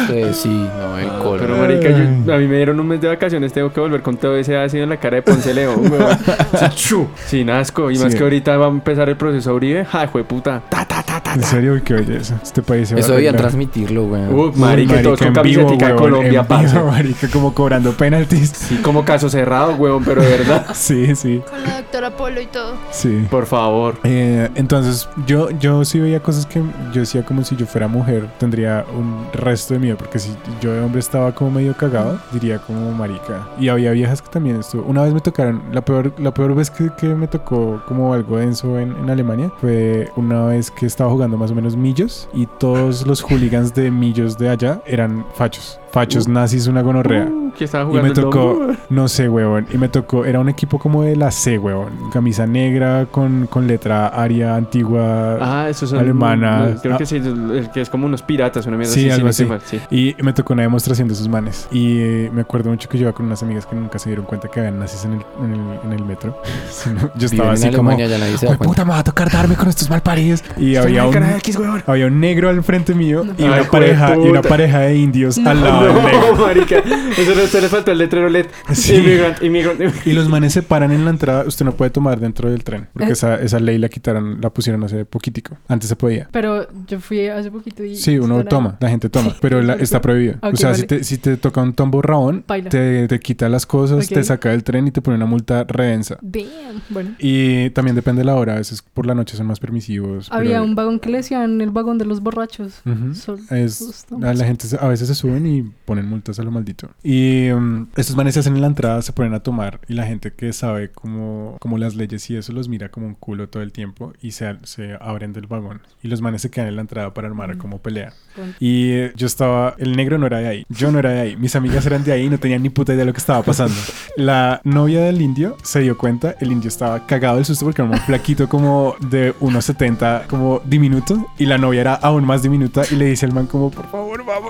S3: Entonces, sí, no,
S2: Ah,
S3: el colmo.
S4: Pero marica, yo- a mí me dieron un mes de vacaciones, tengo que volver con todo ese ácido en la cara de Ponce León, weón. Sí, [laughs] chu, Sin asco. Y más
S2: Sí.
S4: que ahorita va a empezar el proceso Uribe. Ja, jueputa. Ta, ta, ta, ta,
S2: En
S4: ta.
S2: serio, uy, qué belleza. Este país se va
S3: Eso
S2: a
S3: debían
S2: arreglar.
S3: transmitirlo, güey.
S4: Uf,
S2: Uy,
S4: marica, y todos con
S2: en vivo,
S4: camisetica de
S2: weón,
S4: Colombia,
S2: en
S4: parce.
S2: vivo, marica, como cobrando penaltis. [laughs]
S4: Sí, como caso cerrado, weón, pero de verdad.
S2: Sí, sí,
S5: Con la doctora Polo y todo.
S2: sí.
S4: Por favor.
S2: Eh, entonces, yo, yo sí veía cosas que yo decía como si yo fuera mujer, tendría un resto de miedo, porque si yo de hombre estaba como medio cagado, diría como marica. Y había viejas que también estuvo. Una vez me tocaron, la peor, la peor vez que, que me tocó como algo denso en, en Alemania fue una vez que estaba jugando más o menos Millos y todos los hooligans de Millos de allá eran fachos. Fachos nazis, una gonorrea.
S4: Uh, que estaba
S2: Y
S4: jugando
S2: me tocó,
S4: el domingo.
S2: no sé, huevón. Y me tocó, era un equipo como de la C, huevón. Camisa negra con, con letra aria antigua.
S4: Ah, esos son.
S2: Alemana.
S4: Creo
S2: Ah.
S4: que sí, el que es como unos piratas, una mierda
S2: Sí,
S4: así,
S2: algo
S4: no estoy
S2: así.
S4: mal, sí.
S2: Y me tocó una demostración de sus manes. Y eh, me acuerdo mucho que yo iba con unas amigas que nunca se dieron cuenta que habían nazis en el, en el, en el metro. [laughs] sino yo
S3: Viven
S2: estaba
S3: en
S2: así como.
S3: Alemania, ya nadie se da
S2: "Jue [laughs]
S3: cuenta.
S2: puta, me va a tocar darme con estos malparidos. Y había un, [laughs] había un negro al frente mío y,
S4: Ay,
S2: una
S4: jue
S2: pareja, y una
S4: puta.
S2: pareja de indios al lado del negro.
S4: [laughs] No, marica. Eso no se le faltó el letrero E LED.
S2: Sí.
S4: Immigrant, immigrant.
S2: Y los manes se paran en la entrada. Usted no puede tomar dentro del tren. Porque
S6: Eh.
S2: esa, esa ley la quitaron, la pusieron hace poquitico. Antes se podía.
S6: Pero yo fui hace poquito y.
S2: Sí, uno
S6: era-
S2: toma, la gente
S6: [laughs]
S2: toma,
S6: Sí.
S2: pero la- está prohibido.
S6: Ok,
S2: o sea,
S6: vale.
S2: si, te, si te toca un tombo raón,
S6: Baila.
S2: te, te quita las cosas,
S6: Ok.
S2: te saca del tren y te pone una multa redensa.
S6: Damn. Bueno.
S2: Y también depende de la hora, a veces por la noche son más permisivos. pero- ¿Mm?
S6: Había un vagón que le decían el vagón de los borrachos.
S2: Ujú.
S6: Sol-
S2: Es,
S6: justo.
S2: a la gente se- a veces se suben y ponen multas a lo maldito. Y mm, estos manes se hacen en la entrada, se ponen a tomar y la gente que sabe cómo, cómo las leyes y eso los mira como un culo todo el tiempo y se, se abren del vagón. Y los manes se quedan en la entrada para armar como pelea.
S6: Bueno.
S2: Y eh, yo estaba, el negro no era de ahí, yo no era de ahí, mis amigas eran de ahí y no tenían ni puta idea de lo que estaba pasando. La novia del indio se dio cuenta, el indio estaba cagado del susto porque era un flaquito como de 1,70, como diminuto, y la novia era aún más diminuta y le dice al man como, por favor, vámonos.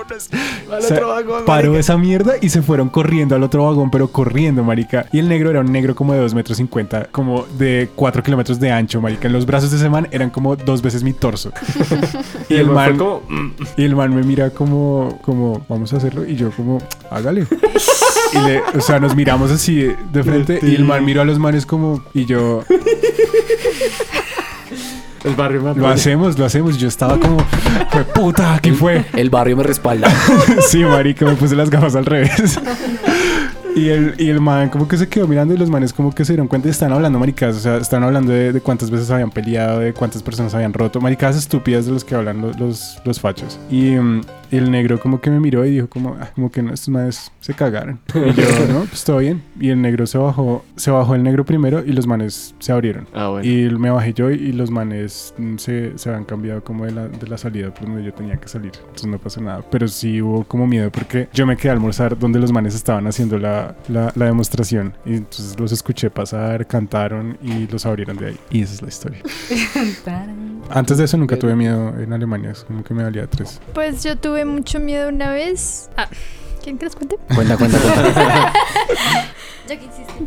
S2: O sea, paró esa mierda y se fueron corriendo al otro vagón, pero corriendo, marica. Y el negro era un negro como de 2 metros 50, como de 4 kilómetros de ancho, marica. Los brazos de ese man eran como dos veces mi torso.
S4: Y el man fue como. mm,
S2: Y el man me mira como, como, vamos a hacerlo. Y yo como, hágale. y le, o sea, nos miramos así de frente. Y el man miró a los manes como, y yo,
S4: El barrio más [laughs]
S2: lo hacemos, lo hacemos. Y yo estaba como, fue puta, ¿qué fue?
S3: El barrio me respalda.
S2: [laughs] sí, marica, me puse las gafas al revés. Y el, y el man como que se quedó mirando y los manes como que se dieron cuenta y están hablando maricas, o sea, están hablando de, de cuántas veces habían peleado, de cuántas personas habían roto, maricas estúpidas de los que hablan los, los, los fachos. Y mm, el negro como que me miró y dijo como, "Ah, como que no, estos manes se cagaron. Y yo, no, pues todo bien. Y el negro se bajó, se bajó el negro primero y los manes se abrieron.
S4: Ah, bueno.
S2: Y me bajé yo y los manes mm, se, se habían cambiado como de la, de la salida por donde yo tenía que salir. Entonces no pasó nada. Pero sí hubo como miedo porque yo me quedé a almorzar donde los manes estaban haciendo la, la- la demostración. Y entonces los escuché pasar, cantaron y los abrieron de ahí. Y esa es la [laughs] historia.
S6: Tarán.
S2: Antes de eso nunca tuve miedo en Alemania. Es como que me valía tres.
S5: Pues yo tuve mucho miedo una vez. Ah, ¿Quieren que les cuente?
S3: Cuenta, cuenta, cuenta.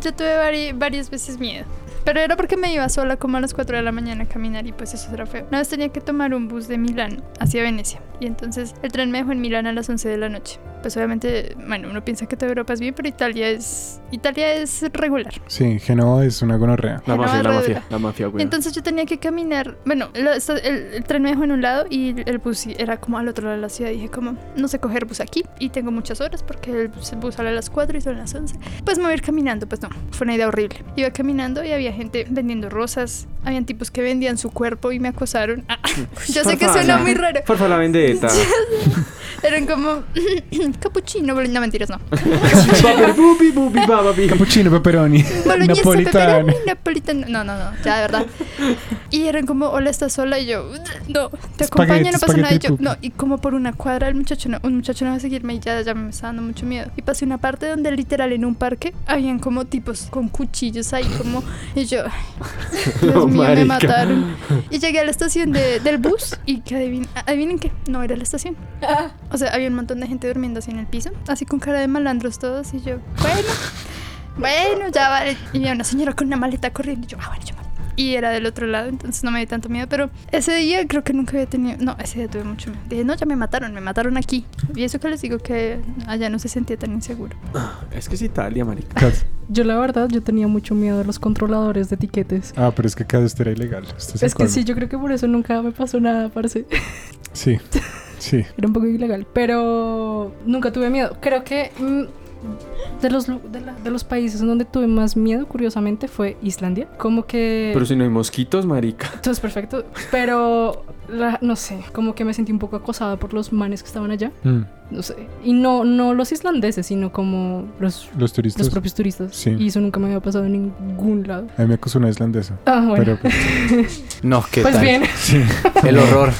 S5: Yo tuve vari- varias veces miedo. Pero era porque me iba sola como a las 4 de la mañana a caminar y pues eso era feo. Una vez tenía que tomar un bus de Milán hacia Venecia. Y entonces el tren me dejó en Milán a las 11 de la noche. pues obviamente, bueno, uno piensa que toda Europa es bien, pero Italia es Italia es regular.
S2: Sí, Génova es una [laughs] gonorrea.
S4: La
S5: Génova
S4: mafia, la
S5: es
S4: mafia,
S5: redonda.
S4: la mafia, güey.
S5: Entonces yo tenía que caminar, bueno, la- esta- el, el tren me dejó en un lado y el bus era como al otro lado de la ciudad. Dije como, no sé coger bus aquí y tengo muchas horas porque el bus, el bus sale a las 4 y son las 11. Pues me voy a ir caminando, pues no, fue una idea horrible. Iba caminando y había gente vendiendo rosas, habían tipos que vendían su cuerpo y me acosaron. Ah, [laughs] yo sé que suena muy raro,
S4: Por favor, la
S5: [laughs]
S4: vendetta.
S5: eran como [coughs] capuchino, no mentiras, no.
S4: Papi, bubi, bubi, ba, babi.
S2: Capuchino, pepperoni,
S5: Boloñesa,
S2: napolitano. [laughs]
S5: pepperoni, napolitano. No, no, no, ya de verdad. Y eran como, hola, estás sola. Y yo, no, te acompaño, no pasa nada. Y
S2: espagueti
S5: yo,
S2: pup.
S5: no, y como por una cuadra, el muchacho no, un muchacho no va a seguirme y ya, ya me está dando mucho miedo. Y pasé una parte donde literal en un parque habían como tipos con cuchillos ahí, como, y yo, ay, Dios
S4: No,
S5: mío,
S4: marica.
S5: me mataron. Y llegué a la estación de- del bus y que adivin- adivinen qué, no era la estación. O sea, había un montón de gente durmiendo así en el piso, así con cara de malandros todos. Y yo, bueno, bueno, ya vale. Y había una señora con una maleta corriendo. Y yo, ah, bueno, yo me voy. Y era del otro lado, entonces no me dio tanto miedo. Pero ese día creo que nunca había tenido. No, ese día tuve mucho miedo. Dije, no, ya me mataron, me mataron aquí. Y eso que les digo que allá no se sentía tan inseguro.
S4: Es que es Italia, marica.
S2: Kat.
S6: Yo la verdad, yo tenía mucho miedo de los controladores de etiquetes.
S2: Ah, pero es que Kat, esto era ilegal. Esto se
S6: es que
S2: acuerda.
S6: sí, yo creo que por eso nunca me pasó nada, parce. [laughs]
S2: Sí, sí.
S6: Era un poco ilegal, pero nunca tuve miedo. Creo que mm, de los, lu- de, la- de los países en donde tuve más miedo, curiosamente, fue Islandia. Como que...
S4: Pero si no hay mosquitos, marica.
S6: Entonces, perfecto. Pero, la- no sé, como que me sentí un poco acosada por los manes que estaban allá.
S2: Mm,
S6: No sé. Y no, no los islandeses, sino como los,
S2: Los turistas.
S6: los propios turistas.
S2: Sí.
S6: Y eso nunca me había pasado en ningún lado.
S2: A mí me acusó una islandesa.
S6: Ah, bueno.
S2: Pero pues,
S3: No, qué
S6: pues
S3: tal.
S6: bien. [laughs]
S2: sí.
S3: El horror.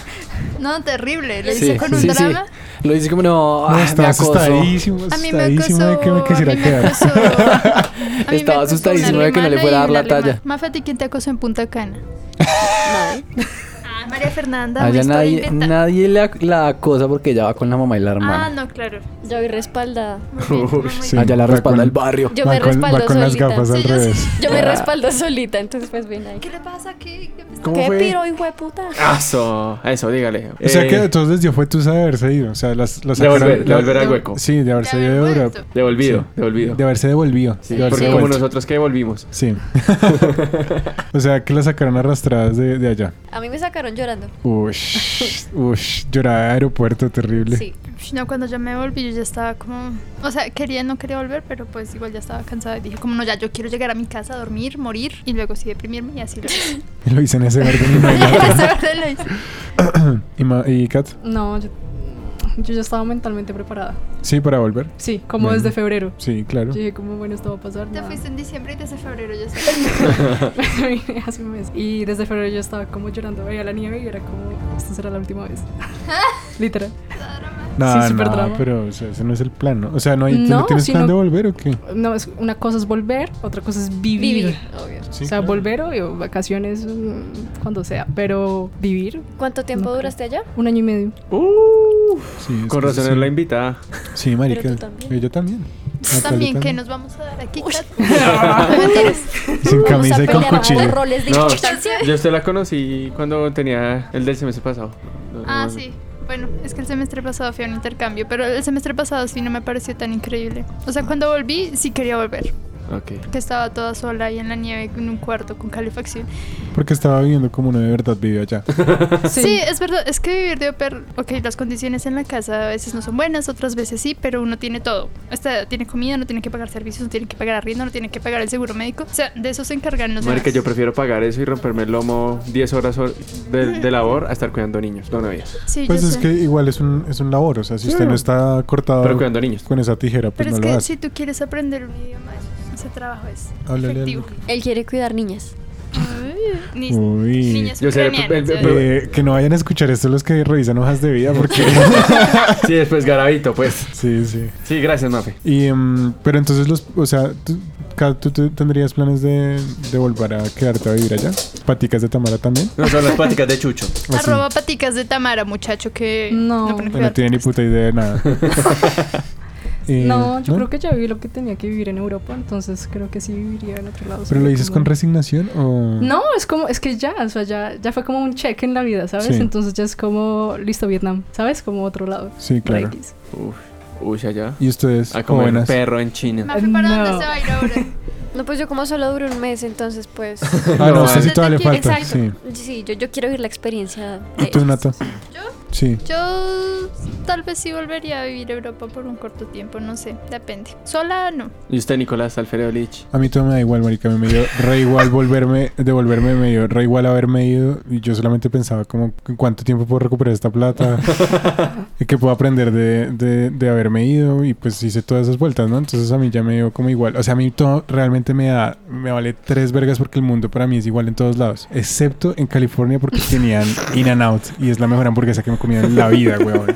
S5: No, terrible. Lo
S3: Sí,
S5: hice con un
S3: sí, sí.
S5: drama.
S3: Lo dice como no,
S2: No,
S3: ah, me
S2: estaba
S3: acosó.
S2: asustadísimo,
S5: A mí me
S2: asustadísimo
S5: acosó.
S2: de que me quisiera
S5: a mí me
S2: quedar.
S5: acosó- a mí me
S3: [laughs] Estaba
S5: acosó
S3: asustadísimo
S5: una
S3: de que no le
S5: alemana
S3: fuera a dar
S5: y un
S3: la
S5: alemán.
S3: talla.
S5: Mafati, ¿quién te acosó en Punta Cana? Ah, María Fernanda. una
S3: Allá
S5: historia
S3: nadie,
S5: inventada.
S3: nadie la, la acosa porque ella va con la mamá y la
S5: Ah,
S3: hermana.
S5: no, claro.
S7: Yo voy respaldada.
S5: Muy bien, muy bien.
S2: sí.
S3: Allá la
S2: Va
S3: respalda
S2: con-
S3: el
S5: [laughs]
S3: barrio.
S7: Yo
S2: va
S7: me
S2: con- va
S7: respaldo
S2: con las
S7: solita.
S2: gafas al
S5: Sí, yo
S2: revés.
S7: Yo me respaldo solita, entonces pues bien ahí.
S5: ¿Qué le pasa aquí? ¿Qué pasa?
S4: ¿Cómo
S7: ¿Qué
S4: fue?
S7: piro, hijo de puta?
S4: Eso, eso, dígale.
S2: O sea
S4: Eh,
S2: que entonces dio fue tú de haberse ido. O sea, las, las
S4: de volver,
S2: sacaron-
S4: de volver al
S5: la-
S4: hueco.
S2: Sí, de haberse
S5: Ya
S2: ido de
S5: había
S2: Europa.
S5: vuelto.
S4: Devolvido,
S2: Sí.
S4: devolvido.
S2: De haberse devolvido.
S4: Sí,
S2: de haberse
S4: porque como
S2: devuelto.
S4: nosotros que devolvimos.
S2: Sí. [laughs] o sea, que la sacaron arrastradas de, de allá.
S7: A mí me sacaron llorando.
S2: Ush, ush, llorada de aeropuerto, terrible.
S7: Sí.
S5: Ush, No, cuando ya me volví, yo ya estaba como. O sea, quería, no quería volver, pero pues igual ya estaba cansada. Y dije, como no, ya yo quiero llegar a mi casa, dormir, morir y luego sí deprimirme y así lo hice. [laughs]
S2: Y lo hice en ese orden. y no en otro.
S5: Esa verdad lo hice.
S2: y, ma- y Kat,
S6: No, yo, yo ya estaba mentalmente preparada.
S2: sí, para volver.
S6: Sí, como
S2: Bueno.
S6: desde febrero.
S2: Sí, claro.
S6: Yo dije, como bueno, esto va a pasar.
S5: Te
S6: nada.
S5: fuiste en diciembre y desde febrero ya [laughs] estaba.
S6: Me [laughs] vine hace un mes. Y desde febrero yo estaba como llorando. Veía la nieve y era como, esta será la última
S5: [laughs]
S6: vez. Literal.
S2: No,
S6: Sí, súper
S2: no,
S6: drama.
S2: pero o sea, ese no es el plan, ¿no? O sea, no, hay, ¿no
S6: No,
S2: tienes
S6: sino-
S2: plan de volver o qué?
S6: No, es, una cosa es volver, otra cosa es vivir.
S7: Vivir, obvio.
S2: Sí,
S6: o sea,
S2: claro.
S6: volver o o vacaciones mm, cuando sea, pero vivir
S7: ¿Cuánto tiempo
S6: No.
S7: duraste allá?
S6: un año y medio.
S4: Uh,
S2: Sí, es
S4: con
S2: que
S4: razón
S2: sí.
S4: es la invitada.
S2: Sí, marica.
S7: Pero tú también.
S2: Y Yo también. Natalia
S5: También, que
S2: también.
S5: nos vamos a dar aquí. Kat? No, mentiras.
S2: Sin camisa y con
S7: Vamos a pelear a
S2: cuchillo.
S7: roles de
S4: No,
S7: distancia.
S4: yo a usted la conocí cuando tenía el del semestre pasado. No,
S5: Ah,
S4: no,
S5: sí. Bueno, es que el semestre pasado fui a un intercambio, pero el semestre pasado sí no me pareció tan increíble. O sea, cuando volví, sí quería volver.
S4: Ok.
S5: Que estaba toda sola ahí en la nieve, en un cuarto con calefacción.
S2: Porque estaba viviendo como uno de verdad vive allá.
S5: [laughs] Sí. es verdad, es que vivir de au pair, ok, las condiciones en la casa a veces no son buenas, otras veces sí, pero uno tiene todo. O sea, tiene comida, no tiene que pagar servicios, no tiene que pagar arriendo, no tiene que pagar el seguro médico. O sea, de eso se encargan los
S4: Marica,
S5: demás.
S4: yo prefiero pagar eso y romperme el lomo 10 horas hor- de, de labor a estar cuidando niños. No, no,
S5: Sí,
S2: Pues
S5: yo
S2: es
S5: sé.
S2: que igual es un, es un labor. O sea, si usted no está cortado
S4: Pero cuidando niños.
S2: con esa tijera, pues
S5: Pero es
S2: no
S5: que
S2: lo
S5: si
S2: hace.
S5: tú quieres aprender un idioma, ese trabajo es
S2: Háblale al
S5: efectivo. [laughs]
S7: Él quiere cuidar niñas.
S5: Ay, ni-
S2: Uy.
S5: niñas
S4: Yo sé,
S5: ucranianas,
S4: el- el-
S5: ¿sí?
S4: pero-
S2: Eh, que no vayan a escuchar esto los que revisan hojas de vida,
S4: [laughs]
S2: porque.
S4: Sí, después garabito, pues.
S2: sí, sí.
S4: Sí, gracias, Mafe.
S2: Y, em, pero entonces, los, o sea, ¿tú, Kat, tú te- tendrías planes de, de volver a quedarte a vivir allá? ¿Paticas de Tamara también?
S4: No son las pláticas de Chucho.
S2: ¿O sí?
S5: Arroba paticas de Tamara, muchacho, que
S6: No.
S5: pone
S2: No
S5: cuidado.
S2: tiene ni puta idea de nada.
S6: [laughs]
S2: Eh,
S6: No, yo creo que ya viví lo que tenía que vivir en Europa, entonces creo que sí viviría en otro lado.
S2: ¿Pero lo dices con
S6: respeto.
S2: resignación o...?
S6: No, es como, es que ya, o sea, ya, ya fue como un check en la vida, ¿sabes?
S2: Sí.
S6: Entonces ya es como, listo, Vietnam, ¿sabes? Como otro lado.
S2: Sí, claro.
S6: X.
S4: Uy, allá.
S2: ¿Y ustedes?
S4: A comer
S2: jóvenes?
S4: perro Ah, en China.
S5: Mafe, ¿para
S6: No.
S5: dónde se va a ir
S6: [laughs]
S5: ahora?
S7: No, pues yo como solo duré un mes, entonces pues...
S2: Ah, no,
S4: No,
S2: a usted [laughs] sí
S7: Yo-
S2: todavía
S7: yo
S2: le
S7: quiero-
S2: falta. Sí.
S7: Exacto. Sí, yo, yo quiero vivir la experiencia.
S2: ¿Y
S7: de
S2: tú,
S6: Eh,
S7: ellos.
S2: Nata? Sí.
S5: Yo tal vez sí volvería a vivir a Europa por un corto tiempo, no sé, depende. Sola no.
S4: Y usted, Nicolás Alfereolich.
S2: A mí todo me da igual, marica, me dio re igual volverme, devolverme, me dio re igual haberme ido y yo solamente pensaba como ¿en cuánto tiempo puedo recuperar esta plata, qué puedo aprender de, de- de haberme ido y pues hice todas esas vueltas, ¿no? Entonces a mí ya me dio como igual, o sea, a mí todo realmente me da, me vale tres vergas porque el mundo para mí es igual en todos lados, excepto en California porque tenían In and Out y es la mejor hamburguesa que me he comido en la vida, weón.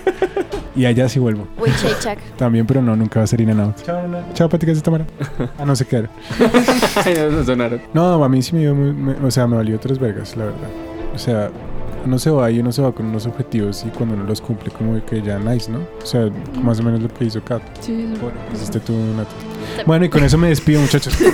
S2: Y allá sí vuelvo.
S7: Güey, Shake Shack.
S2: También, pero no, nunca va a ser In and Out. Chao, Nana. Chao, Paticas de Tamara. Ah, no sé qué era.
S4: Ay, no, no sonaron.
S2: No, a mí sí me dio, muy- me- o sea, me valió tres vergas, la verdad. O sea, uno se va y uno se va con unos objetivos y cuando uno los cumple, como que ya nice, ¿no? O sea, más o menos lo que hizo Kat.
S6: Sí, eso.
S2: Bueno, hiciste tú, Nata. Bueno, y con eso me despido, muchachos.
S5: [laughs]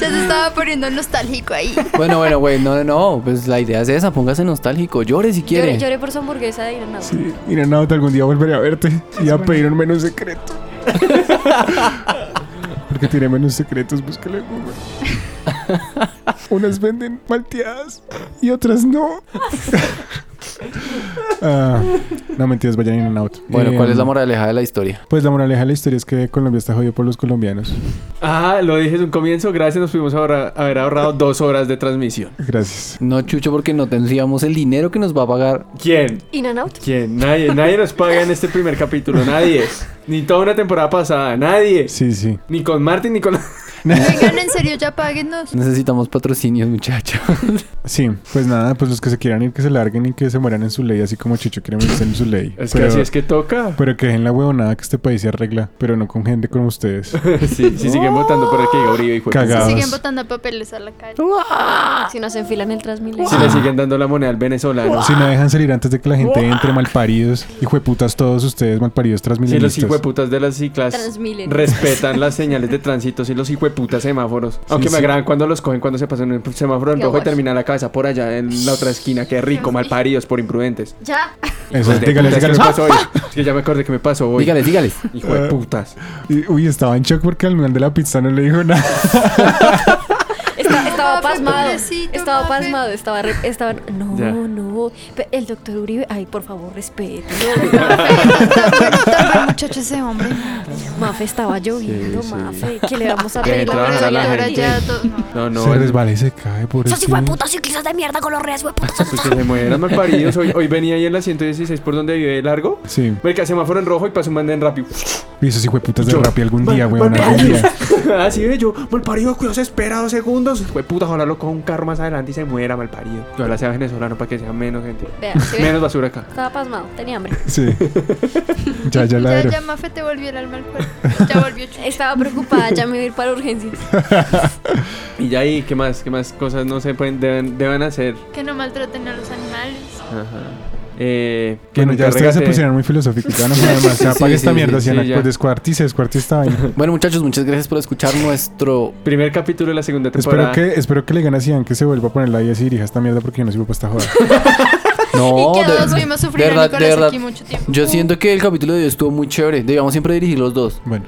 S5: Ya se estaba poniendo nostálgico ahí.
S3: Bueno, bueno, güey, no, no, pues la idea es esa, póngase nostálgico, llore si quiere.
S7: Lloré, lloré por su hamburguesa de Irán.
S2: Sí, mira, Nata, algún día volveré a verte y a pedir un menú secreto. [laughs] Porque tiene menús secretos, búscalo en Google. Unas venden malteadas y otras no. Ah, no mentiras, vayan en un auto.
S3: Bueno, ¿cuál es la moraleja de la historia?
S2: Pues la moraleja de la historia es que Colombia está jodido por los colombianos.
S4: Ah, lo dije en un comienzo. Gracias, nos pudimos ahorrar- haber ahorrado dos horas de transmisión.
S2: Gracias.
S3: No, Chucho, porque no tendríamos el dinero que nos va a pagar.
S4: ¿Quién?
S7: In and out.
S4: ¿Quién? Nadie, nadie nos paga en este primer capítulo. Nadie. Ni toda una temporada pasada. Nadie.
S2: Sí, sí.
S4: Ni con Martín ni con.
S5: Vengan, en serio, ya páguennos.
S3: Necesitamos patrocinios, muchachos.
S2: Sí, pues nada, pues los que se quieran ir, que se larguen y que se mueran en su ley, así como Chicho quiere morirse en su ley.
S4: Es que así es que toca.
S2: Pero que dejen la huevonada que este país se arregla, pero no con gente como ustedes.
S4: Sí, sí, siguen votando por el que diga Uribe y juega.
S2: pues Cagado.
S5: Siguen botando papeles a la calle.
S3: Uh.
S5: Ah.
S7: Si nos enfilan el Transmilenio.
S4: Si le siguen dando la moneda al venezolano.
S2: Si no dejan salir antes de que la gente entre malparidos, hijueputas todos ustedes, malparidos
S4: Si los
S2: transmilentistas.
S4: hijueputas de las ciclas
S7: Transmilenio.
S4: respetan las señales de tránsito, si los hijueputas semáforos. Aunque
S2: sí.
S4: me agradan cuando los cogen cuando se pasan un semáforo en
S7: Qué
S4: rojo y
S7: guay.
S4: termina la cabeza por allá en la otra esquina. Qué rico, mal paridos por imprudentes.
S5: [laughs]
S7: Ya.
S2: Eso,
S4: De
S2: dígale,
S4: putas, ¿qué
S2: dígale.
S4: me pasó hoy? Es que ya me acordé que me pasó hoy.
S3: Dígales, dígales.
S2: Ah.
S4: Hijueputas.
S2: Y- Uy, estaba en shock porque al man de la pizza no le dijo nada.
S7: Esta- estaba
S5: Mafe,
S7: pasmado.
S5: Ah, pues, pobrecito,
S7: Estaba
S5: Mafe.
S7: pasmado. Estaba. re- estaba no,
S4: Ya.
S7: no. Pe- El doctor Uribe. Ay, por favor, respete.
S4: [laughs]
S5: Tan buen muchacho ese hombre.
S7: Mafe, estaba lloviendo,
S4: Sí, sí.
S7: Mafe. ¿Qué le vamos a
S4: Que
S7: pedir?
S4: entraba
S5: Pero
S4: a la
S5: ahora
S4: gente. Pues
S5: ya todo-
S4: No,
S5: no.
S4: no.
S2: se
S4: el-
S2: resbala y se cae por
S7: Esos
S2: eso.
S7: hijueputas ciclistas de mierda con los reas, hijueputas.
S4: Pues que se mueran mal paridos. Hoy, hoy venía ahí en la 116 por donde vive largo.
S2: Sí,
S4: Marica, semáforo en rojo y pasó un man en rápido. [laughs]
S2: y esos hijueputas de
S4: Yo-
S2: Rappi algún día,
S4: Mal-
S2: weón,
S4: mal
S2: algún
S4: paridos.
S2: día.
S4: Así de yo, mal parido, cuidado, se espera dos segundos. Fue puta, ojalá lo coja un carro más adelante y se muera mal parido. Ojalá sea venezolano para que sea menos gente. [laughs]
S7: Vea, ¿sí ve?
S4: Menos basura acá.
S7: Estaba pasmado. Tenía hambre.
S2: Sí. ya, ya
S5: Ya,
S2: ladró.
S5: ya Mafe te volvió el alma al cuerpo. Ya
S3: [laughs]
S5: volvió Chucho.
S7: Estaba preocupada. Ya me iba a ir para urgencias.
S2: [laughs]
S4: Y ya ahí, ¿qué más? ¿Qué más cosas no se pueden, deben, deben hacer?
S5: Que no maltraten a los animales.
S4: Ajá. Eh, que
S2: Bueno,
S4: nunca
S2: ya ustedes se
S4: regateen.
S2: pusieron muy filosóficos. Ya no saben más. Se
S3: Sí,
S2: apague
S3: sí,
S2: esta
S3: sí,
S2: mierda,
S4: sí,
S2: si
S4: ya.
S2: pues descuartice, descuartice esta vaina.
S3: Bueno, muchachos, muchas gracias por escuchar nuestro.
S4: Primer capítulo de la segunda
S2: Espero
S4: temporada.
S2: que, espero que le ganas a Ian que se vuelva a poner la guía y dirija esta mierda porque yo no sirvo para esta joda.
S3: No,
S5: [laughs] y que todos vimos sufrir
S3: Oh, de
S5: a
S3: verdad, de
S5: Nicolás
S3: verdad.
S5: aquí mucho tiempo.
S3: Yo siento que el capítulo de hoy estuvo muy chévere. Debíamos siempre dirigir los dos.
S2: Bueno,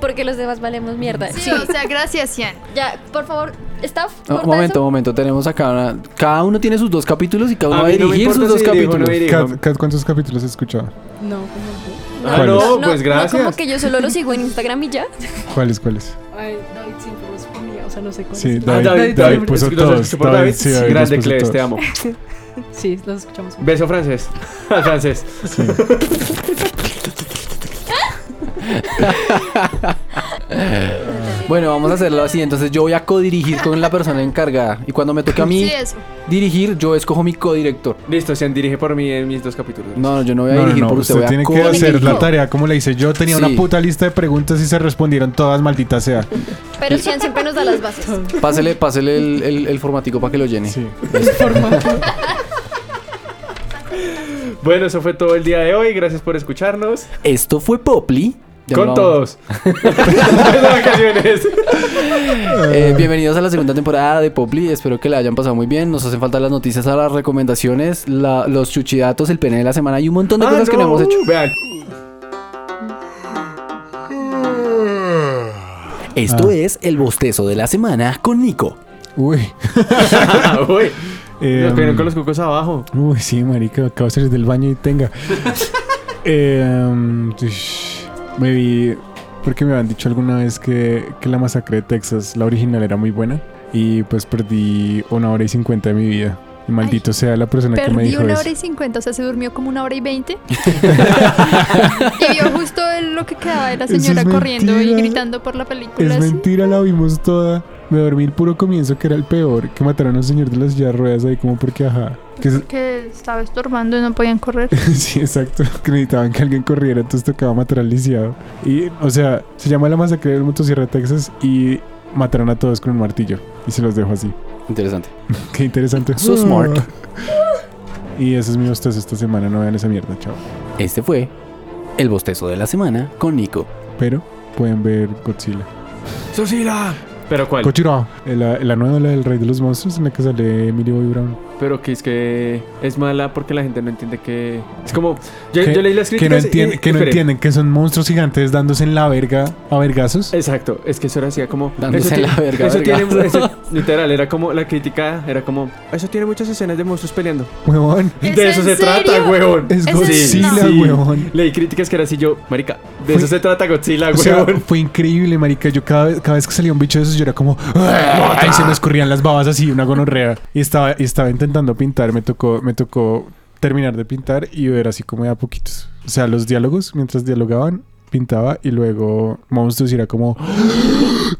S7: Porque los demás valemos mierda.
S5: Sí, o sea, gracias, Ian.
S7: Ya, por favor, staff.
S3: No,
S4: Oh,
S3: un
S7: corta
S3: Ah, momento,
S7: eso.
S3: un momento. Tenemos acá una- Cada uno tiene sus dos capítulos y cada uno
S4: A
S3: va a
S4: mí no me
S3: dirigir
S4: importa
S3: sus dos
S4: si dirijo o no
S3: capítulos.
S4: dirijo.
S2: Kat, Kat, ¿cuántos capítulos has escuchado?
S6: No, pues
S7: No,
S4: Ah,
S2: no,
S4: pues gracias.
S7: como que yo solo lo sigo en Instagram y ya.
S2: ¿Cuáles, cuáles?
S6: no. Ay, David siempre nos ponía, o sea, no sé cuál
S2: Sí,
S6: es.
S4: Ah,
S2: David, David puso
S4: es que no sé
S2: todos,
S4: si por
S2: David,
S4: David.
S2: sí, David
S4: Grande
S2: los puso
S4: Cleves,
S2: todos.
S4: te amo.
S6: Ah, Sí, los escuchamos.
S4: Beso francés. [laughs] Al francés.
S3: Bueno, vamos a hacerlo así. Entonces yo voy a codirigir con la persona encargada. Y cuando me toque a mí
S5: Sí, eso.
S3: dirigir, yo escojo mi codirector.
S4: Listo, se dirige por mí en mis dos capítulos.
S3: No, no, yo no voy a
S2: No, no,
S3: dirigir
S2: no,
S3: por
S2: usted,
S3: usted. voy a
S2: tiene que
S3: codirigir.
S2: hacer la tarea como le hice. Yo tenía
S3: Sí.
S2: una puta lista de preguntas y se respondieron todas, maldita sea.
S7: Pero Cian siempre nos da las bases.
S3: Pásele, pásele el, el- el formatico para que lo llene.
S2: Sí.
S4: Bueno, eso fue todo el día de hoy. Gracias por escucharnos.
S3: Esto fue Popli. Ya
S4: Con
S2: [laughs]
S3: no-
S4: todos. [laughs] Las vacaciones.
S3: Eh, bienvenidos a la segunda temporada de Popli. Espero que la hayan pasado muy bien. Nos hacen falta las noticias, a las recomendaciones, la- los chuchidatos, el pene de la semana y un montón de
S4: Ah,
S3: cosas que no
S4: no.
S3: hemos hecho.
S4: Vean.
S8: Esto
S2: Ah.
S8: es el bostezo de la semana con Nico.
S2: [laughs] Uy.
S4: Ah, Uy,
S2: eh,
S4: nos pegaron con los cucos abajo.
S2: Uy, sí, marica, acabo de salir del baño y
S4: [laughs]
S2: tenga. Em, ush, me vi porque me habían dicho alguna vez que, que la masacre de Texas, la original, era muy buena. Y pues perdí una hora y cincuenta de mi vida. Y maldito sea la persona que me
S5: Perdí
S2: dijo
S5: una
S2: eso.
S5: hora y cincuenta, o sea, se durmió como una hora
S2: [laughs]
S5: y veinte. y vio justo el- lo que quedaba de la
S2: Eso es
S5: señora corriendo
S2: mentira.
S5: y gritando por la película.
S2: Es
S5: así.
S2: mentira, la vimos toda. Me dormí el puro comienzo, que era el peor. Que mataron a un señor de las sillas de ruedas ahí como porque ajá. Que es- [laughs]
S5: Que estaba estorbando y no podían correr.
S2: sí, exacto. [laughs] Que necesitaban que alguien corriera, entonces tocaba matar al lisiado. Y, o sea, se llama la masacre del motosierra de Texas y mataron a todos con un martillo. Y se los dejo así.
S3: Interesante.
S2: Qué interesante.
S4: Mm.
S8: So smart.
S2: Y ese es mi bostezo esta semana. No vean esa mierda, chao.
S8: Este fue el bostezo de la semana con Nico.
S2: Pero pueden ver Godzilla.
S4: ¡Susila! ¿Pero cuál?
S2: Godzilla. La, la nueva, la del Rey de los Monstruos, en la que sale Emily Bobby Brown.
S4: Pero que es que es mala porque la gente no entiende que... Es como... Yo,
S2: Que-
S4: yo leí las
S2: Que
S4: críticas...
S2: no,
S4: y-
S2: entienden, que no
S4: espere.
S2: entienden que son monstruos gigantes dándose en la verga a vergazos.
S4: Exacto, es que eso era así era como...
S3: Dándose
S4: ti-
S3: la verga,
S4: Eso
S3: verga. [laughs]
S4: tiene... eso- literal, era como... La crítica era como... Eso tiene muchas escenas de monstruos peleando.
S2: Huevón.
S5: ¿Es
S4: De eso
S5: en
S4: se
S5: serio?
S4: trata, huevón.
S2: Es
S5: Ese es-
S2: Godzilla,
S5: no.
S4: Sí.
S2: huevón.
S4: Leí críticas que era así yo... Marica,
S2: Fue-
S4: de eso se trata Godzilla,
S2: O sea, [laughs]
S4: huevón. [laughs]
S2: fue increíble, marica. Yo cada vez, cada vez que salía un bicho de esos, yo era como... Ahí se me escurrían las babas así, una gonorrea. Y estaba, y estaba intentando pintar. Me tocó, me tocó terminar de pintar y ver así como de a poquitos. O sea, los diálogos, mientras dialogaban, pintaba. Y luego monstruos y era como...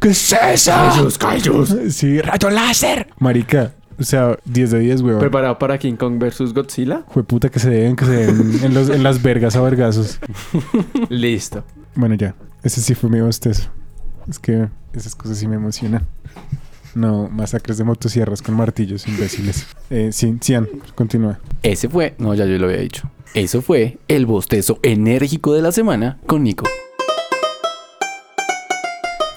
S2: ¿Qué es eso? ¡Callos, callos! Sí, rayo láser. Marica, o sea, 10 de 10, weón.
S4: ¿Preparado para King Kong versus Godzilla?
S2: Fue puta que se deben, que se deben en, los, en las vergas a vergazos.
S4: Listo.
S2: Bueno, ya. Ese sí fue mi bostezo. Es que esas cosas sí me emocionan. No, masacres de motosierras con martillos imbéciles. Eh, sí, Cian, continúa.
S8: Ese fue,
S3: No, ya yo lo había dicho.
S8: eso fue el bostezo enérgico de la semana con Nico.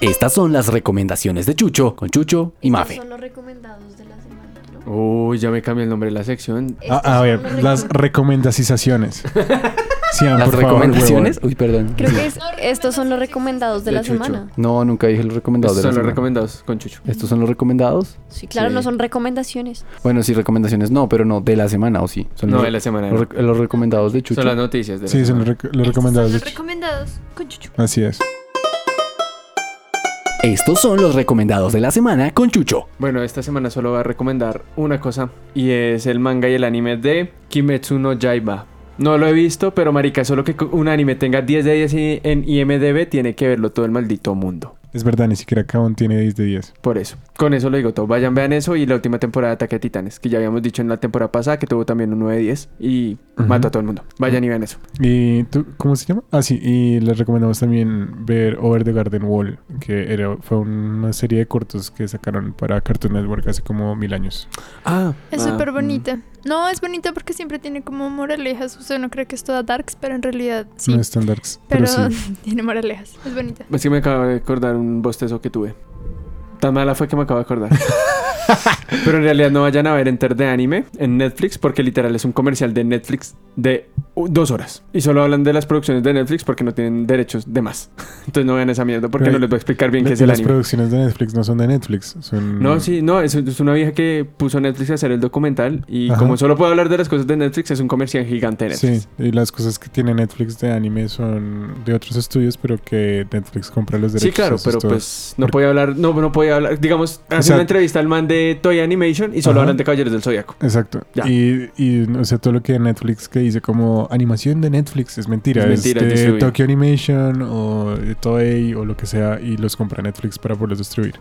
S8: Estas son las recomendaciones de Chucho con Chucho y Mafe.
S7: Son los recomendados de la semana. ¿no?
S4: Uy, ya me cambié el nombre de la sección.
S7: Estos
S2: Ah, A, a
S7: son
S2: ver,
S7: los
S2: las
S7: recom-
S2: recomendacizaciones. Cian,
S3: ¿Las
S2: por favor,
S3: recomendaciones?
S2: huevón.
S3: Uy, perdón.
S7: Creo que es- estos son los recomendados de,
S4: De
S7: la
S4: Chucho.
S7: semana.
S3: No, nunca dije los recomendados.
S4: Estos
S3: de la
S4: son los
S3: semana.
S4: recomendados con Chucho.
S3: ¿Estos son los recomendados?
S7: Sí, claro,
S3: Sí.
S7: no son recomendaciones.
S3: Bueno, sí, recomendaciones no, pero no de la semana, ¿o sí? Son
S4: No,
S3: los,
S4: de la semana.
S3: los, rec- los recomendados de Chucho.
S4: Son las noticias de la
S2: Sí, son
S4: semana.
S2: los, rec- los
S5: Estos
S2: recomendados. de
S5: Son los
S2: Chucho.
S5: recomendados con Chuchu.
S2: Así es.
S8: Estos son los recomendados de la semana con Chucho.
S4: Bueno, esta semana solo voy a recomendar una cosa y es el manga y el anime de Kimetsu no Yaiba. No lo he visto, pero marica, solo que un anime tenga 10 de 10 y- en IMDb tiene que verlo todo el maldito mundo.
S2: Es verdad, ni siquiera Kaon tiene 10 de 10.
S4: Por eso. Con eso lo digo todo. Vayan, vean eso y la última temporada de Ataque de Titanes, que ya habíamos dicho en la temporada pasada que tuvo también un 9 de 10 y
S2: Ujú.
S4: mató a todo el mundo. Vayan y vean eso.
S2: ¿Y tú, cómo se llama? Ah, sí, y les recomendamos también ver Over the Garden Wall, que era, fue una serie de cortos que sacaron para Cartoon Network hace como mil años.
S4: Ah,
S5: Es súper bonita.
S2: mm.
S5: No, es bonita porque siempre tiene como moralejas. Usted no cree que es toda darks, pero en realidad sí.
S2: No están darks, pero,
S5: pero
S2: sí.
S5: [laughs] tiene moralejas. Es bonita.
S4: Es que me acabo de acordar un bostezo que tuve. Tan mala fue que me acabo
S2: [laughs]
S4: de acordar. Pero en realidad no vayan a ver Enter de anime en Netflix porque literal es un comercial de Netflix de uh, dos horas. Y solo hablan de las producciones de Netflix porque no tienen derechos de más. [laughs] Entonces no vean esa mierda porque
S2: Pero
S4: no les voy a explicar bien qué es
S2: Y
S4: el
S2: las Mm.
S4: anime.
S2: producciones de Netflix no son de Netflix, son...
S4: No, sí, no, es, es una vieja que puso a Netflix a hacer el documental y
S2: Ajá.
S4: como solo puedo hablar de las cosas de Netflix es un comercial gigante de Netflix.
S2: Sí, y las cosas que tiene Netflix de anime son de otros estudios, pero que Netflix compra los derechos.
S4: Sí, claro,
S2: eso es
S4: pero
S2: todo.
S4: pues no
S2: Porque-
S4: podía hablar, no, no podía hablar, digamos, hace
S2: sea-
S4: una entrevista al man de Toy Animation y solo
S2: Ajá.
S4: hablan de Caballeros del Zodiaco.
S2: Exacto.
S4: Ya.
S2: Y, y, o sea, todo lo que Netflix que dice como animación de Netflix es mentira.
S4: Es
S2: Es,
S4: mentira,
S2: de
S4: distribuye.
S2: Tokyo Animation o de Toei o lo que sea y los compra Netflix para poderlos distribuir.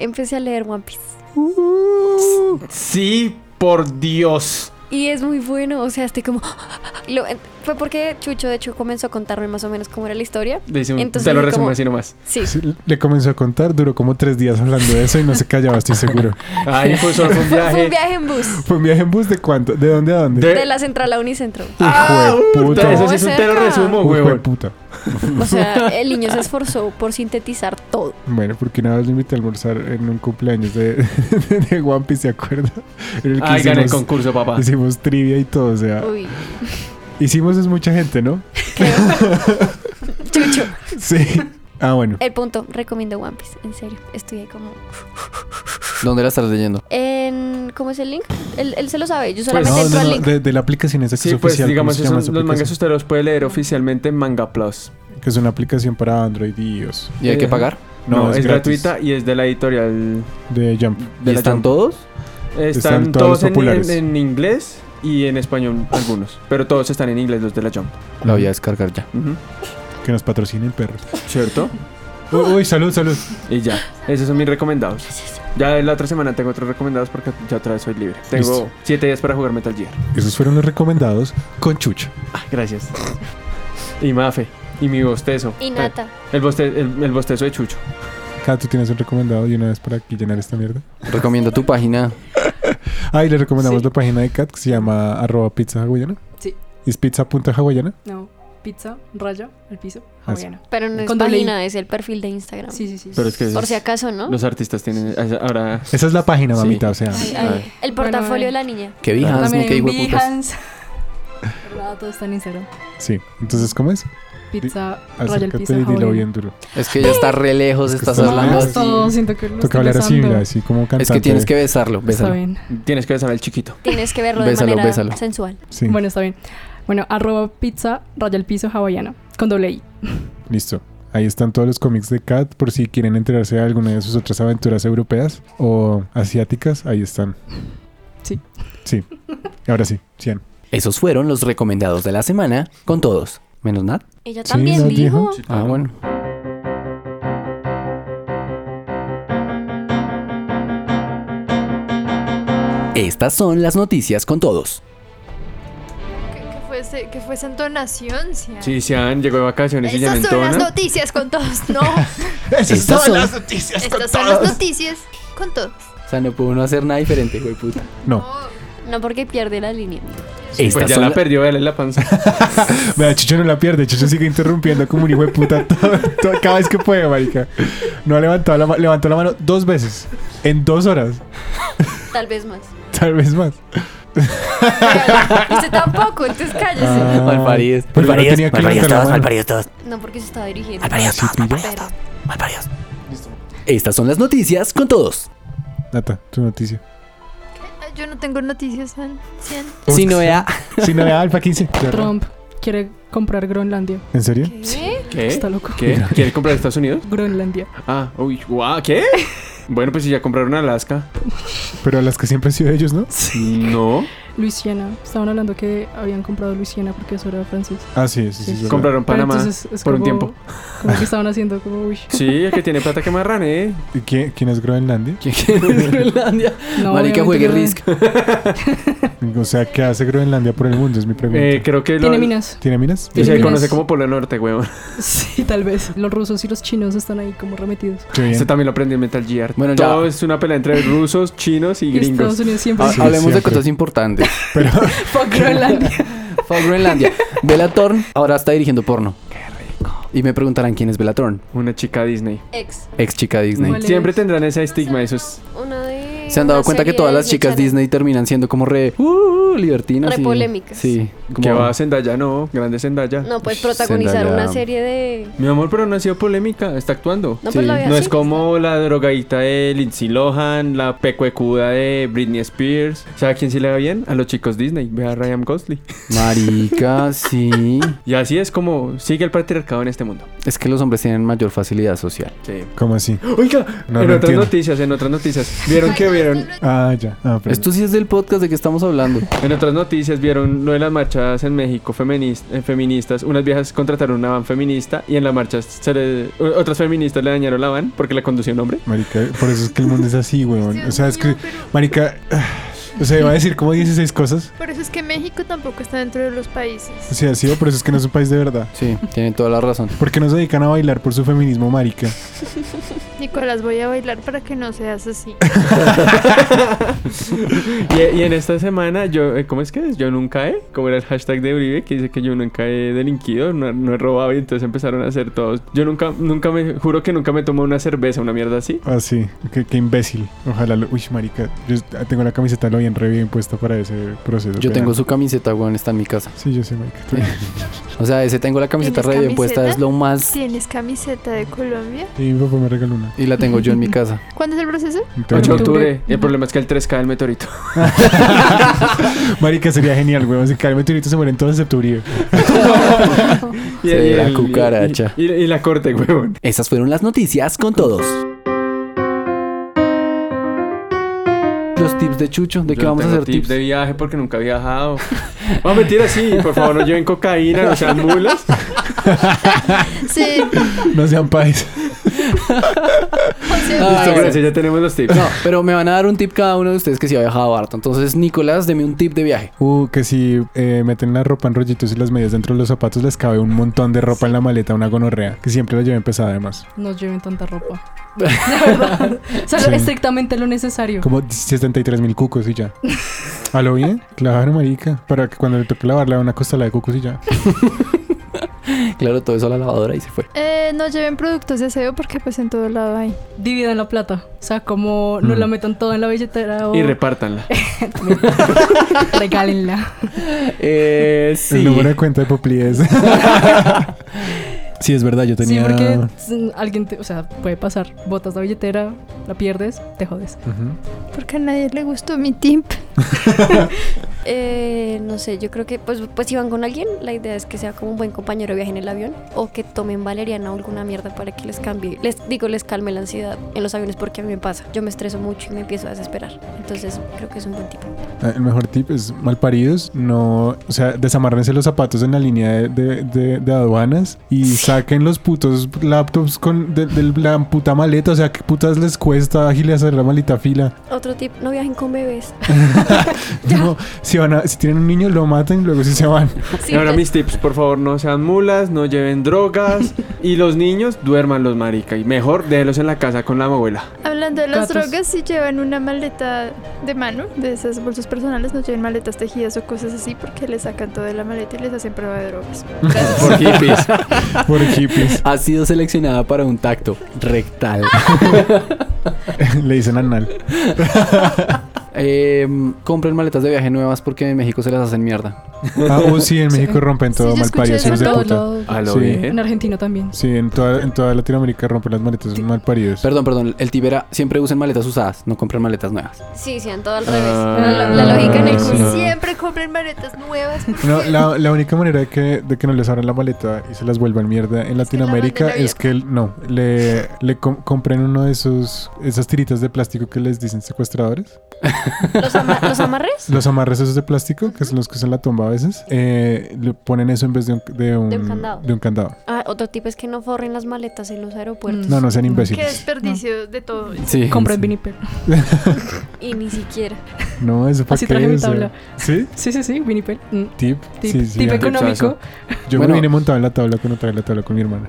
S7: Empecé a leer One Piece.
S4: Sí, por Dios.
S7: Y es muy bueno, o sea, estoy como... [gasps] Lo- fue porque Chucho, de hecho, comenzó a contarme más o menos cómo era la historia.
S4: Le hice un-
S7: Entonces,
S4: te lo
S7: como-
S4: resumo así nomás.
S7: Sí,
S2: Sí, le comenzó a contar, duró como tres días hablando de eso y no se callaba, estoy
S4: [laughs]
S2: seguro.
S4: Ay, pues solo [laughs] fue un
S7: Fue- fue
S4: viaje.
S7: un viaje en bus.
S2: ¿Fue un viaje en bus de cuánto? ¿De dónde a dónde?
S4: De-
S7: De la central a Unicentro.
S4: Ah,
S2: Hijo de
S4: puta,
S2: puta.
S4: Eso sí es un te lo
S7: Cerca.
S4: resumo,
S2: Uy,
S4: huevón.
S2: puta.
S4: [laughs]
S7: O sea, el niño se esforzó por sintetizar todo.
S2: Bueno, porque una vez lo invité a almorzar en un cumpleaños de, [laughs] de, One Piece, ¿se acuerda? En el que
S4: Ay, gané el
S2: hicimos-
S4: concurso, papá.
S2: Hicimos trivia y todo, o
S4: Ah.
S2: sea,
S7: Uy,
S2: hicimos es mucha gente, ¿no?
S7: creo. Chucho.
S2: [laughs] Sí. Ah, bueno.
S7: El punto, recomiendo One Piece, en serio. Estoy ahí como... [laughs]
S3: ¿Dónde la estás leyendo?
S7: En, ¿Cómo es el link? Él, él se lo sabe, yo
S2: No,
S7: solamente
S3: Pues,
S2: no,
S7: entro al
S2: no,
S7: Pues link.
S2: de, de la aplicación esa que
S4: Sí,
S2: es
S4: pues
S2: oficial. ¿cómo
S4: digamos
S2: se
S4: que
S2: llama
S4: son-
S2: esa
S4: los mangas
S2: aplicación?
S4: usted los puede leer oficialmente en Manga Plus.
S2: Que es una aplicación para Android y iOS.
S3: ¿Y hay que
S4: Eh,
S3: pagar?
S4: No, es,
S2: gratis.
S4: gratuita y es de la editorial.
S2: De Jump.
S3: ¿Y
S4: De la
S3: están
S4: Jump.
S3: todos?
S4: Están,
S2: Están todos
S4: todos, en-
S2: populares.
S4: en- en inglés y en español algunos. Pero todos están en inglés los de la Jump.
S3: La voy a descargar ya.
S4: Ujú.
S2: Que nos patrocinen
S7: [laughs]
S2: perros.
S4: ¿Cierto?
S2: Uy, uy, salud, salud.
S4: Y ya, esos son mis recomendados. Ya la otra semana tengo otros recomendados porque ya otra vez soy libre. Tengo
S2: Listo.
S4: 7 días para jugar Metal Gear.
S2: Esos fueron los recomendados con Chucho.
S4: Ah, Gracias. Y Mafe. Y mi bostezo.
S7: Y Nata.
S4: Eh, El, boste- el, el bostezo de Chucho.
S2: Cada tú tienes un recomendado y una vez para aquí llenar esta mierda.
S3: Recomiendo tu página.
S2: Ah, y le recomendamos
S6: Sí.
S2: la página de Kat que se llama arroba pizza hawaiana.
S6: Sí.
S2: ¿Es pizza.hawaiana?
S6: No, pizza, raya, el piso,
S2: Ah,
S6: hawaiana.
S7: Pero no es
S6: Con doble I.
S7: página, es el perfil de Instagram.
S6: Sí, sí, sí.
S4: Pero es que
S7: Por
S4: esos-
S7: si acaso, ¿no?
S4: los artistas tienen. Ahora.
S2: Esa es la página,
S4: Sí.
S2: mamita, o sea.
S7: Ay,
S4: Ah.
S7: ay, El
S6: Bueno,
S7: portafolio
S6: bueno.
S7: de la niña.
S3: Que Behance, ni
S6: También
S3: que
S6: en
S3: hijueputas.
S6: Behance. ¿Verdad? Todo está en Instagram.
S2: Sí. Entonces, ¿cómo es?
S6: Pizza, raya, el piso,
S2: Acércate y dilo bien duro.
S3: Es que ya está re lejos,
S2: Es que
S3: estás
S2: está
S3: hablando.
S2: mal.
S3: así.
S6: todo, siento que lo
S2: Toca
S6: estoy
S2: hablar así,
S6: besando.
S2: mira, así como cantante.
S3: Es que tienes que besarlo,
S6: Está
S3: bésalo.
S6: bien.
S4: Tienes que besar al chiquito.
S7: Tienes que verlo
S3: Bésalo,
S7: de manera
S3: bésalo.
S7: sensual.
S2: Sí,
S6: Bueno, está bien. Bueno, arroba pizza, raya, el piso, hawaiana. Con doble I.
S2: listo. Ahí están todos los cómics de Kat por si quieren enterarse de alguna de sus otras aventuras europeas o asiáticas. Ahí están.
S6: Sí.
S2: Sí. Ahora sí, 100.
S3: Esos fueron los recomendados de la semana con todos. Menos Nat.
S7: Ella
S2: Sí,
S7: también
S2: ¿no
S7: dijo.
S2: dijo?
S3: Ah, bueno. Estas son las noticias con todos.
S5: Que, que fue, ese- que fue esa entonación, Cian.
S4: Sí, Sean llegó de vacaciones y ya
S5: Estas
S4: me
S5: son las
S4: entona.
S5: noticias
S2: [laughs]
S5: con todos, no.
S3: Estas son. O
S5: Estas son las noticias con todos.
S3: sea, no pudo uno hacer nada diferente, güey puta.
S2: No.
S7: No porque pierde la línea.
S4: Pues
S3: Estas
S4: ya
S3: son
S4: la
S3: [laughs] la-
S4: perdió él en la panza. [laughs]
S2: Vea, Chucho no la pierde. Chucho sigue interrumpiendo como un hijo de puta todo- todo- cada vez que puede, marica. No ha levantado la, ma- levantó la mano dos veces. En dos horas.
S7: Tal
S3: [laughs]
S7: vez más.
S2: Tal vez más.
S3: Ah.
S7: Oigan, Usted tampoco, entonces cállese.
S2: Ah,
S3: Malparidos.
S2: pero no tenía que levantar la mano.
S3: todos.
S7: No porque se estaba dirigiendo.
S3: Malparidos
S2: Ah, sí,
S3: todos, malparidos
S7: Pero-
S3: todos, malparidos. Estas son las noticias con todos.
S2: Nata, tu noticia.
S5: Ay, Yo no tengo noticias, Cian. Cian.
S3: Si no vea.
S2: Sí, no, vea, Alfa 15.
S6: Trump quiere comprar Groenlandia.
S4: ¿Eh?
S2: ¿En serio?
S7: ¿Qué?
S4: ¿Qué?
S6: Está loco.
S4: ¿Qué? ¿Quiere comprar Estados Unidos?
S6: Groenlandia.
S4: Ah, uy, guau, [laughs] ¿qué? Bueno, pues si ya compraron Alaska.
S2: Pero las que siempre han sido ellos, ¿no?
S4: No.
S6: Luisiana. Estaban hablando que habían comprado Luisiana porque eso era francés.
S2: Ah, sí, sí, sí.
S6: Sí.
S2: es verdad.
S4: Compraron
S6: Pero
S4: Panamá.
S6: entonces es
S4: por un
S6: como-
S4: tiempo.
S6: Como que estaban haciendo como, uy.
S4: Sí, el que tiene plata que marrane, ¿eh?
S2: ¿Y quién, quién es Groenlandia?
S3: ¿Quién quiere [laughs] Groenlandia?
S6: No,
S3: Marica,
S6: obviamente
S3: juegue
S6: no.
S3: Risk.
S2: O sea, ¿qué hace Groenlandia por el mundo? Es mi pregunta.
S4: Eh, creo que lo-
S6: Tiene minas. [laughs]
S2: ¿Tiene minas?
S4: Y
S6: Tiene
S4: se
S6: minas.
S4: conoce como Polo Norte, weón.
S6: Sí, tal vez. Los rusos y los chinos están ahí como remetidos.
S2: Qué bien.
S4: Este también lo aprendí en Metal Gear.
S3: Bueno, ya.
S4: Todo es una pelea entre rusos, chinos y
S6: Y Estados
S4: gringos. Ah.
S6: Unidos siempre.
S3: Ha-
S2: Sí,
S3: Hablemos de
S2: siempre.
S3: cosas importantes.
S2: Pero
S4: [laughs]
S6: Fuck Groenlandia.
S3: Fuck Groenlandia. Bella Thorne ahora está dirigiendo porno. Y me preguntarán quién es Bella Thorne,
S4: Una chica Disney.
S7: Ex.
S3: ex chica Disney.
S6: ¿Cuál es?
S4: Siempre tendrán ese estigma, esos.
S7: Una de.
S3: ¿Se han dado
S7: una
S3: cuenta que
S7: serie
S3: todas
S7: de
S3: las chicas
S7: Channel.
S3: Disney terminan siendo como re uh, libertinas?
S7: Re
S3: y-
S7: polémicas.
S3: Sí. como-
S4: Que va a Zendaya, no. Grande Zendaya.
S7: No, pues protagonizar
S3: Zendaya.
S7: una serie de.
S4: Mi amor, pero no ha sido polémica. Está actuando.
S7: No,
S3: Sí.
S7: pues la veo
S4: No
S7: así.
S4: es como la drogadita de Lindsay Lohan, la pecuecuda de Britney Spears. ¿Sabe a quién sí le va bien? A los chicos Disney. Ve a Ryan Gosling.
S3: Marica, sí.
S4: Y así es como sigue el patriarcado en este mundo.
S3: Es que los hombres tienen mayor facilidad social.
S4: Sí.
S2: ¿Cómo así?
S4: Oiga,
S2: No,
S4: en
S2: no
S4: otras
S2: entiendo.
S4: noticias, en otras noticias. Vieron que vieron.
S2: Ah, ya. Ah, pero-
S3: Esto sí es del podcast de que estamos hablando.
S4: En otras noticias vieron lo de las marchas en México feminis- eh, feministas. Unas viejas contrataron una van feminista y en la marcha se le- u- otras feministas le dañaron la van porque la conducía
S2: [laughs]
S4: un hombre. [laughs]
S2: Marica, por eso es que el mundo es así, weón. O sea, es que... Marica... ah, O sea, iba a decir como 16 cosas.
S5: Por eso es que México tampoco está dentro de los países.
S2: O sea, sí, por eso es que no es un país de verdad.
S3: Sí, tienen toda la razón.
S2: ¿Por qué no se dedican a bailar por su feminismo, marica?
S5: Nicolás, voy a bailar para que no
S2: [laughs]
S5: seas así.
S4: y, y en esta semana, yo, eh, ¿cómo es que es? Yo nunca he, como era el hashtag de Uribe, que dice que yo nunca he delinquido, no, no he robado, y entonces empezaron a hacer todos. Yo nunca, nunca me, juro que nunca me tomo una cerveza, una mierda así.
S2: Ah, sí, qué, qué imbécil. Ojalá lo. Uy, marica. Yo ah, tengo la camiseta lo bien re bien puesta para ese proceso.
S3: Yo
S2: penal.
S3: tengo su camiseta, weón, está en mi casa.
S2: Sí, yo sé, marica. Tú-
S3: O sea, ese tengo la camiseta
S5: ¿Tienes
S3: re bien puesta,
S5: camiseta?
S3: es lo más.
S5: ¿Tienes camiseta de Colombia?
S2: Sí, mi papá me regaló una.
S3: Y la tengo yo en mi
S5: [laughs]
S3: casa.
S5: ¿Cuándo es el proceso?
S2: Entonces,
S4: 8 de
S2: no-
S4: octubre. Y el problema es que el 3 cae el meteorito.
S2: [laughs] Marica, sería genial, weón. Si cae el meteorito se mueren todos excepto Uribe.
S4: Y,
S3: Se
S4: y
S3: la
S4: el-
S3: cucaracha.
S4: Y, y- y la corte, huevón.
S8: Esas fueron las noticias con todos.
S3: Los tips de Chucho, ¿de
S4: Yo
S3: qué
S4: no
S3: vamos a
S4: tengo
S3: hacer tips?
S4: de viaje porque nunca he viajado. No, mentira, sí. Por favor, no lleven cocaína, no sean mulas.
S5: Sí.
S7: [laughs]
S2: No sean país.
S4: Listo,
S3: Ay,
S4: gracias, ya tenemos los tips.
S3: No, pero me van a dar un tip cada uno de ustedes que sí ha viajado harto. Entonces, Nicolás, deme un tip de viaje.
S2: Uh, que si eh, meten la ropa en rollitos y las medias dentro de los zapatos, les cabe un montón de ropa en la maleta, una gonorrea, que siempre la lleven pesada además.
S6: No lleven
S4: [laughs]
S6: tanta ropa. De verdad. Solo
S2: Sí.
S6: estrictamente lo necesario.
S2: Como 73 mil cucos y ya. ¿A lo bien? Claro, marica. Para que cuando le toque lavarle haga una costalada de cucos y ya.
S3: Claro, todo eso a la lavadora y se fue.
S5: Eh, no lleven productos de aseo porque pues en todo lado hay.
S6: Dividan la plata. O sea, como no
S2: Mm.
S6: la metan todo en la billetera o
S4: Y repártanla.
S6: [laughs] regálenla.
S3: Eh, sí.
S2: El número de cuenta de Popli es. sí, es verdad, yo tenía.
S6: Sí, porque [laughs] mm, alguien, te- o sea, puede pasar. Botas la billetera, la pierdes, te jodes.
S2: Ujú.
S5: Porque a nadie le gustó mi tip.
S7: Eh, no sé, yo creo que pues, pues si van con alguien, la idea es que sea como un buen compañero de viaje en el avión o que tomen valeriana o alguna mierda para que les cambie, les digo, les calme la ansiedad en los aviones porque a mí me pasa. Yo me estreso mucho y me empiezo a desesperar. Entonces creo que es un buen tipo.
S2: Ah, [laughs] El mejor tip es malparidos, no, o sea, desamárrense los zapatos en la línea de, de- de- de aduanas y saquen los putos laptops con de, de la puta maleta, o sea, qué putas les cuesta ágil hacer la malita fila.
S7: Otro tip, no viajen
S4: [laughs]
S7: con bebés.
S2: No, si van a- si tienen un niño lo matan y luego si se van. [laughs]
S4: Y ahora
S7: pues,
S4: mis tips, por favor, no sean mulas, no lleven drogas. y los niños, duérmanlos, marica. Y mejor, déjelos en la casa con la abuela.
S5: Hablando de las
S6: Gatos.
S5: drogas, si llevan una maleta de mano, de esas bolsas personales, no lleven maletas tejidas o cosas así porque le sacan todo de la maleta y les hacen prueba
S2: [laughs]
S5: de drogas.
S3: [laughs] Por hippies.
S2: Por hippies. [laughs]
S3: ha sido seleccionada para un tacto rectal.
S2: Le dicen anal.
S3: Eh, compren maletas de viaje nuevas porque en México se las hacen mierda.
S2: Ah, oh, sí, en
S6: Sí.
S2: México rompen todo
S5: Sí, yo
S2: malparidos, hijos
S5: escuché eso
S2: de
S5: en
S6: Todo
S2: puta. Ah,
S6: lo-
S4: A lo
S2: Sí.
S4: bien.
S6: En Argentina también.
S2: Sí, en toda, en toda Latinoamérica rompen las maletas, son malparidos.
S3: Perdón, perdón. El tip era siempre usen maletas usadas, no compren maletas nuevas.
S7: Sí, sean todo al revés.
S4: Ah,
S7: la lógica en el
S2: sí.
S7: culo.
S5: Siempre compren maletas nuevas.
S2: No, la, la única manera de que, de que no les abran la maleta y se las vuelvan mierda en
S5: Es que la
S2: Latinoamérica
S5: manden
S2: es que, el- no, le, le com- compren uno de esos, esas tiritas de plástico que les dicen secuestradores.
S7: ¿Los, ama- los amarres?
S2: Los amarres esos de plástico, que son los que usan la tumba a veces, eh, le ponen eso en vez de un, de un,
S7: De un candado.
S2: de un candado.
S7: Ah, otro tip es que no forren las maletas en los aeropuertos.
S4: Mm.
S2: No, no sean
S5: Qué
S2: imbéciles.
S5: desperdicio de todo.
S3: Sí.
S6: Compren vinipel. [laughs]
S7: Y ni siquiera.
S2: No, eso para
S6: Así
S2: qué,
S6: traje mi
S2: o sea,
S6: tabla.
S2: ¿Sí?
S6: Sí, sí, sí, vinipel. Mm,
S2: Tip.
S6: Tip,
S2: Sí, sí,
S6: tip
S2: ya.
S6: económico.
S2: Yo
S3: Bueno.
S2: me vine montado en la tabla cuando traje la tabla con mi hermana.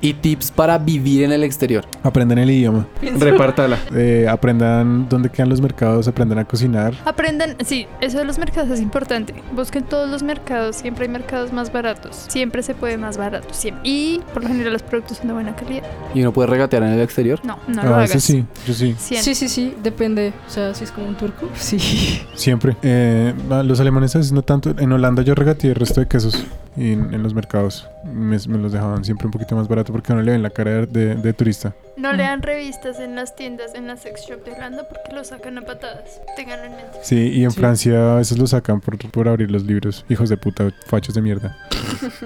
S3: Y tips para vivir en el exterior.
S2: Aprendan el idioma.
S4: Repártala.
S2: eh, aprendan dónde quedan los mercados, aprendan a cocinar.
S5: Aprendan, sí, eso de los mercados es importante. Busquen todos los mercados, siempre hay mercados más baratos. Siempre se puede más barato, siempre. Y por lo general los productos son de buena calidad.
S3: Y uno puede regatear en el exterior.
S5: No, no
S2: Ah,
S5: lo hagas.
S2: eso sí, yo sí.
S5: Siempre.
S6: Sí, sí, sí, depende. O sea, si es como un turco, [laughs] sí.
S2: Siempre. Eh, no, los alemanes a veces no tanto. En Holanda yo regateé el resto de quesos y en, en los mercados. Me, me los dejaban siempre un poquito más barato porque no le ven la cara de, de- de turista.
S5: No lean revistas en las tiendas, en la sex shop de Holanda porque lo sacan a patadas. Ténganlo en mente.
S2: Sí, y en
S6: Sí.
S2: Francia a veces lo sacan por, por abrir los libros. Hijos de puta, fachos de mierda.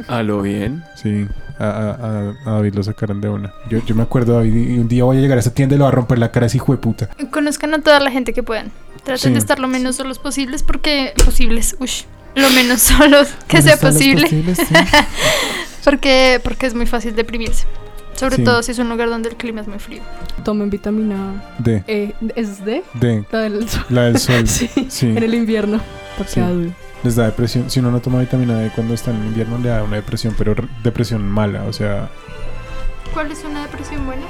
S4: A lo bien.
S2: Sí, a, a- a- a David lo sacaron de una. Yo, yo me acuerdo, David, y un día voy a llegar a esa tienda y lo va a romper la cara ese hijo de puta.
S5: Conozcan a toda la gente que puedan. Traten
S2: Sí.
S5: de estar lo menos solos posibles porque posibles, ush, lo menos [laughs] solos que
S2: ¿Dónde
S5: sea
S2: están los
S5: posible,
S2: posibles?
S5: [laughs]
S2: Sí.
S5: porque porque es muy fácil deprimirse. Sobre
S2: Sí.
S5: todo si es un lugar donde el clima es muy frío.
S6: Tomen vitamina
S2: De,
S6: E. ¿Es D?
S2: de,
S6: La del sol. [laughs]
S2: la del sol.
S6: Sí.
S2: Sí.
S6: En el invierno. Porque
S2: Sí.
S6: da duro.
S2: Les da depresión. Si uno no toma vitamina D cuando está en invierno, le da una depresión, pero r- depresión mala. O sea,
S5: ¿Cuál es una depresión buena?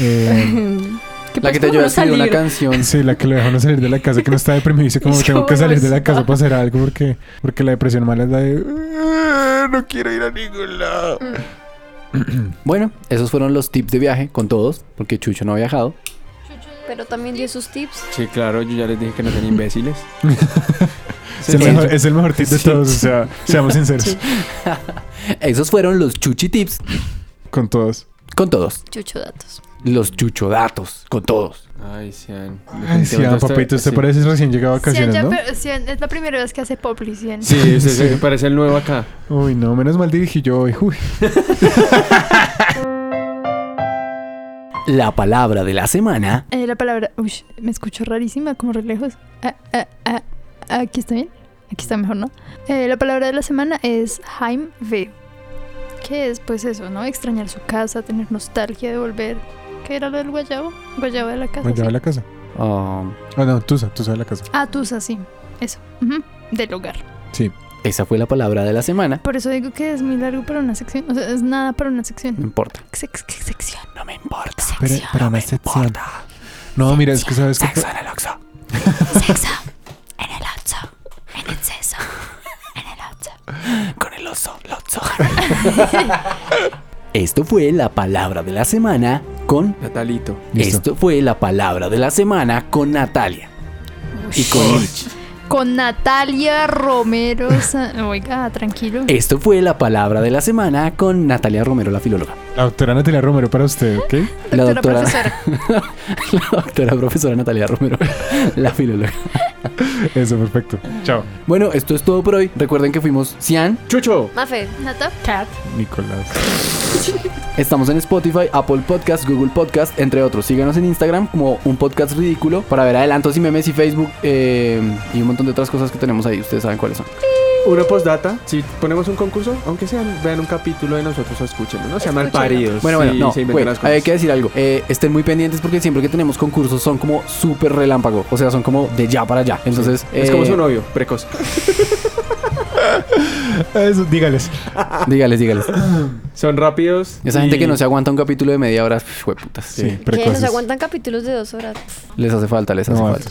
S2: Eh,
S5: [laughs]
S6: [laughs] ¿Qué
S3: La que te
S6: pasa por
S3: ayuda a
S6: no
S3: escribir una
S6: salir?
S3: canción.
S6: [laughs]
S2: sí, la que lo dejó no salir de la casa, que no está deprimido y dice como
S5: [laughs]
S6: Es
S2: tengo que
S6: como
S2: salir de la
S6: está".
S2: casa para hacer algo porque, porque la depresión mala es la de "Ah, no quiero ir a ningún lado.
S3: Bueno, esos fueron los tips de viaje con todos, porque Chucho no ha viajado.
S7: Pero también dio sus tips.
S4: Sí, claro, yo ya les dije que no
S3: [laughs]
S4: sean imbéciles.
S2: Es el
S3: Sí.
S2: mejor, es el mejor tip de todos, o sea,
S3: [laughs]
S2: seamos sinceros
S3: Esos fueron los Chuchi tips
S2: con todos.
S3: con todos.
S7: Chucho datos.
S3: Los Chucho datos con todos. [laughs]
S4: Ay, sean.
S2: Ay, sí, ah, papito, usted parece recién llegado a
S5: Sian
S2: vacaciones,
S5: ya
S2: ¿no?
S5: per- Sian, es la primera vez que hace pop, Sian.
S4: Sí,
S3: [laughs]
S4: usted se parece el nuevo acá.
S2: Uy, no, menos mal dirigí yo hoy. Uy.
S3: La palabra de la semana.
S5: Eh, la palabra. Uy, me escucho rarísima, como re lejos. Ah, ah, ah, aquí está bien. Aquí está mejor, ¿no? Eh, la palabra de la semana es Heimweh. ¿Qué es? Pues eso, ¿no? Extrañar su casa, tener nostalgia de volver. ¿Qué era lo del guayabo? Guayabo de la casa.
S2: Me lleva a
S5: sí.
S2: la casa.
S4: Oh.
S3: Ah,
S2: Ah, no, Tusa, Tusa de la casa.
S5: Ah, tusa, sí. Eso. Ujú. Del hogar.
S2: Sí.
S3: esa fue la palabra de la semana.
S5: Por eso digo que es muy largo para una sección. O sea, es nada para una
S3: No
S5: sección.
S3: importa.
S5: Sex- sección.
S3: No me importa.
S2: Pero, pero una sección. No, mira, es que sabes que.
S3: en el Oxxo.
S7: Sexo. En el Otso. En el seso. En el Otso.
S3: Con el oso, lotso. [laughs] Esto fue la palabra de la semana con.
S4: Natalito.
S2: Listo.
S3: Esto fue la palabra de la semana con Natalia. Y con Ilch.
S5: Con Natalia Romero. San- Oiga, tranquilo.
S3: Esto fue la palabra de la semana con Natalia Romero, la filóloga.
S2: La doctora Natalia Romero para usted, ¿ok?
S3: La doctora,
S5: profesora.
S3: [laughs] la doctora profesora Natalia Romero, la filóloga.
S2: Eso, perfecto. Chao.
S3: Bueno, esto es todo por hoy. Recuerden que fuimos Cian.
S4: ¡Chucho!
S7: Mafe.
S5: Nata.
S6: Cat.
S2: Nicolás.
S3: Estamos en Spotify, Apple Podcast, Google Podcast, entre otros. Síganos en Instagram como un podcast ridículo para ver adelantos y memes y Facebook eh, y un montón de otras cosas que tenemos ahí. Ustedes saben cuáles son.
S4: Una postdata. Si ponemos un concurso, aunque sean, vean un capítulo de nosotros o escúchenlo. No sean mal paridos.
S3: Bueno, bueno, no,
S4: se inventan
S3: güey,
S4: las cosas.
S3: hay que decir algo. Eh, estén muy pendientes porque siempre que tenemos concursos son como súper relámpago. O sea, son como de ya para allá. Entonces,
S4: Es como
S3: eh,
S4: su novio, precoz.
S2: Eso, dígales.
S3: Dígales, dígales.
S4: Son rápidos.
S3: Esa
S4: y-
S3: gente que no se aguanta un capítulo de media hora, putas.
S2: Sí,
S7: Que
S2: precoces.
S7: nos aguantan capítulos de dos horas.
S3: Les hace falta, les hace
S2: No,
S3: falta.